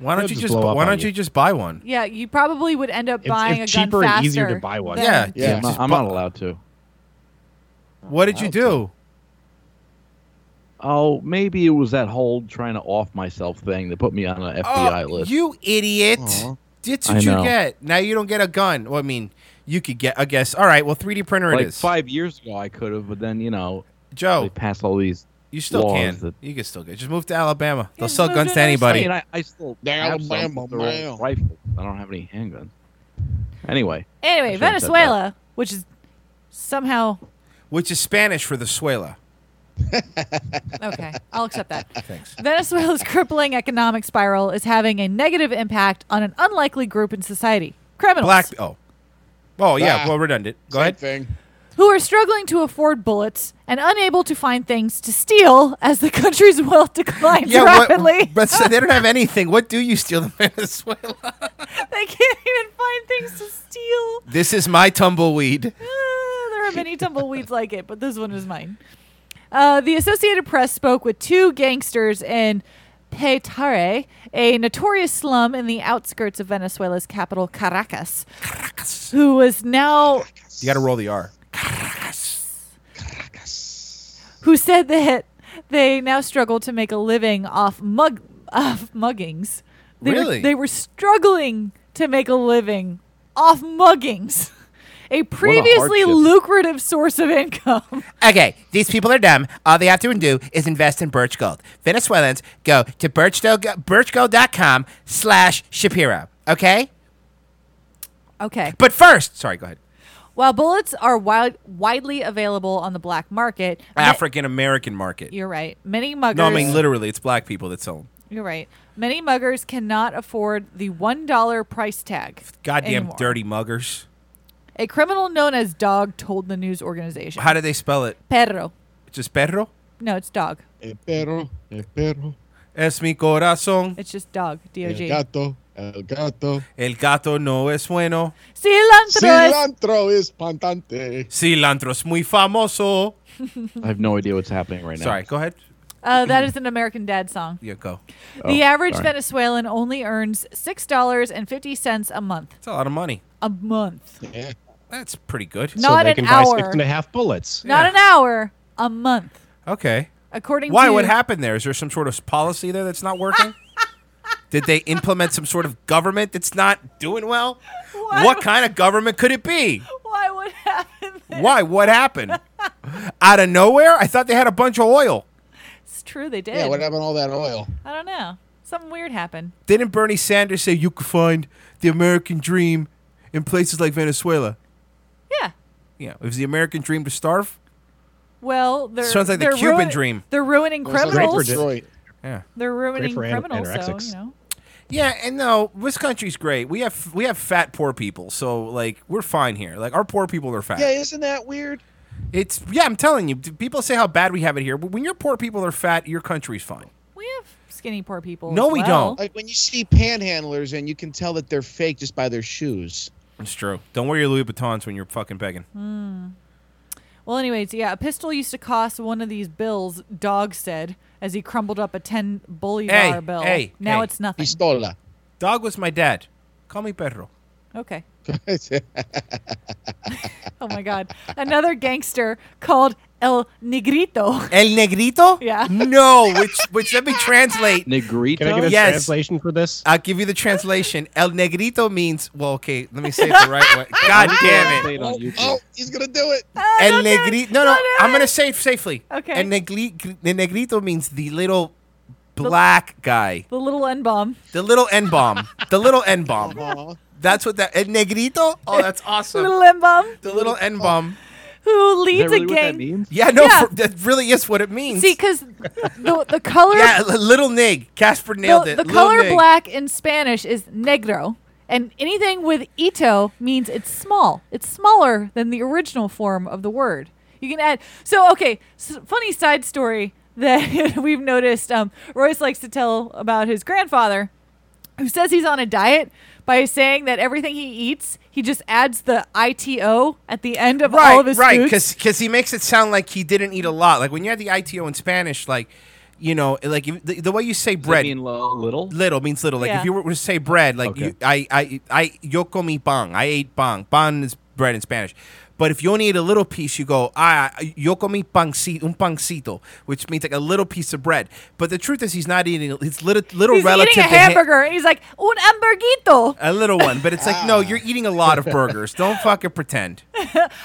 S9: Why don't you just bu- why don't you just buy one?
S13: Yeah, you probably would end up
S14: It's-
S13: buying
S14: it's
S13: a gun
S14: cheaper
S13: faster.
S14: and easier to buy one.
S13: than-
S9: Yeah,
S14: Yeah,
S9: yeah.
S14: I'm
S9: just
S14: not, I'm
S9: bu-
S14: not allowed to.
S9: What did you do?
S14: Oh, maybe it was that whole trying to off myself thing that put me
S13: Oh,
S14: on an FBI list.
S9: Oh, You idiot! That's
S14: I
S9: what you
S14: know.
S9: get. Now you don't get a gun. Well, I mean, you could get. I guess. All right. Well, 3D printer
S14: like
S9: it is.
S14: five years ago, I could have, but then you know,
S9: Joe,
S14: they passed all these.
S9: You still
S14: laws
S9: can.
S14: That,
S9: You can still get. Just move to Alabama. They'll
S14: Yeah,
S9: sell
S14: move
S9: guns
S14: to
S9: to anybody.
S14: I mean, I, I still have some,
S15: Alabama,
S14: but they're all
S15: man.
S14: rifles. I don't have any handguns. Anyway, I
S13: Anyway,
S14: shouldn't have said that.
S13: Venezuela, which is somehow
S9: Which is Spanish for the suela.
S13: okay. I'll accept that.
S9: Thanks.
S13: Venezuela's crippling economic spiral is having a negative impact on an unlikely group in society criminals,
S9: Black. Oh. Oh yeah.
S13: Ah,
S9: well, redundant. Go ahead.
S15: Thing.
S13: who are struggling to afford bullets and unable to find things to steal as the country's wealth declines
S9: Yeah.
S13: rapidly.
S9: What, but so they don't have anything. What do you steal in Venezuela?
S13: they can't even find things to steal.
S9: This is my tumbleweed.
S13: Uh, there are many tumbleweeds like it, but this one is mine. Uh, the Associated Press spoke with two gangsters in Petare, a notorious slum in the outskirts of Venezuela's capital, Caracas, who is now
S9: You got to roll the R.
S13: who said that they now struggle to make a living off mug off muggings. They
S9: Really?
S13: were, they were struggling to make a living off muggings, a previously
S9: hardship.
S13: lucrative source of income.
S9: Okay, these people are dumb. All they have to do is invest in Birch Gold. Venezuelans go to birchgo- birchgold.com slash Shapiro, okay?
S13: Okay.
S9: But first, sorry, go ahead.
S13: While bullets are wide, widely available on the black market, ma-
S9: African American market.
S13: you're right. Many muggers.
S9: No, I mean, literally, it's black people that sell them.
S13: You're right. Many muggers cannot afford the one dollar price tag.
S9: Goddamn
S13: anymore.
S9: dirty muggers.
S13: A criminal known as Dog told the news organization.
S9: How do they spell it?
S13: Perro.
S9: Just perro?
S13: No, it's dog.
S15: Eh, perro, eh, perro.
S9: Es mi corazón.
S13: It's just dog. D O G.
S9: gato. El gato. El gato no es bueno.
S13: Cilantro.
S15: es pantante.
S9: Cilantro es muy famoso.
S13: is-
S14: I have no idea what's happening right now.
S9: Sorry, go ahead.
S13: Uh, that is an American Dad song.
S9: Yeah, go.
S13: the
S14: Oh,
S13: average
S14: sorry.
S13: Venezuelan only earns six dollars and fifty cents a month.
S9: It's a lot of money.
S13: A month,
S9: Yeah. That's pretty good.
S13: So Not they an can buy six hour. and a
S9: half bullets.
S13: not an hour, a month.
S9: Okay.
S13: According
S9: Why?
S13: to
S9: What happened there? Is there some sort of policy there that's not working? Did they implement some sort of government that's not doing well?
S13: Why
S9: What
S13: would-
S9: kind of government could it be?
S13: Why? What happened?
S9: Why? What happened? Out of nowhere? I thought they had a bunch of oil.
S13: It's true. They did.
S15: Yeah, what happened to all that oil?
S13: I don't know. Something weird happened.
S9: Didn't Bernie Sanders say you could find the American dream in places like Venezuela?
S13: Yeah.
S9: Yeah. Is the American dream to starve?
S13: Well, they're
S9: Sounds like the
S13: they're
S9: Cuban
S13: ruin-
S9: dream.
S13: They're ruining
S9: Well, it's like
S13: criminals.
S9: Detroit. Yeah.
S13: They're ruining
S9: for an-
S13: criminals. So
S9: anorexics.
S13: you know.
S9: Yeah, and no, this country's great. We have we have fat poor people, so like we're fine here. Like our poor people are fat.
S15: Yeah, isn't that weird?
S9: It's yeah, I'm telling you. People say how bad we have it here, but when your poor people are fat, your country's fine.
S13: We have skinny poor people.
S9: No,
S13: as
S9: we
S13: well.
S9: don't.
S15: Like when you see panhandlers and you can tell that they're fake just by their shoes.
S9: It's true. Don't wear your Louis Vuittons when you're fucking begging.
S13: Hmm. Well, anyways, yeah, a pistol used to cost one of these bills. Dog said as he crumbled up a ten bolivar
S9: Hey,
S13: bill.
S9: hey,
S13: now
S9: hey.
S13: it's nothing.
S15: Pistola.
S9: Dog was my dad. Call me Pedro.
S13: Okay. Oh my God! Another gangster called El Negrito.
S9: El Negrito?
S13: Yeah.
S9: No, which which let me translate.
S14: Negrito.
S6: Can I get a
S9: Yes. Ah,
S6: translation for this?
S9: I'll give you the translation. El Negrito means well, okay. Let me say it the right way. God damn it.
S15: Oh, oh, he's gonna do it.
S9: El Negrito. No, no. I'm gonna say it safely.
S13: Okay.
S9: El negli- the Negrito means the little black guy.
S13: The little N bomb.
S9: The little N bomb. the little N bomb. That's what that El Negrito? Oh, that's awesome.
S13: Little N bomb.
S9: the little N bomb.
S13: Who leads a gang?
S9: Yeah, no,
S13: Yeah.
S9: For, that really is what it means.
S13: See, because the the color.
S9: yeah, li- little Nig. Casper nailed
S13: the,
S9: it.
S13: the
S9: Little
S13: color
S9: Nig.
S13: black in Spanish is negro, and anything with ito means it's small. It's smaller than the original form of the word. You can add. So, okay, s funny side story that we've noticed. Um, Royce likes to tell about his grandfather, who says he's on a diet by saying that everything he eats, he just adds the ito at the end of all of his
S9: right,
S13: foods.
S9: because he makes it sound like he didn't eat a lot. Like when you had the ITO in Spanish, like you know, like if, the, the way you say bread
S14: mean little.
S9: Little means little. Like
S14: Yeah.
S9: if you were to say bread, like you, I, I, I, yo comí pan. I ate pan. Pan is bread in Spanish. But if you only eat a little piece, you go, ah, yo comí pancito, un pancito, which means like a little piece of bread. But the truth is, he's not eating. It's little, little
S13: he's
S9: relative
S13: eating a
S9: to him-
S13: hamburger, and he's like, un hamburguito.
S9: a little one, but it's like, no, you're eating a lot of burgers. Don't fucking pretend.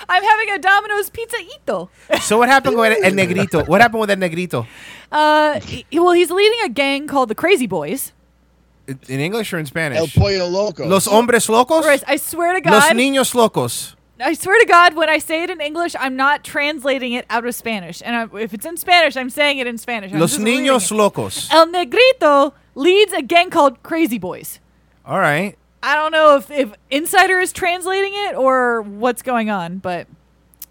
S13: I'm having a Domino's pizza ito.
S9: So what happened with El Negrito? What happened with El Negrito?
S13: Uh, he- well, he's leading a gang called the Crazy Boys.
S9: In in English or in Spanish?
S15: El pollo loco.
S9: Los hombres locos?
S13: Or is- I swear to
S9: Los
S13: God,
S9: niños locos.
S13: I swear to God, when I say it in English, I'm not translating it out of Spanish. And I, if it's in Spanish, I'm saying it in Spanish. I'm
S9: Los
S13: just reading
S9: niños
S13: it.
S9: locos.
S13: El Negrito leads a gang called Crazy Boys.
S9: All right.
S13: I don't know if, if Insider is translating it or what's going on, but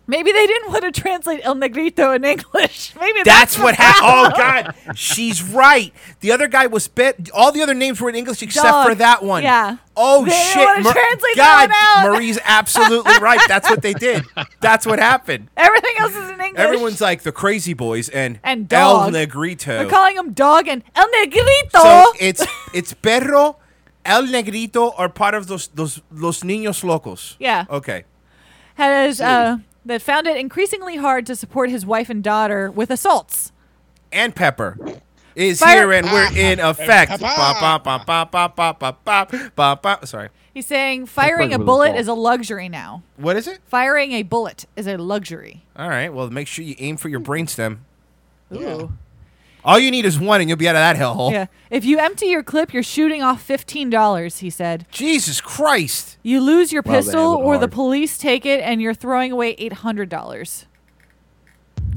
S13: maybe they didn't want to translate El Negrito in English. Maybe that's,
S9: That's what happened. Oh God, she's right. The other guy was bit. All the other names were in English except for
S13: Dog.
S9: that one.
S13: Yeah.
S9: Oh
S13: They didn't
S9: shit.
S13: wanna translate
S9: God,
S13: that one out.
S9: Marie's absolutely right. That's what they did. That's what happened.
S13: Everything else is in English.
S9: Everyone's like the Crazy Boys and,
S13: And
S9: El
S13: dog. They're
S9: Negrito.
S13: calling him dog and El Negrito.
S9: so it's it's Perro, El Negrito are part of those those los niños locos.
S13: Yeah.
S9: Okay.
S13: has uh, that found it increasingly hard to support his wife and daughter with assaults.
S9: and Pepper is
S13: Fire-
S9: here and we're in effect.
S13: Peppa.
S9: Ba, ba, ba, ba, ba, ba, ba, ba, ba, ba. Sorry.
S13: He's saying firing a
S9: with
S13: bullet
S9: assault.
S13: is a luxury now.
S9: What is it?
S13: Firing a bullet is a luxury.
S9: All right. Well, make sure you aim for your brainstem.
S13: Ooh.
S9: All you need is one, and you'll be out of that hellhole.
S13: Yeah. If you empty your clip, you're shooting off fifteen dollars. He said.
S9: Jesus Christ.
S13: You lose your
S9: Wow, they
S13: pistol,
S9: have it
S13: or the
S9: hard.
S13: police take it, and you're throwing away eight hundred dollars.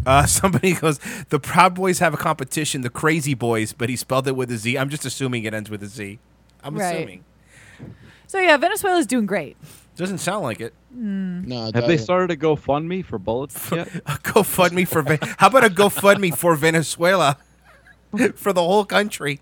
S9: Uh, somebody goes, the Proud Boys have a competition, the Crazy Boys, but he spelled it with a Z. I'm just assuming it ends with a Z. I'm
S13: Right.
S9: assuming.
S13: So yeah, Venezuela's doing great.
S9: Doesn't sound like it.
S13: Mm.
S15: No,
S14: Have they started a
S9: Uh,
S14: GoFundMe for bullets yet?
S9: GoFundMe for Ve- how about a GoFundMe for Venezuela? for the whole country.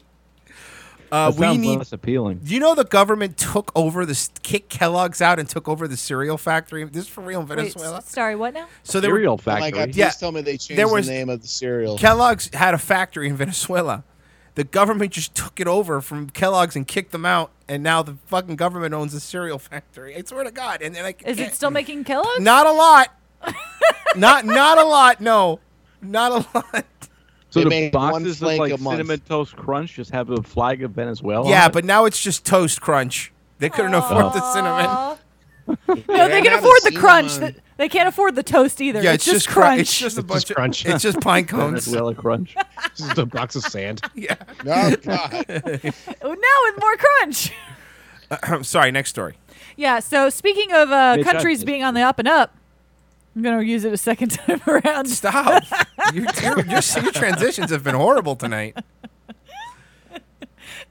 S9: Uh,
S14: That
S9: we
S14: sounds
S9: need.
S14: less appealing.
S9: You know the government took over the kicked Kellogg's out and took over the cereal factory. This is for real in
S13: Wait,
S9: Venezuela.
S13: s- sorry, what now?
S9: So there were-
S14: Cereal
S15: Oh my God, please
S9: Yeah,
S15: tell me they changed
S9: there was-
S15: the name of the cereal.
S9: Kellogg's had a factory in Venezuela. The government just took it over from Kellogg's and kicked them out, and now the fucking government owns the cereal factory. I swear to God. And then I
S13: Is it still making Kellogg's?
S9: Not a lot. not not a lot. No, not a lot.
S14: So
S9: They
S14: the
S9: make one
S14: boxes of
S9: flake
S14: like
S9: a month.
S14: cinnamon toast crunch just have a flag of Venezuela. on
S9: yeah,
S14: it?
S9: but now it's just toast crunch. They couldn't afford the cinnamon.
S13: No, they can afford the crunch. Th- They can't afford the toast either.
S9: Yeah,
S13: it's, just,
S9: it's just cru-
S13: crunch.
S9: it's just a It's bunch just of- crunch. it's just pine cones.
S14: Venezuela crunch.
S13: Uh,
S6: Just a box of sand.
S9: Yeah.
S15: No,
S13: Oh, now with more crunch.
S9: I'm sorry. Next story.
S13: Yeah. So speaking of uh,
S9: Bitch, I
S13: countries
S9: did.
S13: being on the up and up, I'm gonna use it a second time around.
S9: Stop. Your, your, your, your transitions have been horrible tonight.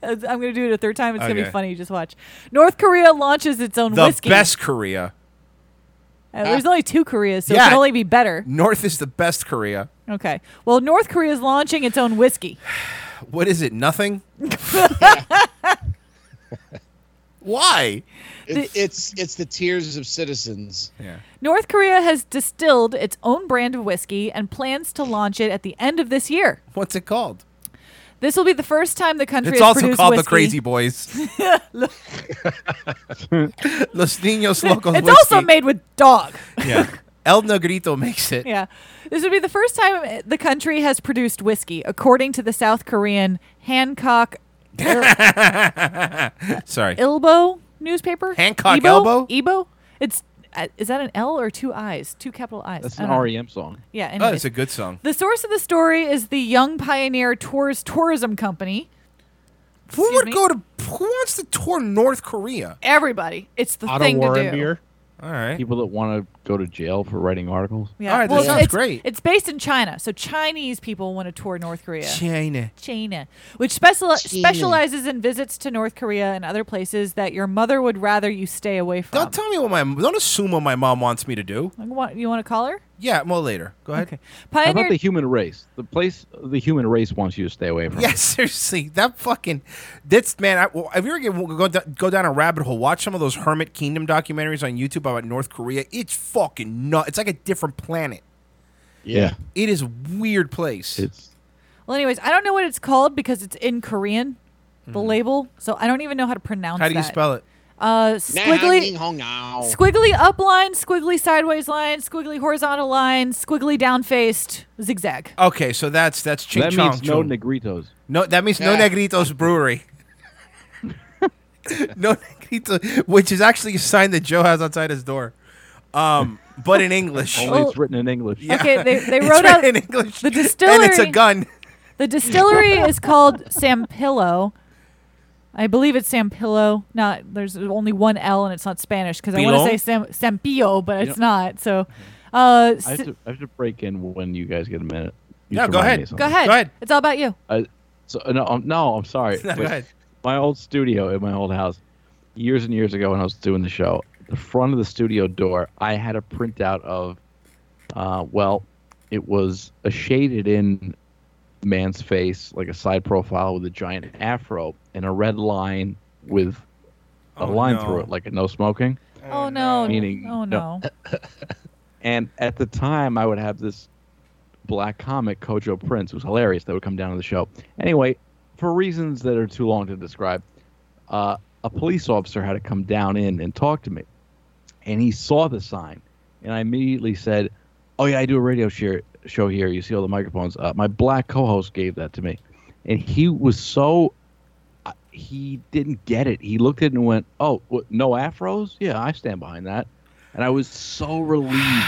S13: I'm gonna do it a third time. It's gonna be
S9: Okay.
S13: funny. Just watch. North Korea launches its own
S9: The
S13: whiskey.
S9: best Korea.
S13: Uh, there's only two Koreas, so it
S9: Yeah.
S13: can only be better.
S9: North is the best Korea.
S13: Okay. Well, North Korea is launching its own whiskey.
S9: What is it? Nothing. Why?
S15: It, it's it's the tears of citizens.
S9: Yeah.
S13: North Korea has distilled its own brand of whiskey and plans to launch it at the end of this year.
S9: What's it called?
S13: This will be the first time the country
S9: It's
S13: has
S9: also
S13: produced
S9: called
S13: whiskey.
S9: the Crazy Boys. Los Niños Locos.
S13: it's
S9: whiskey.
S13: also made with dog.
S9: Yeah. El Negrito makes it.
S13: Yeah. This would be the first time uh, the country has produced whiskey, according to the South Korean Hancock
S9: Sorry.
S13: Ilbo newspaper.
S9: Hancock
S13: Ibo?
S9: Elbow?
S13: Ibo? It's uh, is that an L or two I's? Two capital I's.
S14: That's
S13: I
S14: an
S13: don't know.
S14: REM song.
S13: Yeah,
S9: oh,
S13: anyways.
S9: it's a good song.
S13: The source of the story is the Young Pioneer Tours Tourism Company.
S9: Who would go to? Who wants to tour North Korea?
S13: Everybody. It's the thing to do.
S9: All right.
S14: People that want to go to jail for writing articles.
S13: Yeah.
S9: All right, that
S13: Uh, well,
S9: sounds
S13: it's,
S9: great.
S13: It's based in China, so Chinese people want to tour North Korea.
S9: China.
S13: China, which speciali-
S9: China.
S13: specializes in visits to North Korea and other places that your mother would rather you stay away from.
S9: Don't tell me what my. Don't assume what my mom wants me to do.
S13: Like, what- you want to call her?
S9: Yeah, more later. Go ahead.
S13: Okay.
S14: How
S13: Pioneer.
S14: about the human race? The place the human race wants you to stay away from.
S9: Yeah, seriously, that fucking that's man. I, well, if you ever get, go do- go down a rabbit hole, watch some of those Hermit Kingdom documentaries on YouTube about North Korea. It's fucking nut. It's like a different planet.
S14: Yeah.
S9: It is a weird place.
S14: It's
S13: well, anyways, I don't know what it's called because it's in Korean, the
S9: Mhm.
S13: label. So I don't even know how to pronounce.
S9: How do you
S13: that.
S9: spell it?
S13: Uh, squiggly,
S15: Squiggly.
S13: squiggly up line, squiggly sideways line, squiggly horizontal line, squiggly down faced, zigzag.
S9: Okay, so that's that's Ching
S14: that
S9: Chong
S14: means no
S9: Chung.
S14: negritos.
S9: No, that means no
S14: Yeah.
S9: Negritos Brewery. no Negrito, which is actually a sign that Joe has outside his door, um, but in English.
S14: Only it's written in English.
S9: Yeah.
S13: Oh. Okay, they, they
S9: It's
S13: wrote out
S9: written in English.
S13: the
S9: And it's a
S13: distillery-
S9: gun.
S13: The distillery is called Sampillo. I believe it's Sampillo. Not there's only one L and it's not Spanish because I want to
S14: Pilon?
S13: say Sam, Sampillo, but
S14: You
S13: it's
S14: know-
S13: not. So, uh,
S14: I have, to, I have to break in when you guys get a minute. You
S13: No,
S14: just
S13: go
S14: remind
S13: ahead.
S14: me of
S13: Go
S14: something.
S13: ahead. It's all about you.
S14: I, so no, I'm, no, I'm sorry.
S13: No, go
S14: but
S13: ahead.
S14: My old studio in my old house, years and years ago when I was doing the show, the front of the studio door, I had a printout of, uh, well, it was a shaded in man's face, like a side profile with a giant afro and a red line with a
S9: Oh,
S14: line
S9: no.
S14: through it, like a no smoking.
S13: Oh no.
S14: Meaning,
S13: oh no.
S14: no. And at the time, I would have this black comic, Kojo Prince, who's hilarious, that would come down to the show. Anyway, for reasons that are too long to describe, uh, a police officer had to come down in and talk to me. And he saw the sign. And I immediately said, Oh, yeah, I do a radio share, show here. You see all the microphones. Uh, my black co host gave that to me. And he was so. uh, He didn't get it. He looked at it and went, "Oh, what, no afros? Yeah, I stand behind that." And I was so relieved.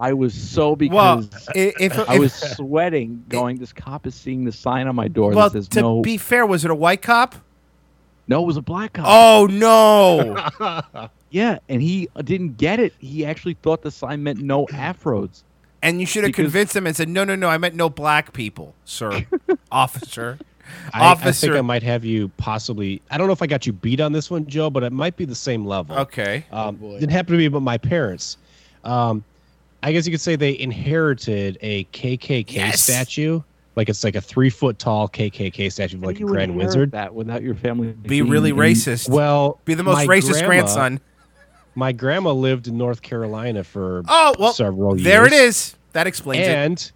S14: I was so because
S9: i- if-
S14: I
S9: if-
S14: was sweating, going. This cop is seeing the sign on my door
S9: Well,
S14: that says
S9: to
S14: no.
S9: be fair, was it a white cop?
S14: No, it was a black cop.
S9: Oh no!
S14: yeah, and he didn't get it. He actually thought the sign meant no afros.
S9: and you should have
S14: Because-
S9: convinced him and said, "No, no, no, I meant no black people, sir, officer,
S6: I, I think
S9: officer."
S6: I might have you possibly. I don't know if I got you beat on this one, Joe, but it might be the same level.
S9: Okay.
S6: Um, didn't happen to me, but my parents. Um, I guess you could say they inherited a KKK statue Like it's like a three foot tall KKK statue of like a Grand Wizard.
S14: That without your family.
S9: Be really racist.
S6: Well,
S9: Be the most
S6: my
S9: racist
S6: grandma-
S9: grandson.
S6: My grandma lived in North Carolina for
S9: Oh, well,
S6: several years.
S9: there it is. That explains it.
S6: and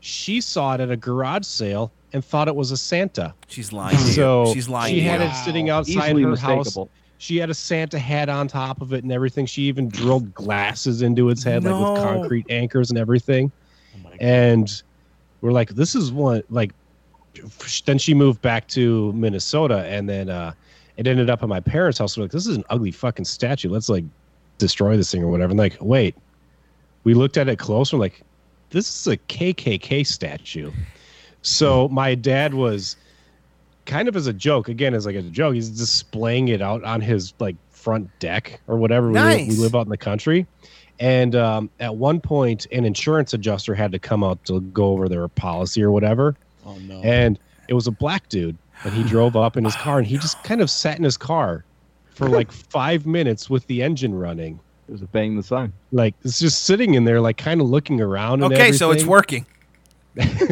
S6: she saw it at a garage sale and thought it was a Santa.
S9: She's lying to you.
S6: So
S9: She's lying
S6: She
S9: to
S6: had
S9: you.
S6: it sitting outside
S14: Easily
S6: her
S14: mistakable.
S6: house. She had a Santa hat on top of it and everything. She even drilled glasses into its head, like with
S14: No.
S6: concrete anchors and everything. and we're like, this is one like. Then she moved back to Minnesota, and then uh, it ended up at my parents' house. We're like, this is an ugly fucking statue. Let's like destroy this thing or whatever. And like, wait, we looked at it closer, like, this is a KKK statue. So my dad was kind of as a joke, again, as like a joke, he's displaying it out on his like front deck or whatever. We-
S9: Nice.
S6: We, live out in the country. And um, at one point, an insurance adjuster had to come out to go over their policy or whatever.
S15: Oh no!
S6: And it was a black dude, and he drove up in his car, and he just kind of sat in his car for like five minutes with the engine running.
S14: It was a bang the sun.
S6: Like it's just sitting in there, like kind of looking around. And
S9: Okay, so it's
S6: everything.
S9: working.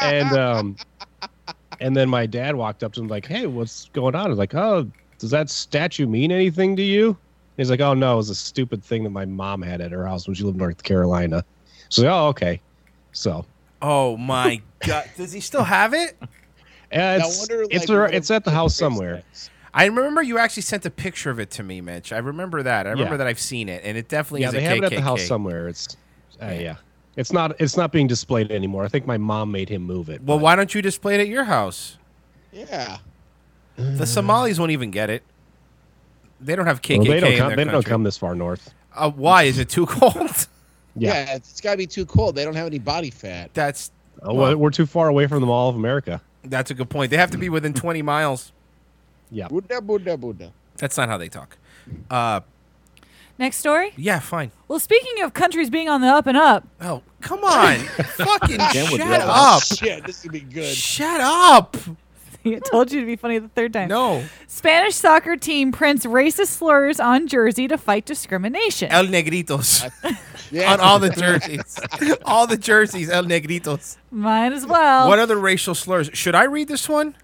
S6: And um, and then my dad walked up to him like, "Hey, what's going on?" I was like, "Oh, does that statue mean anything to you?" And he's like, "Oh no, it was a stupid thing that my mom had at her house when she lived in North Carolina." So oh okay, so
S9: Oh my god! Does he still have it?
S6: Yeah, it's
S9: wonder, like,
S6: it's,
S9: what
S6: ar-
S9: a-
S6: it's at the house somewhere.
S9: I remember you actually sent a picture of it to me, Mitch. I remember that. I remember
S6: Yeah.
S9: that I've seen it, and it definitely
S6: yeah,
S9: is
S6: they
S9: a
S6: have it at
S9: KKK.
S6: the house somewhere. It's uh, yeah, it's not it's not being displayed anymore. I think my mom made him move it.
S9: Well, why don't you display it at your house?
S15: Yeah.
S9: The Somalis won't even get it. They don't have KKK.
S6: Well, they don't
S9: in
S6: come,
S9: their
S6: they don't
S9: country.
S6: come this far north.
S9: Uh, why is it too cold?
S6: Yeah.
S15: Yeah, it's got to be too cold. They don't have any body fat.
S9: That's
S6: Oh, well, we're too far away from the Mall of America.
S9: that's a good point. They have to be within 20 miles.
S6: Yeah.
S15: Buddha, Buddha, Buddha.
S9: That's not how they talk. Uh,
S13: Next story.
S9: yeah, fine.
S13: Well, speaking of countries being on the up and up.
S9: Oh, come on. Fucking
S13: shut
S9: Shut up.
S15: Shit, this could be good.
S9: Shut up.
S13: I told you to be funny the third time.
S9: No.
S13: Spanish soccer team prints racist slurs on jersey to fight discrimination.
S9: El Negritos. On all the jerseys. all the jerseys, El Negritos.
S13: Might as well.
S9: What other racial slurs? Should I read this one?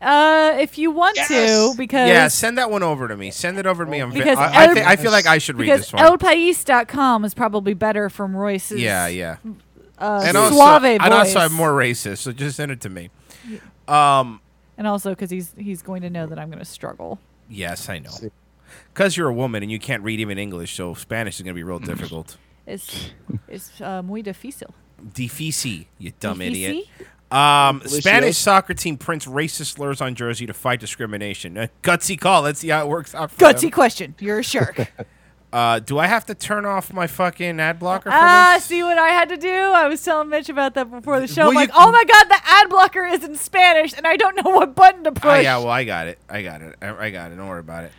S13: uh, if you want to, because
S9: yeah, send that one over to me. Send it over to me. I'm
S13: because
S9: I, I,
S13: El-
S9: thi- I feel like I should read
S13: because
S9: this one.
S13: ElPaís.com is probably better from Royce's.
S9: yeah, yeah.
S13: Uh,
S9: and also,
S13: suave voice.
S9: and also, I'm more racist, so just send it to me. Um,
S13: And also because he's he's going to know that I'm going to struggle.
S9: yes, I know. Because you're a woman and you can't read even English, so Spanish is going to be real difficult.
S13: Mm. It's it's uh, muy difícil.
S9: Difícil, you dumb idiot.
S13: Difícil?
S9: Um,
S13: Delicious.
S9: Spanish soccer team prints racist slurs on jersey to fight discrimination. Uh, gutsy call. Let's see how it works out. For
S13: Gutsy
S9: them.
S13: question. You're a shark.
S9: Uh, do I have to turn off my fucking ad blocker? For
S13: ah,
S9: this?
S13: see what I had to do? I was telling Mitch about that before the show.
S9: Well,
S13: I'm
S9: you-
S13: like, oh my god, the ad blocker is in Spanish, and I don't know what button to push.
S9: Ah, yeah, well, I got it. I got it. I, I got it. Don't worry about it.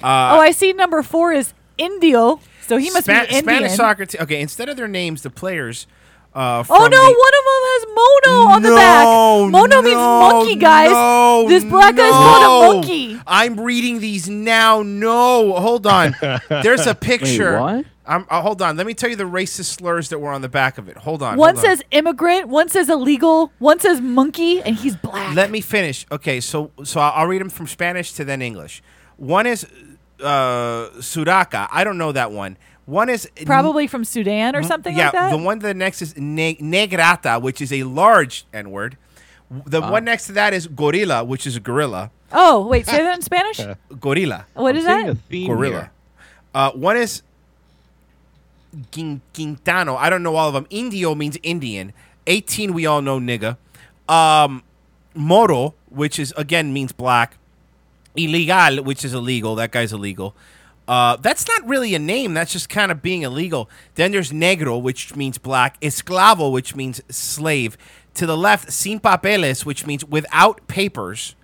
S9: Uh,
S13: oh, I see. Number four is Indio, so he must
S9: Spa-
S13: be Indian.
S9: Spanish soccer team. Okay, instead of their names, the players. Uh,
S13: Oh no!
S9: from
S13: One of them has Mono on
S9: the-
S13: the back.
S9: No,
S13: Mono means
S9: no,
S13: monkey, guys.
S9: no,
S13: this black guy's called
S9: no.
S13: a monkey.
S9: I'm reading these now. No, hold on. There's a picture.
S14: Wait, what?
S9: I'm, uh, hold on. Let me tell you the racist slurs that were on the back of it. Hold on.
S13: One
S9: hold on.
S13: says immigrant, one says illegal, one says monkey, and he's black.
S9: Let me finish. Okay, so so I'll I'll read them from Spanish to then English. One is uh, Sudaka. I don't know that one. One is Mm,
S13: Probably from Sudan or something
S9: yeah,
S13: like that.
S9: the one the next is ne- negrata, which is a large N word. The one next to that is gorilla, which is a gorilla.
S13: oh, wait, say that in Spanish.
S9: Gorilla.
S13: What is that?
S9: Gorilla. Uh, one is Quin- Quintano. I don't know all of them. Indio means Indian. 18, we all know nigga. Um, Moro, which is again means black. Illegal, which is illegal. That guy's illegal. Uh, that's not really a name. That's just kind of being illegal. Then there's negro, which means black. Esclavo, which means slave. To the left, sin papeles, which means without papers.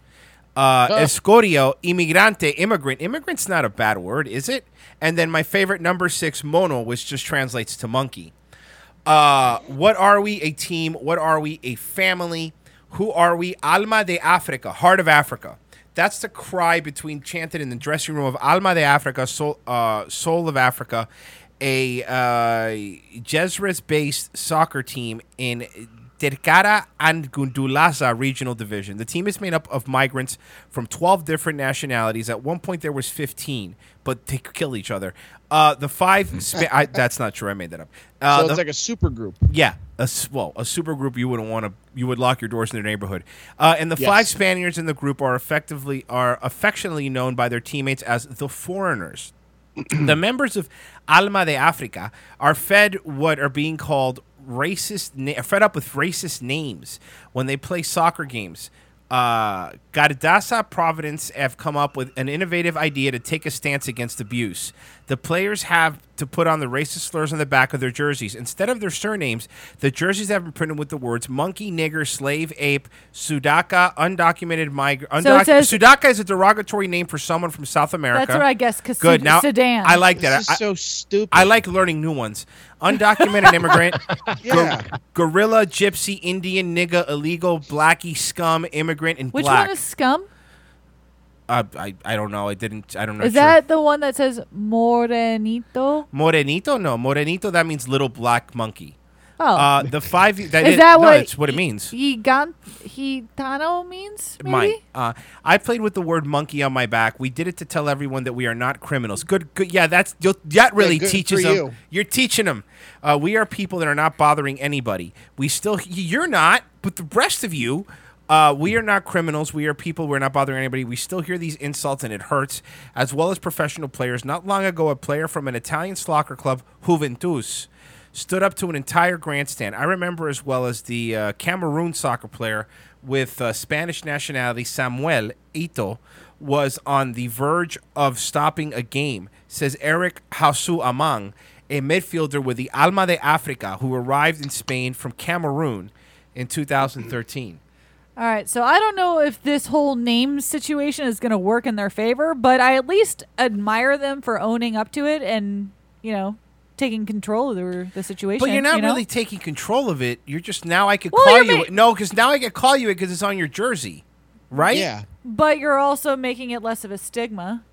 S9: Uh, Escorio, immigrante, immigrant. Immigrant's not a bad word, is it? And then my favorite number six, mono, which just translates to monkey. Uh, what are we? A team. What are we? A family. Who are we? Alma de Africa, heart of Africa. That's the cry between chanted in the dressing room of Alma de Africa, soul, uh, soul of Africa, a uh, Jezreel-based soccer team in Tircara and Gundulaza regional division. The team is made up of migrants from 12 different nationalities. At one point, there was 15, but they kill each other. Uh, the five. Spa- I, that's not true. I made that up. Uh,
S15: so it's
S9: the-
S15: like a super group.
S9: yeah, a, s- well, a super group you wouldn't want to. You would lock your doors in their neighborhood. Uh, and the
S15: Yes.
S9: five Spaniards in the group are effectively are affectionately known by their teammates as the foreigners. the members of Alma de Africa are fed what are being called racist, na- fed up with racist names when they play soccer games. Uh, Gardasa Providence have come up with an innovative idea to take a stance against abuse. The players have to put on the racist slurs on the back of their jerseys. Instead of their surnames, the jerseys have been printed with the words monkey, nigger, slave, ape, Sudaka, undocumented migrant.
S13: So it says-
S9: Sudaka is a derogatory name for someone from South America.
S13: what I guessed, 'cause
S9: Good.
S13: Sud-
S9: now,
S13: Sudan.
S9: I like that.
S13: This
S9: I,
S13: is so
S9: stupid. I like learning new ones. Undocumented immigrant, yeah. gorilla, gypsy, Indian, nigga, illegal, blackie, scum, immigrant, and
S13: Which
S9: black.
S13: one is scum?
S9: uh, I I don't know. I didn't. I don't know.
S13: is that the one that says morenito?
S9: morenito? No, morenito. That means little black monkey.
S13: Oh.
S9: Uh, the five. That
S13: Is
S9: it-
S13: that
S9: no,
S13: what
S9: That's what it means.
S13: Gigan- Gitano means? Maybe?
S9: Mine. Uh, I played with the word monkey on my back. We did it to tell everyone that we are not criminals. Good, good. Yeah, that's you'll, that really
S15: good
S9: teaches
S15: for
S9: them.
S15: you.
S9: You're teaching them. Uh, we are people that are not bothering anybody. We still, you're not, but the rest of you, uh, we are not criminals. We are people. We're not bothering anybody. We still hear these insults and it hurts, as well as professional players. Not long ago, a player from an Italian soccer club, Juventus, stood up to an entire grandstand. I remember as well as the uh, Cameroon soccer player with uh, Spanish nationality, Samuel Ito, was on the verge of stopping a game, says Eric Hasu Amang, a midfielder with the Alma de Africa, who arrived in Spain from Cameroon in 2013.
S15: Mm-hmm.
S13: All right, so I don't know if this whole name situation is going to work in their favor, but I at least admire them for owning up to it and, you know, taking control of the, the situation.
S9: But you're not
S13: you know?
S9: really taking control of it. You're just now I could
S13: Well,
S9: call
S13: you're
S9: you
S13: ma-
S9: it. No, because now I could call you it because it's on your jersey, right?
S15: Yeah.
S13: But you're also making it less of a stigma.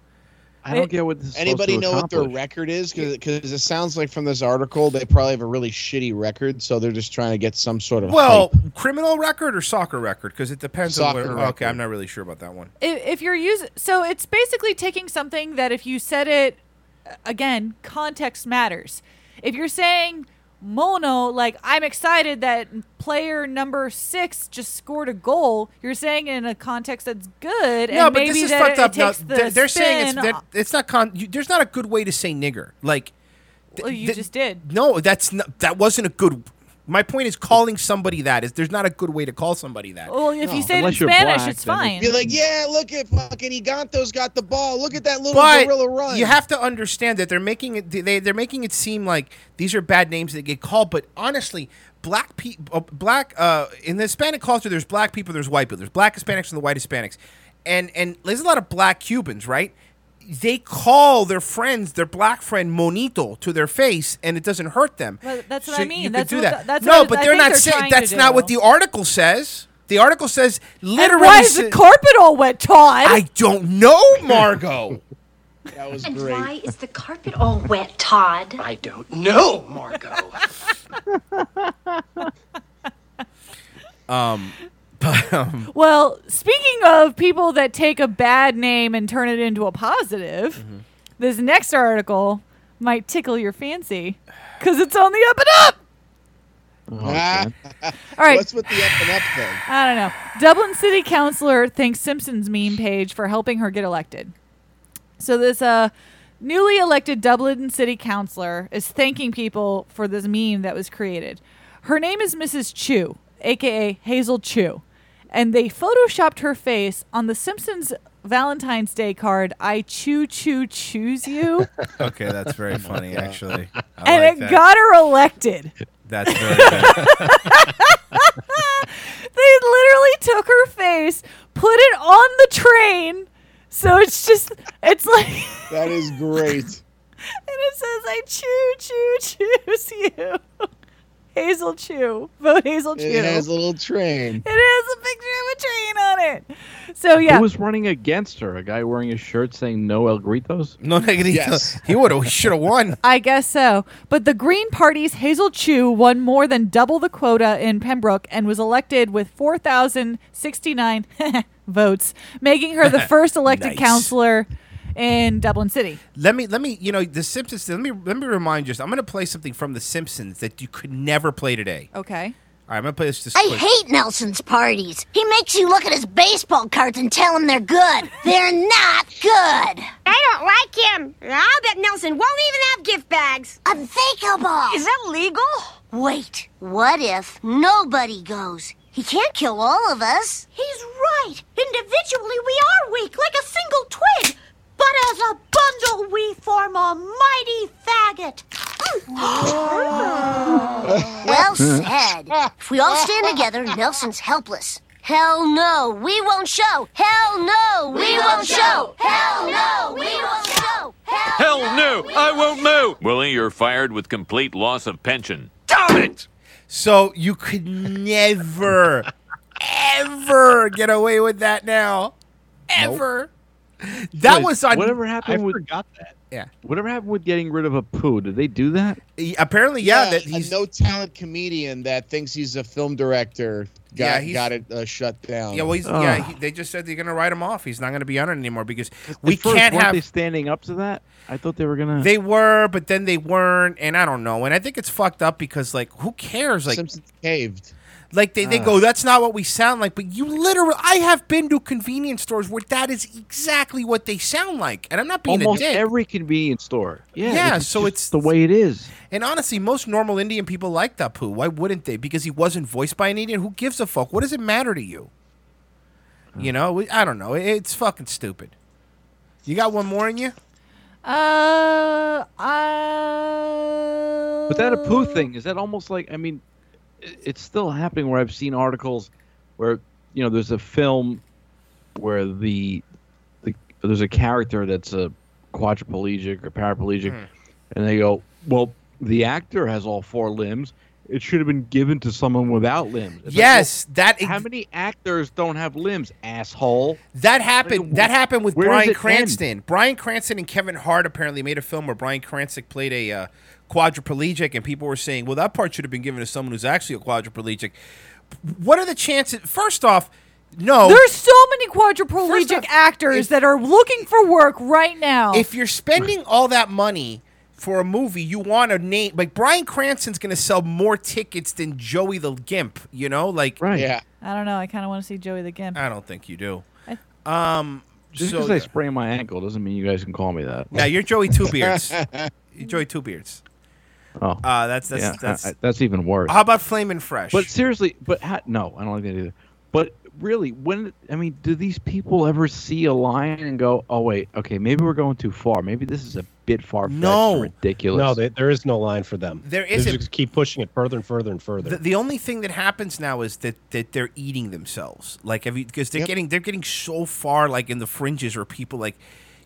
S14: I don't get what this is supposed
S15: Anybody
S14: to
S15: know what their
S14: accomplish.
S15: record is? Because it sounds like from this article they probably have a really shitty record, so they're just trying to get some sort of
S9: Well,
S15: hype.
S9: criminal record or soccer record? Because it depends
S15: Soccer
S9: on where.
S15: record.
S9: Okay, I'm not really sure about that one.
S13: I- If, you're using, so it's basically taking something that if you said it uh, again, context matters. If you're saying mono, like I'm excited that player number six just scored a goal, you're saying it in a context that's good.
S9: No,
S13: and
S9: but
S13: maybe
S9: this is
S13: that
S9: fucked
S13: it
S9: up. Now,
S13: takes the
S9: they're, they're saying it's
S13: spin
S9: that it's not con. You, there's not a good way to say nigger. Like, th-
S13: Well, you
S9: th-
S13: just did.
S9: No, that's not. That wasn't a good. My point is calling somebody that is. There's not a good way to call somebody that.
S13: Well, if you say it in
S9: Unless you're
S13: Spanish,
S9: black,
S13: it's
S9: then it's-
S13: fine.
S15: Be like, yeah, look at fucking Iganto's got the ball. Look at that little
S9: but
S15: gorilla run.
S9: you have to understand that they're making it. They they're making it seem like these are bad names that get called. But honestly, black people, black uh, in the Hispanic culture, there's black people, there's white people, there's black Hispanics and the white Hispanics, and and there's a lot of black Cubans, right? They call their friends, their black friend, monito to their face, and it doesn't hurt them.
S13: Well, that's what
S9: So
S13: I mean.
S9: You
S13: That's
S9: could do
S13: what
S9: that.
S13: the- that's
S9: no,
S13: what I-
S9: but
S13: I
S9: they're
S13: think
S9: not
S13: they're
S9: saying
S13: trying to
S9: that's not what
S13: do.
S9: the article says. The article says
S13: And
S9: literally.
S13: why is the
S9: sa-
S13: carpet all wet, Todd?
S9: I don't know, Margot.
S15: that was
S17: And why is the carpet all wet, Todd? I don't know, Margot.
S9: Um, but, um,
S13: well, speaking of people that take a bad name and turn it into a positive, this next article might tickle your fancy because it's on the up and up. All right.
S15: What's with the up and up thing?
S13: I don't know. Dublin City Councilor thanks Simpsons meme page for helping her get elected. So this uh, newly elected Dublin City Councilor is thanking people for this meme that was created. Her name is Mrs. Chu, aka Hazel Chu, and they photoshopped her face on the Simpsons Valentine's Day card. I choo choo choose you,
S9: Okay, that's very funny, actually. I
S13: and
S9: like
S13: it
S9: that.
S13: got her elected.
S9: That's very good.
S13: they literally took her face, put it on the train. So it's just, it's like, and
S15: That is great.
S13: it says, I choo choo choose you. Hazel Chew. Vote Hazel Chew.
S15: It has a little train.
S13: It is a picture of a train on it. So yeah,
S14: Who was running against her? A guy wearing a shirt saying "No El Gritos."
S9: No Negritos. Yes. He would have. Should have won.
S13: I guess so. But the Green Party's Hazel Chu won more than double the quota in Pembroke and was elected with 4,069 votes, making her the first elected
S9: Nice.
S13: councilor in Dublin City.
S9: Let me let me you know the Simpsons. Let me let me remind you. I'm going to play something from the Simpsons that you could never play today.
S13: Okay.
S9: All right, I'm going to play this. this
S17: I
S9: quick.
S17: hate Nelson's parties. He makes you look at his baseball cards and tell him they're good. They're not good. I don't like him. I'll bet Nelson won't even have gift bags. Unthinkable. Is that legal? Wait, what if nobody goes? He can't kill all of us. He's right. Individually, we are weak, like a single twig. But as a bundle, we form a mighty faggot. well said. If we all stand together, Nelson's helpless. Hell no, we won't show. Hell no, we, won't show. Hell no, we won't show.
S18: Hell no, I won't move. Willie, you're fired with complete loss of pension.
S9: Damn it! So you could never, ever get away with that now. Ever. That
S14: Wait,
S9: was on.
S14: whatever happened I with-
S9: forgot that. Yeah.
S14: Whatever happened with getting rid of a poo? Did they do that?
S9: apparently,
S15: a no talent comedian that thinks he's a film director got
S9: Yeah, he's-
S15: got it uh, shut down.
S9: Yeah, well, he's, yeah. He, they just said they're going to write him off. He's not going to be on it anymore because we
S14: first,
S9: can't
S14: weren't
S9: have.
S14: they standing up to that. I thought they were gonna.
S9: They were, but then they weren't, and I don't know. And I think it's fucked up because like, who cares? Like,
S15: Simpsons caved.
S9: Like they, they
S15: Ah.
S9: go, that's not what we sound like. But you literally, I have been to convenience stores where that is exactly what they sound like, and I'm not being
S14: almost
S9: a dick.
S14: every convenience store. Yeah,
S9: Yeah,
S14: it's
S9: so
S14: just
S9: it's-
S14: the way it is.
S9: and honestly, most normal Indian people like Tapu. Why wouldn't they? Because he wasn't voiced by an Indian. Who gives a fuck? What does it matter to you?
S13: Hmm.
S9: You know, we- I don't know. It- It's fucking stupid. You got one more in you?
S13: Uh, uh,
S14: But that Apu thing is that almost like I mean, i- it's still happening where I've seen articles where you know there's a film where the, the there's a character that's a quadriplegic or paraplegic,
S9: Hmm.
S14: and they go, well, the actor has all four limbs. It should have been given to someone without limbs. It's like,
S9: Yes, that.
S14: How many actors don't have limbs, asshole?
S9: That happened.
S14: Like,
S9: that happened with
S14: where does
S9: Brian
S14: it
S9: Cranston.
S14: end?
S9: Brian Cranston and Kevin Hart apparently made a film where Brian Cranston played a uh, quadriplegic, and people were saying, "Well, that part should have been given to someone who's actually a quadriplegic." What are the chances? First off, no.
S13: There's so many quadriplegic actors that are looking for work right now.
S9: if you're spending all that money for a movie, you want a name like Brian Cranston's going to sell more tickets than Joey the Gimp. You know, like
S14: Yeah.
S13: I don't know. I kind of want to see Joey the Gimp.
S9: I don't think you do.
S13: I-
S9: Um,
S14: Just
S9: so
S14: because I sprained my ankle doesn't mean you guys can call me that.
S9: now you're Joey Two Beards. you're Joey Two Beards.
S14: Oh,
S9: Uh, that's that's
S14: yeah,
S9: that's.
S14: I- I- that's even worse.
S9: How about Flamin' Fresh?
S14: But seriously, but ha- no, I don't like that either. But really, when I mean, do these people ever see a lion and go, "Oh wait, okay, maybe we're going too far. Maybe this is a bit far fetched,
S6: No.
S14: ridiculous."
S6: No, they, there is no line for them.
S9: There
S6: They
S9: isn't.
S6: Just keep pushing it further and further and further.
S9: the, the only thing that happens now is that, that they're eating themselves. Like, have you because they're getting they're getting so far like in the fringes where people like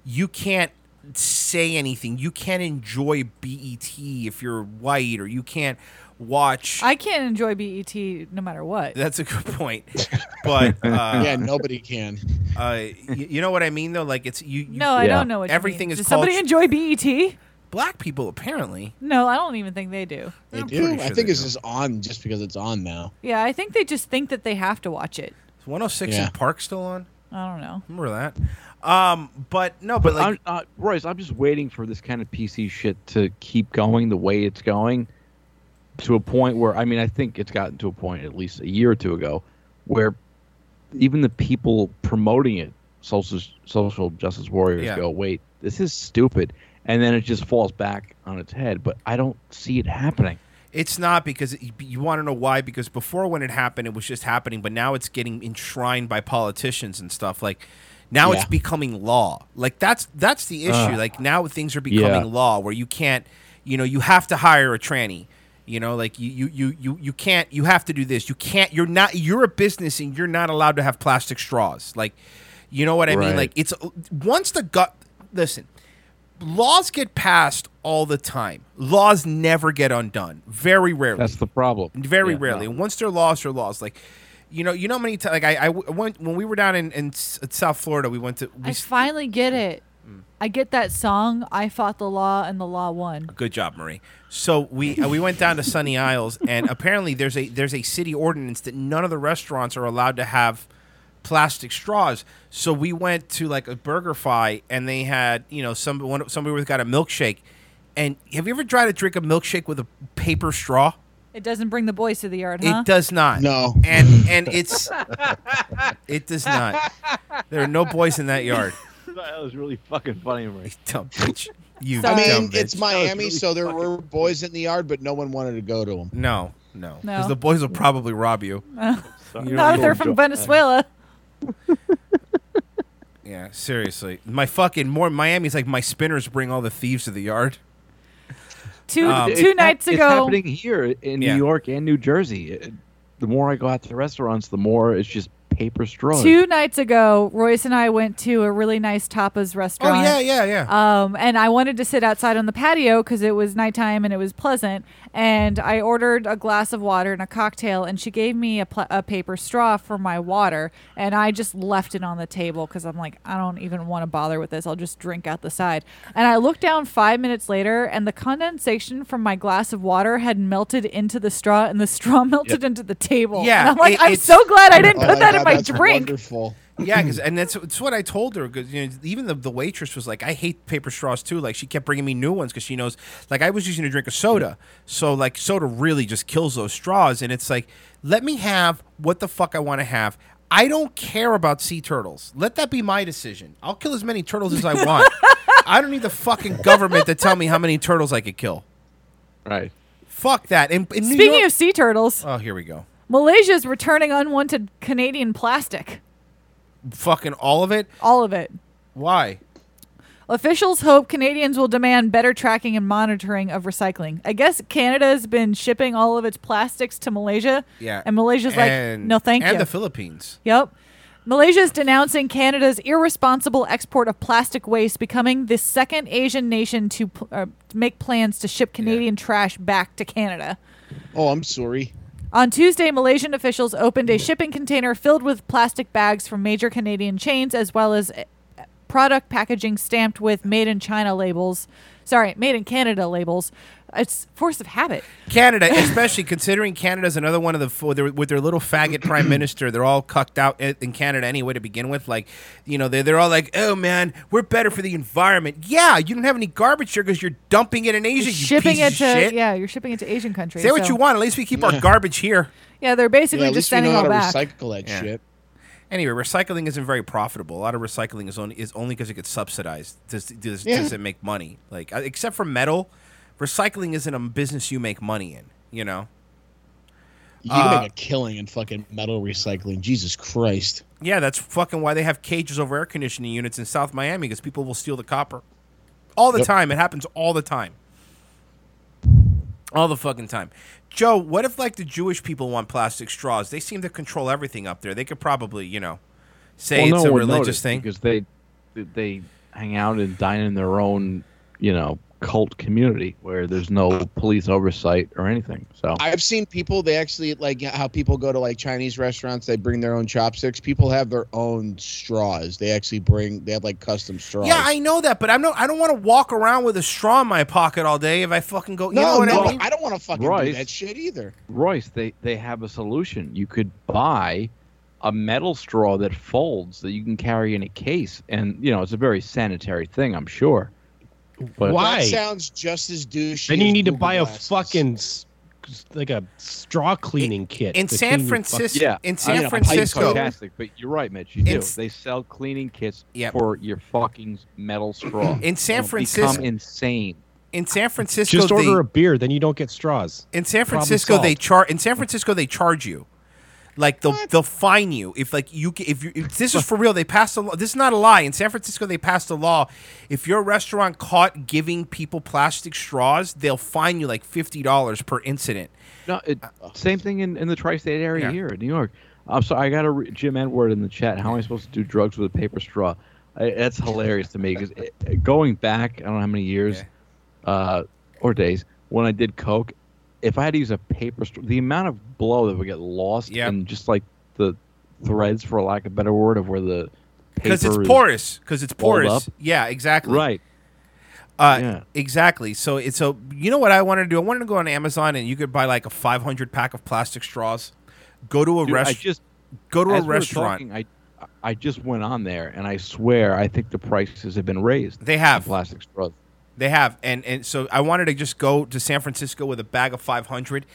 S9: you can't say anything, you can't enjoy BET if you're white, or you can't watch.
S13: I can't enjoy BET no matter what.
S9: That's a good point, but uh,
S15: yeah, nobody can.
S9: uh, you, you know what I mean though. Like, it's you. you
S13: No, Oh, I Yeah. don't know what you
S9: everything
S13: mean.
S9: is.
S13: Does
S9: called
S13: somebody enjoy BET?
S9: Black people apparently.
S13: No, I don't even think they do.
S15: They
S9: I'm
S15: do.
S9: pretty
S15: I
S9: sure
S15: think
S9: they
S15: it's
S9: do.
S15: just on just because it's on now.
S13: Yeah, I think they just think that they have to watch it.
S9: Is 106
S15: Yeah.
S9: in Park still on?
S13: I don't know.
S9: Remember that? Um, but no, but,
S14: But
S9: like.
S14: I'm, uh, Royce, I'm just waiting for this kind of PC shit to keep going the way it's going, to a point where I mean, I think it's gotten to a point at least a year or two ago, where even the people promoting it, social social justice warriors,
S9: Yeah.
S14: go, "Wait, this is stupid," and then it just falls back on its head. But I don't see it happening.
S9: It's not because it, you want to know why. Because before, when it happened, it was just happening, but now it's getting enshrined by politicians and stuff. Like now, it's
S14: Yeah.
S9: becoming law. Like that's that's the issue.
S14: Ugh.
S9: like now, things are
S14: Yeah.
S9: becoming law where you can't, you know, you have to hire a tranny. You know, like you you you you you can't. You have to do this. You can't. You're not. You're a business, and you're not allowed to have plastic straws. Like, you know what I mean?
S14: Right.
S9: Like it's once the gut. Listen, laws get passed all the time. Laws never get undone. Very rarely.
S14: That's the problem.
S9: Very
S14: Yeah,
S9: rarely.
S14: no.
S9: And once they're lost, they're lost. Like, you know, you know how many times. Like, I, I w- went when we were down in, in S- South Florida. We went to. We
S13: I finally get it. I get that song. I fought the law and the law won.
S9: Good job, Marie. So we uh, we went down to Sunny Isles, and apparently there's a there's a city ordinance that none of the restaurants are allowed to have plastic straws. So we went to like a BurgerFi, and they had you know some one, somebody with got a milkshake. And have you ever tried to drink a milkshake with a paper straw?
S13: It doesn't bring the boys to the yard, huh?
S9: It does not. No. And and it's it does not. There are no boys in that yard.
S14: that was really fucking funny, Marie.
S9: Dumb bitch. You
S15: I
S9: dumb
S15: mean,
S9: bitch.
S15: it's Miami, so there were boys in the yard, but no one wanted to go to them.
S9: No, no, because
S15: No.
S9: the boys will probably rob you.
S13: Uh,
S9: You
S13: not if
S9: don't
S13: they're
S9: go-
S13: from Venezuela.
S9: Yeah, seriously. My fucking more Miami's like my spinners bring all the thieves to the yard.
S13: Two
S9: Um,
S13: two nights
S14: it's
S13: ago.
S14: happening here in
S9: Yeah.
S14: New York and New Jersey. It- the more I go out to restaurants, the more it's just paper straws.
S13: Two nights ago, Royce and I went to a really nice tapas restaurant.
S14: yeah, yeah,
S9: yeah.
S13: Um, and I wanted to sit outside on the patio because it was nighttime and it was pleasant. And I ordered a glass of water and a cocktail, and she gave me a, pl- a paper straw for my water, and I just left it on the table because I'm like, I don't even want to bother with this. I'll just drink out the side. And I looked down five minutes later, and the condensation from my glass of water had melted into the straw, and the straw melted into the table.
S9: Yeah,
S13: and I'm like,
S9: it-
S13: I'm
S9: it's-
S13: so glad I didn't
S9: Oh
S13: put
S9: my
S13: that in
S9: God,
S13: my
S9: that's
S13: drink.
S15: Wonderful.
S9: Yeah, 'cause- and that's, that's what I told her. Because you know, even the, the waitress was like, "I hate paper straws too." Like she kept bringing me new ones because she knows. Like I was using to drink a soda, so like soda really just kills those straws. And it's like, let me have what the fuck I want to have. I don't care about sea turtles. Let that be my decision. I'll kill as many turtles as I want. I don't need the fucking government to tell me how many turtles I could kill.
S14: Right.
S9: Fuck that. And in New
S13: Speaking
S9: York-
S13: of sea turtles,
S9: oh, here we go.
S13: Malaysia's returning unwanted Canadian plastic.
S9: Fucking all of it.
S13: All of it.
S9: Why?
S13: Officials hope Canadians will demand better tracking and monitoring of recycling. I guess Canada's been shipping all of its plastics to Malaysia.
S9: Yeah.
S13: And Malaysia's like, no, thank
S9: and
S13: you.
S9: And the Philippines.
S13: Yep. Malaysia is denouncing Canada's irresponsible export of plastic waste, becoming the second Asian nation to pl- uh, make plans to ship Canadian trash back to Canada.
S15: Oh, I'm sorry.
S13: On Tuesday, Malaysian officials opened a shipping container filled with plastic bags from major Canadian chains, as well as eh, product packaging stamped with "Made in China" labels. Sorry, "Made in Canada" labels. It's force of habit.
S9: Canada, especially considering Canada's another one of the four, they're, with their little faggot prime minister, they're all cucked out i- in Canada anyway to begin with. Like, you know, they're, they're all like, oh man, we're better for the environment. Yeah, you don't have any garbage here because you're dumping it in Asia, you
S13: shipping
S9: piece
S13: it
S9: of
S13: to
S9: shit.
S13: yeah, you're shipping it to Asian countries.
S9: Say what
S13: so-
S9: you want, at least we keep our garbage here.
S13: Yeah, they're basically
S15: Yeah, at
S13: just
S15: least we
S13: sending
S15: know
S13: all
S15: how
S13: back.
S15: to recycle that
S9: Yeah.
S15: shit.
S9: Anyway, recycling isn't very profitable. A lot of recycling is only is only because it gets subsidized. Does, does,
S15: Yeah.
S9: Doesn't make money. Like, uh, except for metal, recycling isn't a business you make money in, you know?
S15: You
S9: Uh,
S15: make a killing in fucking metal recycling. Jesus Christ.
S9: Yeah, that's fucking why they have cages over air conditioning units in South Miami because people will steal the copper all the
S15: Yep.
S9: time. It happens all the time, all the fucking time. Joe, what if like the Jewish people want plastic straws? They seem to control everything up there. They could probably, you know, say
S14: Well,
S9: it's
S14: no
S9: a
S14: one
S9: religious
S14: noticed
S9: thing.
S14: because they they hang out and dine in their own you know cult community where there's no police oversight or anything. So
S15: I've seen people, they actually like how people go to like Chinese restaurants, they bring their own chopsticks. People have their own straws. They actually bring, they have like custom straws.
S9: Yeah, I know that, but I'm not. I don't want to walk around with a straw in my pocket all day if I fucking go. You
S15: No,
S9: know what
S15: no,
S9: I mean?
S15: I don't want to fucking do
S14: Royce.
S15: that shit either.
S14: Royce, they they have a solution. You could buy a metal straw that folds that you can carry in a case, and you know it's a very sanitary thing, I'm sure. But
S15: That sounds just as douchey.
S5: Then you
S15: as
S5: need to
S15: Google
S5: buy a
S15: Glass.
S5: fucking s- like a straw cleaning kit
S9: in
S5: to
S9: San
S5: clean your
S9: Francis-
S5: fucking-
S14: yeah,
S9: in
S14: I
S9: San
S14: know,
S9: Francisco-
S14: it's fantastic. But you're right, Mitch. You do.
S9: It's-
S14: They sell cleaning kits
S9: Yep.
S14: for your fucking metal straw.
S9: In San
S14: It'll
S9: Francisco-
S14: become insane.
S9: In San Francisco,
S5: Just order
S9: they-
S5: a beer, then you don't get straws.
S9: In San
S5: Problem
S9: Francisco, they
S5: solved.
S9: charge. In San Francisco, they charge you. Like they'll they'll fine you if like you ca- if you if this is for real. They passed a law. This is not a lie. In San Francisco, they passed a law. If your restaurant caught giving people plastic straws, they'll fine you like fifty dollars per incident.
S14: No, it, same thing in, in the tri-state area
S9: Uh, oh. Yeah.
S14: here in New York. I'm sorry, I got a Jim Edward in the chat. How am I supposed to do drugs with a paper straw? I, that's hilarious to me because going back, I don't know how many years uh, or days when I did coke, if I had to use a paper, str- the amount of blow that would get lost
S9: Yep.
S14: and just like the threads, for lack of a better word, of where the
S9: because it's
S14: paper is
S9: porous. Because it's
S14: rolled
S9: porous.
S14: up.
S9: Yeah, exactly.
S14: Right.
S9: Uh,
S14: Yeah.
S9: Exactly. So it's so you know what I wanted to do? I wanted to go on Amazon and you could buy like a 500 pack of plastic straws. Go to a
S14: Dude, I
S9: restaurant.
S14: just-
S9: go to a
S14: as we were
S9: restaurant.
S14: talking, I I just went on there and I swear I think the prices have been raised.
S9: They have
S14: on plastic straws.
S9: They have, and and so I wanted to just go to San Francisco with a bag of five hundred,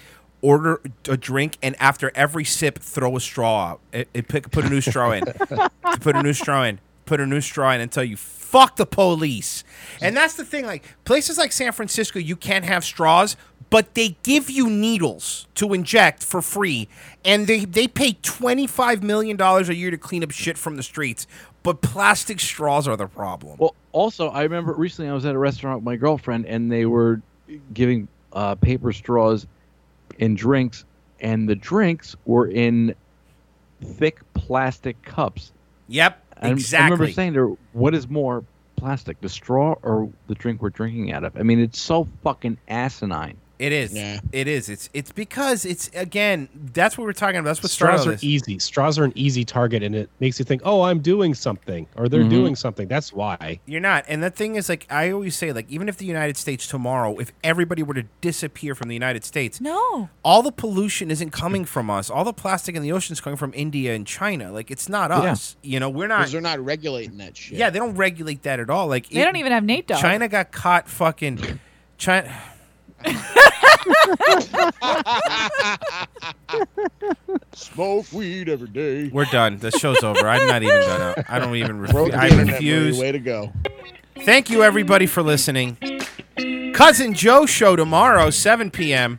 S9: order a drink, and after every sip, throw a straw out. It, it pick, put a new straw in, put a new straw in, put a new straw in until you fuck the police. And that's the thing, like places like San Francisco, you can't have straws. But they give you needles to inject for free, and they, they pay twenty five million dollars a year to clean up shit from the streets. But plastic straws are the problem.
S14: Well, also I remember recently I was at a restaurant with my girlfriend and they were giving uh, paper straws in drinks, and the drinks were in thick plastic cups.
S9: Yep,
S14: I rem- I remember
S9: exactly.
S14: saying to her, "What is more plastic, the straw or the drink we're drinking out of?" I mean, it's so fucking asinine.
S9: It is. It is. It's it's because it's again. That's what we're talking about. That's what
S6: straws
S9: started
S6: are e-
S9: all this.
S6: easy. Straws are an easy target, and it makes you think, "Oh, I'm doing something," or "They're
S15: Mm-hmm.
S9: Mhm.
S6: doing something." That's why.
S9: You're not. And the thing is, like I always say, like even if the United States tomorrow, if everybody were to disappear from the United States,
S13: no,
S9: all the pollution isn't coming from us. All the plastic in the ocean is coming from India and China. Like it's not
S6: Yeah.
S9: us. You know, we're not.
S15: because they're not regulating that shit.
S9: Yeah, they don't regulate that at all. Like
S13: They don't even have Nate Dogg.
S9: China got caught fucking. China.
S15: Smoke Oh, weed every day.
S9: We're done. The show's over. I'm not even gonna. I don't even refuse.
S15: Broke the
S9: I
S15: internet,
S9: refuse.
S15: Murray. Way to go.
S9: Thank you, everybody, for listening. Cousin Joe show tomorrow, 7 p.m.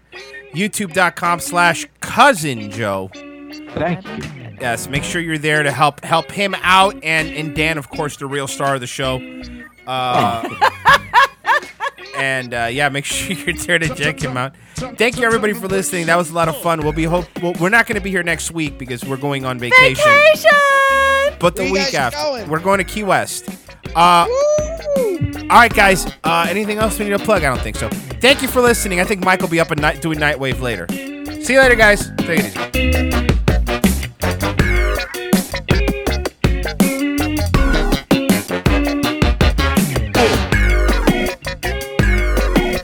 S9: YouTube.com slash Cousin Joe.
S14: Thank you.
S9: Yes, make sure you're there to help help him out and and Dan, of course, the real star of the show. Uh, and uh, yeah, make sure you're there to check him out. Thank you, everybody, for listening. That was a lot of fun. We'll be hope we'll, we're not going to be here next week because we're going on vacation. But the
S1: Where you
S9: week
S1: guys
S9: after,
S1: going?
S9: we're going to Key West. Uh, all right, guys. Uh, anything else we need to plug? I don't think so. Thank you for listening. I think Mike will be up and night doing Nightwave later. See you later, guys. Take it easy.